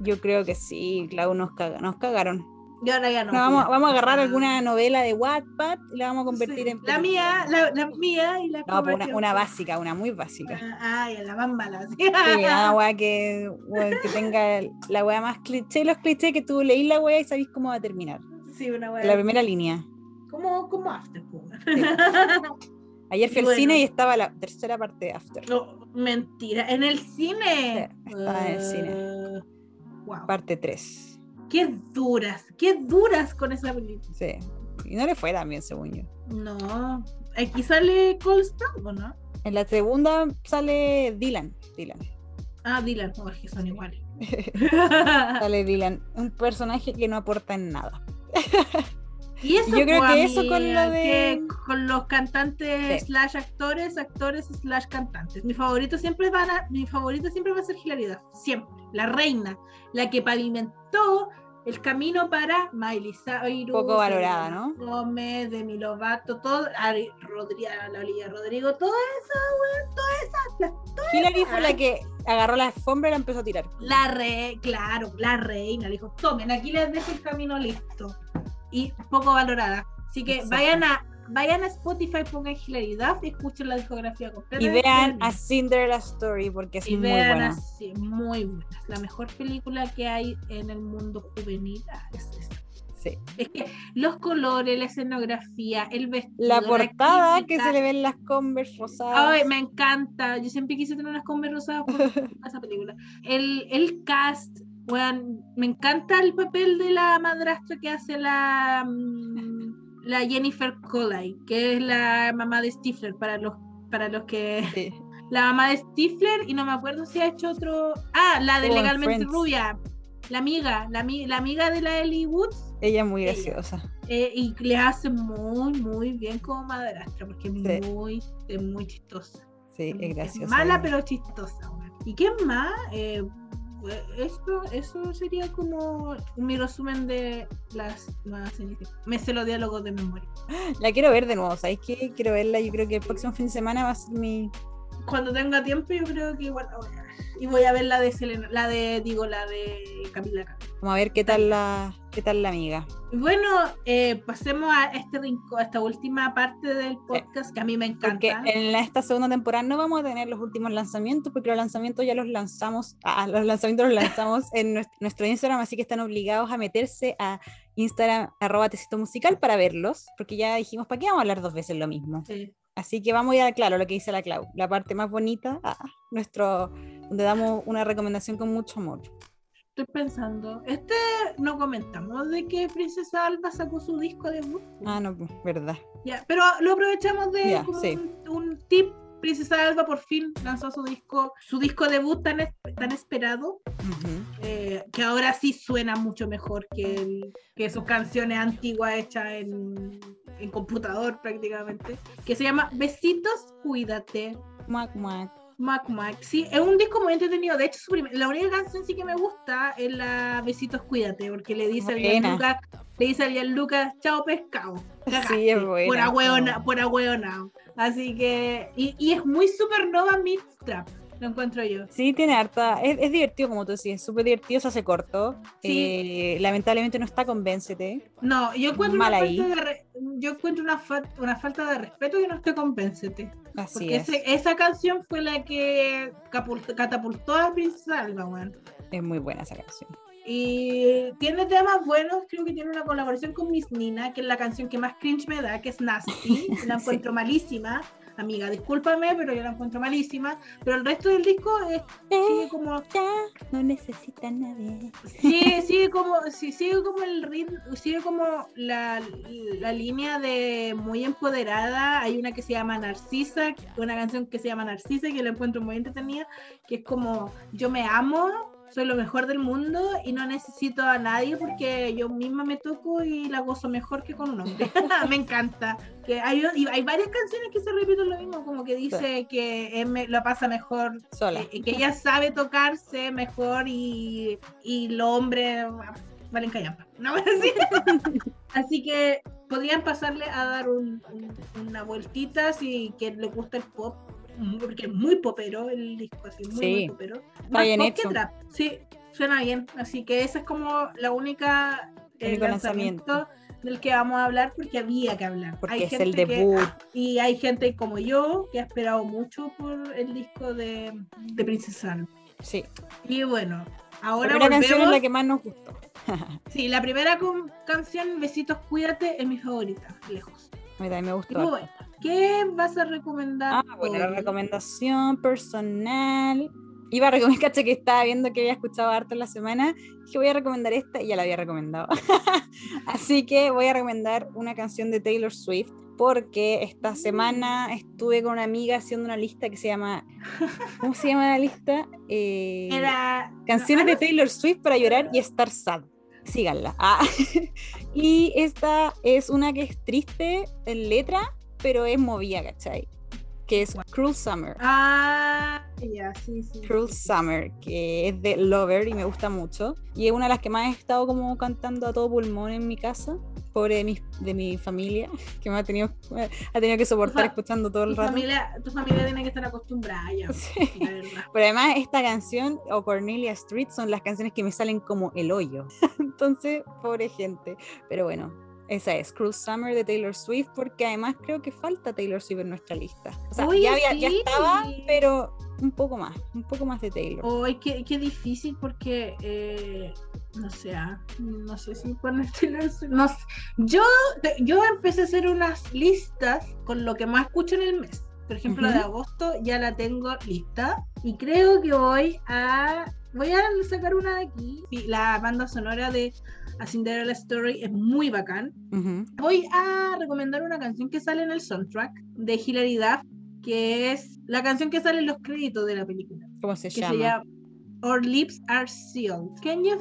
Speaker 1: Yo creo que sí, Clau, nos, caga- nos cagaron.
Speaker 2: Y ahora ya no.
Speaker 1: No, vamos,
Speaker 2: ya.
Speaker 1: vamos a agarrar
Speaker 2: Ah,
Speaker 1: alguna novela de Wattpad y la vamos a convertir
Speaker 2: sí.
Speaker 1: en.
Speaker 2: La
Speaker 1: película.
Speaker 2: mía, la, la mía y la.
Speaker 1: No, pues una,
Speaker 2: convertido-
Speaker 1: una básica, una muy básica.
Speaker 2: Ah, ah, ya, la más mala. sí.
Speaker 1: Sí, ah,
Speaker 2: *laughs*
Speaker 1: una weá que, weón, que tenga la weá más cliché, los clichés que tú leís la weá y sabís cómo va a terminar.
Speaker 2: Sí, una wea.
Speaker 1: La primera línea.
Speaker 2: Como, como After, po, weón.
Speaker 1: Ayer fui
Speaker 2: Y
Speaker 1: al
Speaker 2: bueno.
Speaker 1: cine y estaba la tercera parte de After.
Speaker 2: *laughs* No, Mentira, en el cine.
Speaker 1: Sí, estaba en el cine.
Speaker 2: Uh, Wow.
Speaker 1: parte 3.
Speaker 2: Qué duras, qué duras con esa película.
Speaker 1: Sí. Y no le fue tan bien, según yo.
Speaker 2: No. Aquí sale Cole Sprout, ¿o no?
Speaker 1: En la segunda sale Dylan. Dylan.
Speaker 2: Ah, Dylan, no, es que son iguales.
Speaker 1: *laughs*
Speaker 2: Ah.
Speaker 1: Sale Dylan. Un personaje que no aporta en nada.
Speaker 2: y eso,
Speaker 1: Yo creo
Speaker 2: pues,
Speaker 1: que eso con
Speaker 2: amiga,
Speaker 1: lo de-
Speaker 2: que con los cantantes
Speaker 1: Sí.
Speaker 2: slash actores, actores slash cantantes. Mi favorito siempre van a, mi favorito siempre va a ser Hilary Duff, siempre. La reina, la que pavimentó el camino para Miley Cyrus,
Speaker 1: Poco valorada,
Speaker 2: Selena
Speaker 1: ¿no?
Speaker 2: Gómez, Demi Lovato, todo, Ari, Rodri- a la Olivia Rodrigo, todas esas, weón, todas esas, las
Speaker 1: Hillary fue la que agarró la alfombra y la empezó a tirar.
Speaker 2: Ah. La re, claro, la reina. Le dijo, tomen, aquí les dejo el camino listo. Y poco valorada. Así que
Speaker 1: Exacto.
Speaker 2: vayan a vayan a Spotify, pongan Hilary Duff y escuchen la discografía completa.
Speaker 1: Y
Speaker 2: de
Speaker 1: vean
Speaker 2: Hilary.
Speaker 1: a Cinderella Story porque es
Speaker 2: y
Speaker 1: muy
Speaker 2: vean
Speaker 1: buena.
Speaker 2: así, muy buenas. La mejor película que hay en el mundo juvenil. ah, Es, esa.
Speaker 1: Sí.
Speaker 2: Es que los colores, la escenografía, el vestido.
Speaker 1: La portada que
Speaker 2: química.
Speaker 1: se le ven las Converse rosadas.
Speaker 2: Ay, me encanta. Yo siempre quise tener unas Converse rosadas por
Speaker 1: *laughs*
Speaker 2: esa película. El, el cast, weón, me encanta el papel de la madrastra que hace la, mm, la Jennifer Coley, que es la mamá de Stifler, para los, para los que...
Speaker 1: Sí.
Speaker 2: La mamá de Stifler, y no me acuerdo si ha hecho otro... Ah, la de
Speaker 1: Oh, en
Speaker 2: Legalmente
Speaker 1: Friends.
Speaker 2: Rubia. La amiga, la, ami- la amiga de la Ellie Woods.
Speaker 1: Ella es muy
Speaker 2: Ella.
Speaker 1: graciosa.
Speaker 2: Eh, y le hace muy, muy bien como madrastra, porque es
Speaker 1: Sí.
Speaker 2: muy, es muy chistosa.
Speaker 1: Sí, es graciosa.
Speaker 2: mala,
Speaker 1: ella.
Speaker 2: pero chistosa. weón. ¿Y qué más? Eh, esto, eso sería como mi resumen de las nuevas series. que- Me sé los diálogos de memoria.
Speaker 1: La quiero ver de nuevo, ¿sabéis qué? Quiero verla. Yo creo que el próximo fin de semana va a ser mi.
Speaker 2: Cuando tenga tiempo, yo creo que igual la voy a ver. Y voy a ver la de Selena, la de, digo, la de Camila Cano.
Speaker 1: Vamos a ver qué tal la, qué tal la amiga.
Speaker 2: Bueno, eh, pasemos a este rincón, a esta última parte del podcast que a mí me encanta.
Speaker 1: Eh, Porque en la- esta segunda temporada no vamos a tener los últimos lanzamientos, porque los lanzamientos ya los lanzamos, ah, los lanzamientos los lanzamos en nuestro, nuestro Instagram, así que están obligados a meterse a Instagram arroba tecito musical para verlos, porque ya dijimos, ¿para qué vamos a hablar dos veces lo mismo?
Speaker 2: Sí.
Speaker 1: Así que vamos a ir a, claro, lo que dice la Clau, la parte más bonita, ah, nuestro, donde damos una recomendación con mucho amor.
Speaker 2: Estoy pensando, este no comentamos de que Princesa Alba sacó su disco de
Speaker 1: Ah, no, verdad.
Speaker 2: Ya, pero lo aprovechamos de
Speaker 1: Ya,
Speaker 2: como
Speaker 1: sí.
Speaker 2: un, un tip. Princesa Alba por fin lanzó su disco, su disco debut tan, es- tan esperado,
Speaker 1: Ujú.
Speaker 2: eh, que ahora sí suena mucho mejor que, el- que sus canciones antiguas hechas en, en computador prácticamente, que se llama Besitos, Cuídate,
Speaker 1: Muac, muac.
Speaker 2: Mac Mac. Sí, es un disco muy entretenido. De hecho, su prim- la única canción sí que me gusta es la Besitos, Cuídate, porque le dice a
Speaker 1: Buena.
Speaker 2: Lucas, le dice a Lucas, chao pescado. Cagaste.
Speaker 1: Sí, es buena.
Speaker 2: Por ahueona-
Speaker 1: no.
Speaker 2: por ahueonao. Así que. Y, y es muy supernova mix trap, lo encuentro yo.
Speaker 1: Sí, tiene harta. Es, es divertido, como tú decías, es súper divertido, se hace corto.
Speaker 2: Sí.
Speaker 1: Eh, lamentablemente no está convéncete.
Speaker 2: No, yo encuentro,
Speaker 1: Mal
Speaker 2: una
Speaker 1: ahí.
Speaker 2: falta, de re- yo encuentro una, fa- una falta de respeto que no esté compénsete.
Speaker 1: Así
Speaker 2: Porque
Speaker 1: es.
Speaker 2: ese- esa canción fue la que capul- catapultó a Princesa Alba, weón.
Speaker 1: Es muy buena esa canción.
Speaker 2: Y tiene temas buenos, creo que tiene una colaboración con Miss Nina, que es la canción que más cringe me da, que es Nasty, la
Speaker 1: Sí.
Speaker 2: encuentro malísima. Amiga, discúlpame, pero yo la encuentro malísima. Pero el resto del disco es, sigue como
Speaker 1: Ya no necesita nadie.
Speaker 2: Sí, sigue como, sí, sigue como el ritmo, sigue como la, la línea de muy empoderada. Hay una que se llama Narcisa, una canción que se llama Narcisa que la encuentro muy entretenida, que es como yo me amo, soy lo mejor del mundo y no necesito a nadie porque yo misma me toco y la gozo mejor que con un hombre. *laughs* me encanta. Que hay, y hay varias canciones que se repiten lo mismo, como que dice que él me- la pasa mejor
Speaker 1: Sola.
Speaker 2: eh, que ella sabe tocarse mejor y, y los hombres bueno, valen callampa. ¿no? *laughs* Así, así que podrían pasarle a dar un- un- una vueltita si que le gusta el pop, porque es muy popero el disco, así, muy, muy
Speaker 1: Sí.
Speaker 2: popero. Más
Speaker 1: bien
Speaker 2: pop
Speaker 1: hecho.
Speaker 2: que trap, sí, suena bien. Así que esa es como la única eh,
Speaker 1: Único
Speaker 2: lanzamiento, del que vamos a hablar porque había que hablar.
Speaker 1: Porque
Speaker 2: Hay
Speaker 1: es el
Speaker 2: gente que-
Speaker 1: debut.
Speaker 2: y hay gente como yo que ha esperado mucho por el disco de, de Princesa Alba.
Speaker 1: Sí.
Speaker 2: Y bueno,
Speaker 1: La
Speaker 2: ahora
Speaker 1: primera canción es
Speaker 2: volvemos.
Speaker 1: la que más nos gustó.
Speaker 2: Sí, la primera con- canción, Besitos Cuídate, es mi favorita, lejos.
Speaker 1: A mí también me
Speaker 2: Y
Speaker 1: gustó.
Speaker 2: muy
Speaker 1: harto.
Speaker 2: buena. ¿Qué vas a recomendar?
Speaker 1: Ah, bueno,
Speaker 2: hoy?
Speaker 1: la recomendación personal. Iba a recomendar, *laughs* caché que estaba viendo que había escuchado harto en la semana. Dije, voy a recomendar esta y ya la había recomendado. *laughs* Así que voy a recomendar una canción de Taylor Swift porque esta semana estuve con una amiga haciendo una lista que se llama. ¿Cómo se llama la lista? Eh,
Speaker 2: Era...
Speaker 1: Canciones
Speaker 2: no,
Speaker 1: de Taylor Swift para llorar y estar sad. Síganla. Ah. *laughs* y esta es una que es triste en letra, pero es movida, ¿cachai? Que es Cruel Summer.
Speaker 2: Ah, ya, sí, sí.
Speaker 1: Cruel Summer, que es de Lover y me gusta mucho. Y es una de las que más he estado como cantando a todo pulmón en mi casa. Pobre de mi, de mi familia, *laughs* que me ha tenido, ha tenido que soportar
Speaker 2: fa-
Speaker 1: escuchando todo
Speaker 2: Tu
Speaker 1: el rato.
Speaker 2: familia, tu familia tiene que estar acostumbrada
Speaker 1: *laughs*
Speaker 2: ya,
Speaker 1: Sí.
Speaker 2: la verdad.
Speaker 1: Pero además esta canción o Cornelia Street son las canciones que me salen como el hoyo. *laughs* Entonces, pobre gente. Pero bueno, esa es Cruel Summer de Taylor Swift porque además creo que falta Taylor Swift en nuestra lista. O sea,
Speaker 2: Oye,
Speaker 1: ya, había- ya
Speaker 2: sí.
Speaker 1: estaba, pero un poco más, un poco más de Taylor.
Speaker 2: Ay, qué, qué difícil porque, eh, no sé, ah, no sé si poner *laughs* Taylor Swift, No sé. Yo, te- yo empecé a hacer unas listas con lo que más escucho en el mes. Por ejemplo, la de
Speaker 1: Ujú.
Speaker 2: agosto ya la tengo lista y creo que voy a... Voy a sacar una de aquí. Sí, La banda sonora de A Cinderella Story es muy bacán.
Speaker 1: Ujú.
Speaker 2: Voy a recomendar una canción que sale en el soundtrack de Hilary Duff, que es la canción que sale en los créditos de la película
Speaker 1: ¿Cómo se
Speaker 2: que
Speaker 1: llama?
Speaker 2: se llama Our Lips Are Sealed. Can you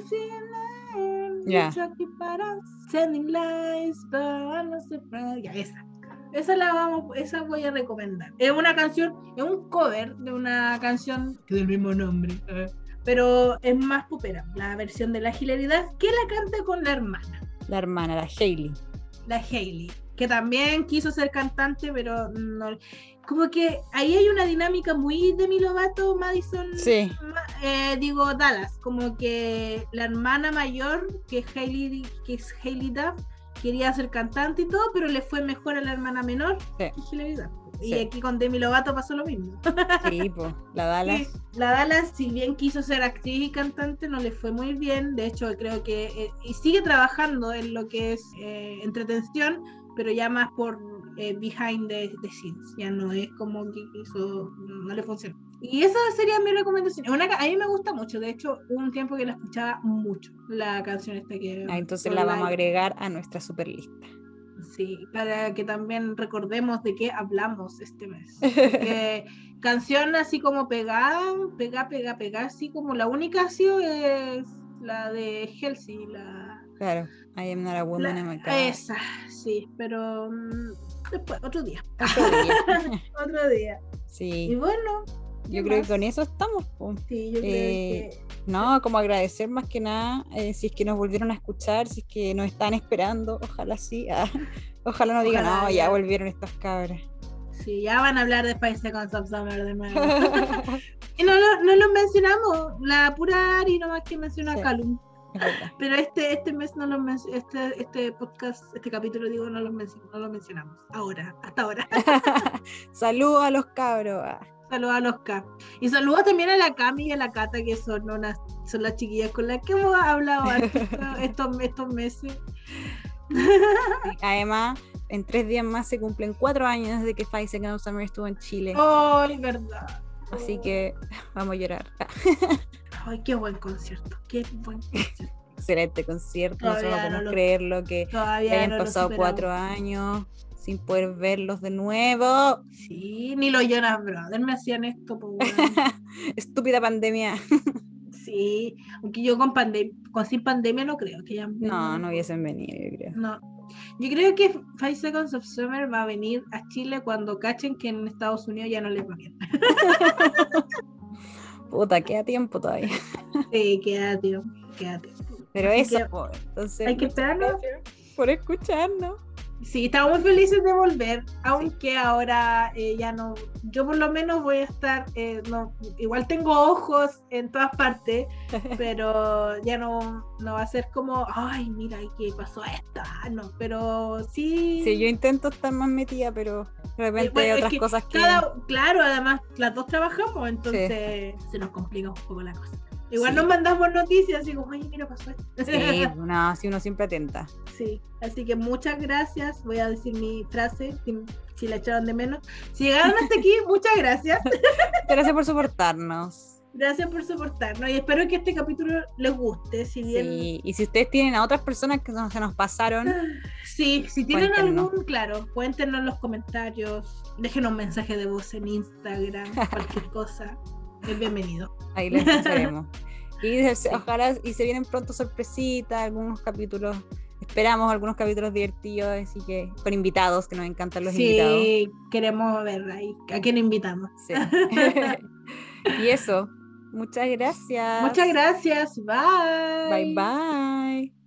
Speaker 2: feel it?
Speaker 1: Ya.
Speaker 2: You tried to fight us, sending lies, but I'm not surprised. Ya, esa. Esa la vamos, esa voy a recomendar. Es una canción, es un cover de una canción del mismo nombre. eh, Pero es más popera, la versión de la hilaridad que la canta con la hermana,
Speaker 1: La hermana, la Hailey.
Speaker 2: la Hailey, que también quiso ser cantante, pero no. Como que ahí hay una dinámica muy de Milovato, Madison
Speaker 1: Sí.
Speaker 2: Ma- eh, digo Dallas, como que la hermana mayor, que es Hailey, que es Hailey Duff, quería ser cantante y todo, pero le fue mejor a la hermana menor
Speaker 1: Sí.
Speaker 2: que Hilary Duff. Y
Speaker 1: Sí.
Speaker 2: aquí con Demi Lovato pasó lo mismo.
Speaker 1: Sí, po, la
Speaker 2: *laughs*
Speaker 1: Dallas.
Speaker 2: La Dallas, si bien quiso ser actriz y cantante, no le fue muy bien. De hecho, creo que eh, y sigue trabajando en lo que es eh, entretención, pero ya más por eh, behind the, the scenes. Ya no es como que quiso, no le funcionó. Y esa sería mi recomendación. Es Una, ca- a mí me gusta mucho. De hecho, hubo un tiempo que la escuchaba mucho, la canción esta que.
Speaker 1: Ah, entonces la vamos a
Speaker 2: Online.
Speaker 1: agregar a nuestra super lista.
Speaker 2: Sí, para que también recordemos de qué hablamos
Speaker 1: *laughs*
Speaker 2: este mes. Porque canción así como pegada, pega, pega, pega, así como la única ha sido es la de Helsi, la,
Speaker 1: Claro. I am not a woman,
Speaker 2: la-
Speaker 1: I'm a god.
Speaker 2: esa, sí, pero mm, después, otro día,
Speaker 1: Eso diría.
Speaker 2: *laughs* otro día. Y
Speaker 1: Ah. *laughs* Sí.
Speaker 2: bueno,
Speaker 1: Yo
Speaker 2: ¿qué
Speaker 1: creo que
Speaker 2: más?
Speaker 1: con eso estamos. po.
Speaker 2: sí, yo creo
Speaker 1: Eh,
Speaker 2: que
Speaker 1: No, como agradecer más que nada eh, si es que nos volvieron a escuchar, si es que nos están esperando, ojalá sí. *laughs* ah, Ojalá no digan,
Speaker 2: Ojalá
Speaker 1: no,
Speaker 2: ya".
Speaker 1: ya volvieron estas cabras.
Speaker 2: sí, ya van a hablar de Spice con Sub Summer de nuevo.
Speaker 1: *laughs*
Speaker 2: y no lo, no lo mencionamos, la pura Ari nomás que menciona
Speaker 1: Sí.
Speaker 2: a Calum.
Speaker 1: Es verdad.
Speaker 2: Pero este, este mes no los men- este, este podcast, este capítulo digo, no los, menc- no los mencionamos. Ahora, hasta ahora.
Speaker 1: *laughs*
Speaker 2: *laughs*
Speaker 1: Saludos a los cabros. ah.
Speaker 2: Saludos a los K. Y saludos también a la Cami y a la Cata, que son unas, son las chiquillas con las que hemos
Speaker 1: *laughs*
Speaker 2: hablado harto estos, estos meses.
Speaker 1: Además, en tres días más se cumplen cuatro años desde que Faisal Gangnam Summer estuvo en Chile.
Speaker 2: Oh. Ay, verdad.
Speaker 1: Así que *laughs* vamos a llorar. Ah,
Speaker 2: Ay, qué buen concierto. Qué buen concierto.
Speaker 1: Será este concierto,
Speaker 2: Todavía
Speaker 1: nosotros no
Speaker 2: no
Speaker 1: podemos
Speaker 2: lo-
Speaker 1: creerlo, que
Speaker 2: Todavía
Speaker 1: hayan
Speaker 2: no lo
Speaker 1: pasado
Speaker 2: superamos.
Speaker 1: cuatro años sin poder verlos de nuevo.
Speaker 2: Sí, ni los Jonas Brothers me hacían esto, pues, po,
Speaker 1: *laughs*
Speaker 2: weón.
Speaker 1: Estúpida pandemia. *laughs*
Speaker 2: Sí, aunque yo con pandemia, con sin pandemia no creo que ya
Speaker 1: No, no hubiesen venido, yo creo.
Speaker 2: No. Yo creo que Five Seconds of Summer va a venir a Chile cuando cachen que en Estados Unidos ya no les va bien.
Speaker 1: Puta, queda tiempo todavía.
Speaker 2: *laughs* Sí, queda tiempo, queda tiempo.
Speaker 1: Pero
Speaker 2: Así
Speaker 1: eso,
Speaker 2: que
Speaker 1: po, entonces.
Speaker 2: Hay que
Speaker 1: muchas
Speaker 2: esperarnos.
Speaker 1: gracias Por escucharnos.
Speaker 2: Sí, estamos muy felices de volver, aunque ahora eh, ya no, yo por lo menos voy a estar, eh, no, igual tengo ojos en todas
Speaker 1: *laughs*
Speaker 2: partes, pero ya no, no va a ser como, ay, mira, ¿qué pasó esto? Ah, No, pero sí,
Speaker 1: Sí, yo intento estar más metida, pero de repente
Speaker 2: bueno,
Speaker 1: hay
Speaker 2: es
Speaker 1: otras
Speaker 2: que
Speaker 1: cosas que.
Speaker 2: cada, claro, además las dos trabajamos, entonces se nos complica un poco la cosa. Igual
Speaker 1: Sí.
Speaker 2: nos mandamos noticias, así como, oye, mira, pasó esto.
Speaker 1: Sí, *laughs* no, sí, uno siempre atenta.
Speaker 2: *laughs* Sí, así que muchas gracias. Voy a decir mi frase, si, si la echaron de menos. Si llegaron hasta
Speaker 1: *laughs*
Speaker 2: aquí, muchas gracias.
Speaker 1: Gracias por
Speaker 2: *laughs*
Speaker 1: soportarnos.
Speaker 2: Gracias por soportarnos y espero que este capítulo les guste. Si bien,
Speaker 1: Sí, Y si ustedes tienen a otras personas que no se nos pasaron,
Speaker 2: sí, si tienen
Speaker 1: Cuéntenos.
Speaker 2: algún, claro, cuéntenos en los comentarios, déjenos un mensaje de voz en Instagram, cualquier cosa. Es bienvenido.
Speaker 1: ahí les
Speaker 2: *laughs*
Speaker 1: pasaremos. Y se- se- ojalá y se vienen pronto sorpresitas, algunos capítulos. Esperamos algunos capítulos divertidos, así que con invitados, que nos encantan los invitados.
Speaker 2: Sí, queremos ver ahí a quién invitamos.
Speaker 1: Sí. *laughs* y eso. Muchas gracias.
Speaker 2: Muchas gracias.
Speaker 1: Bye
Speaker 2: Bye.
Speaker 1: bye.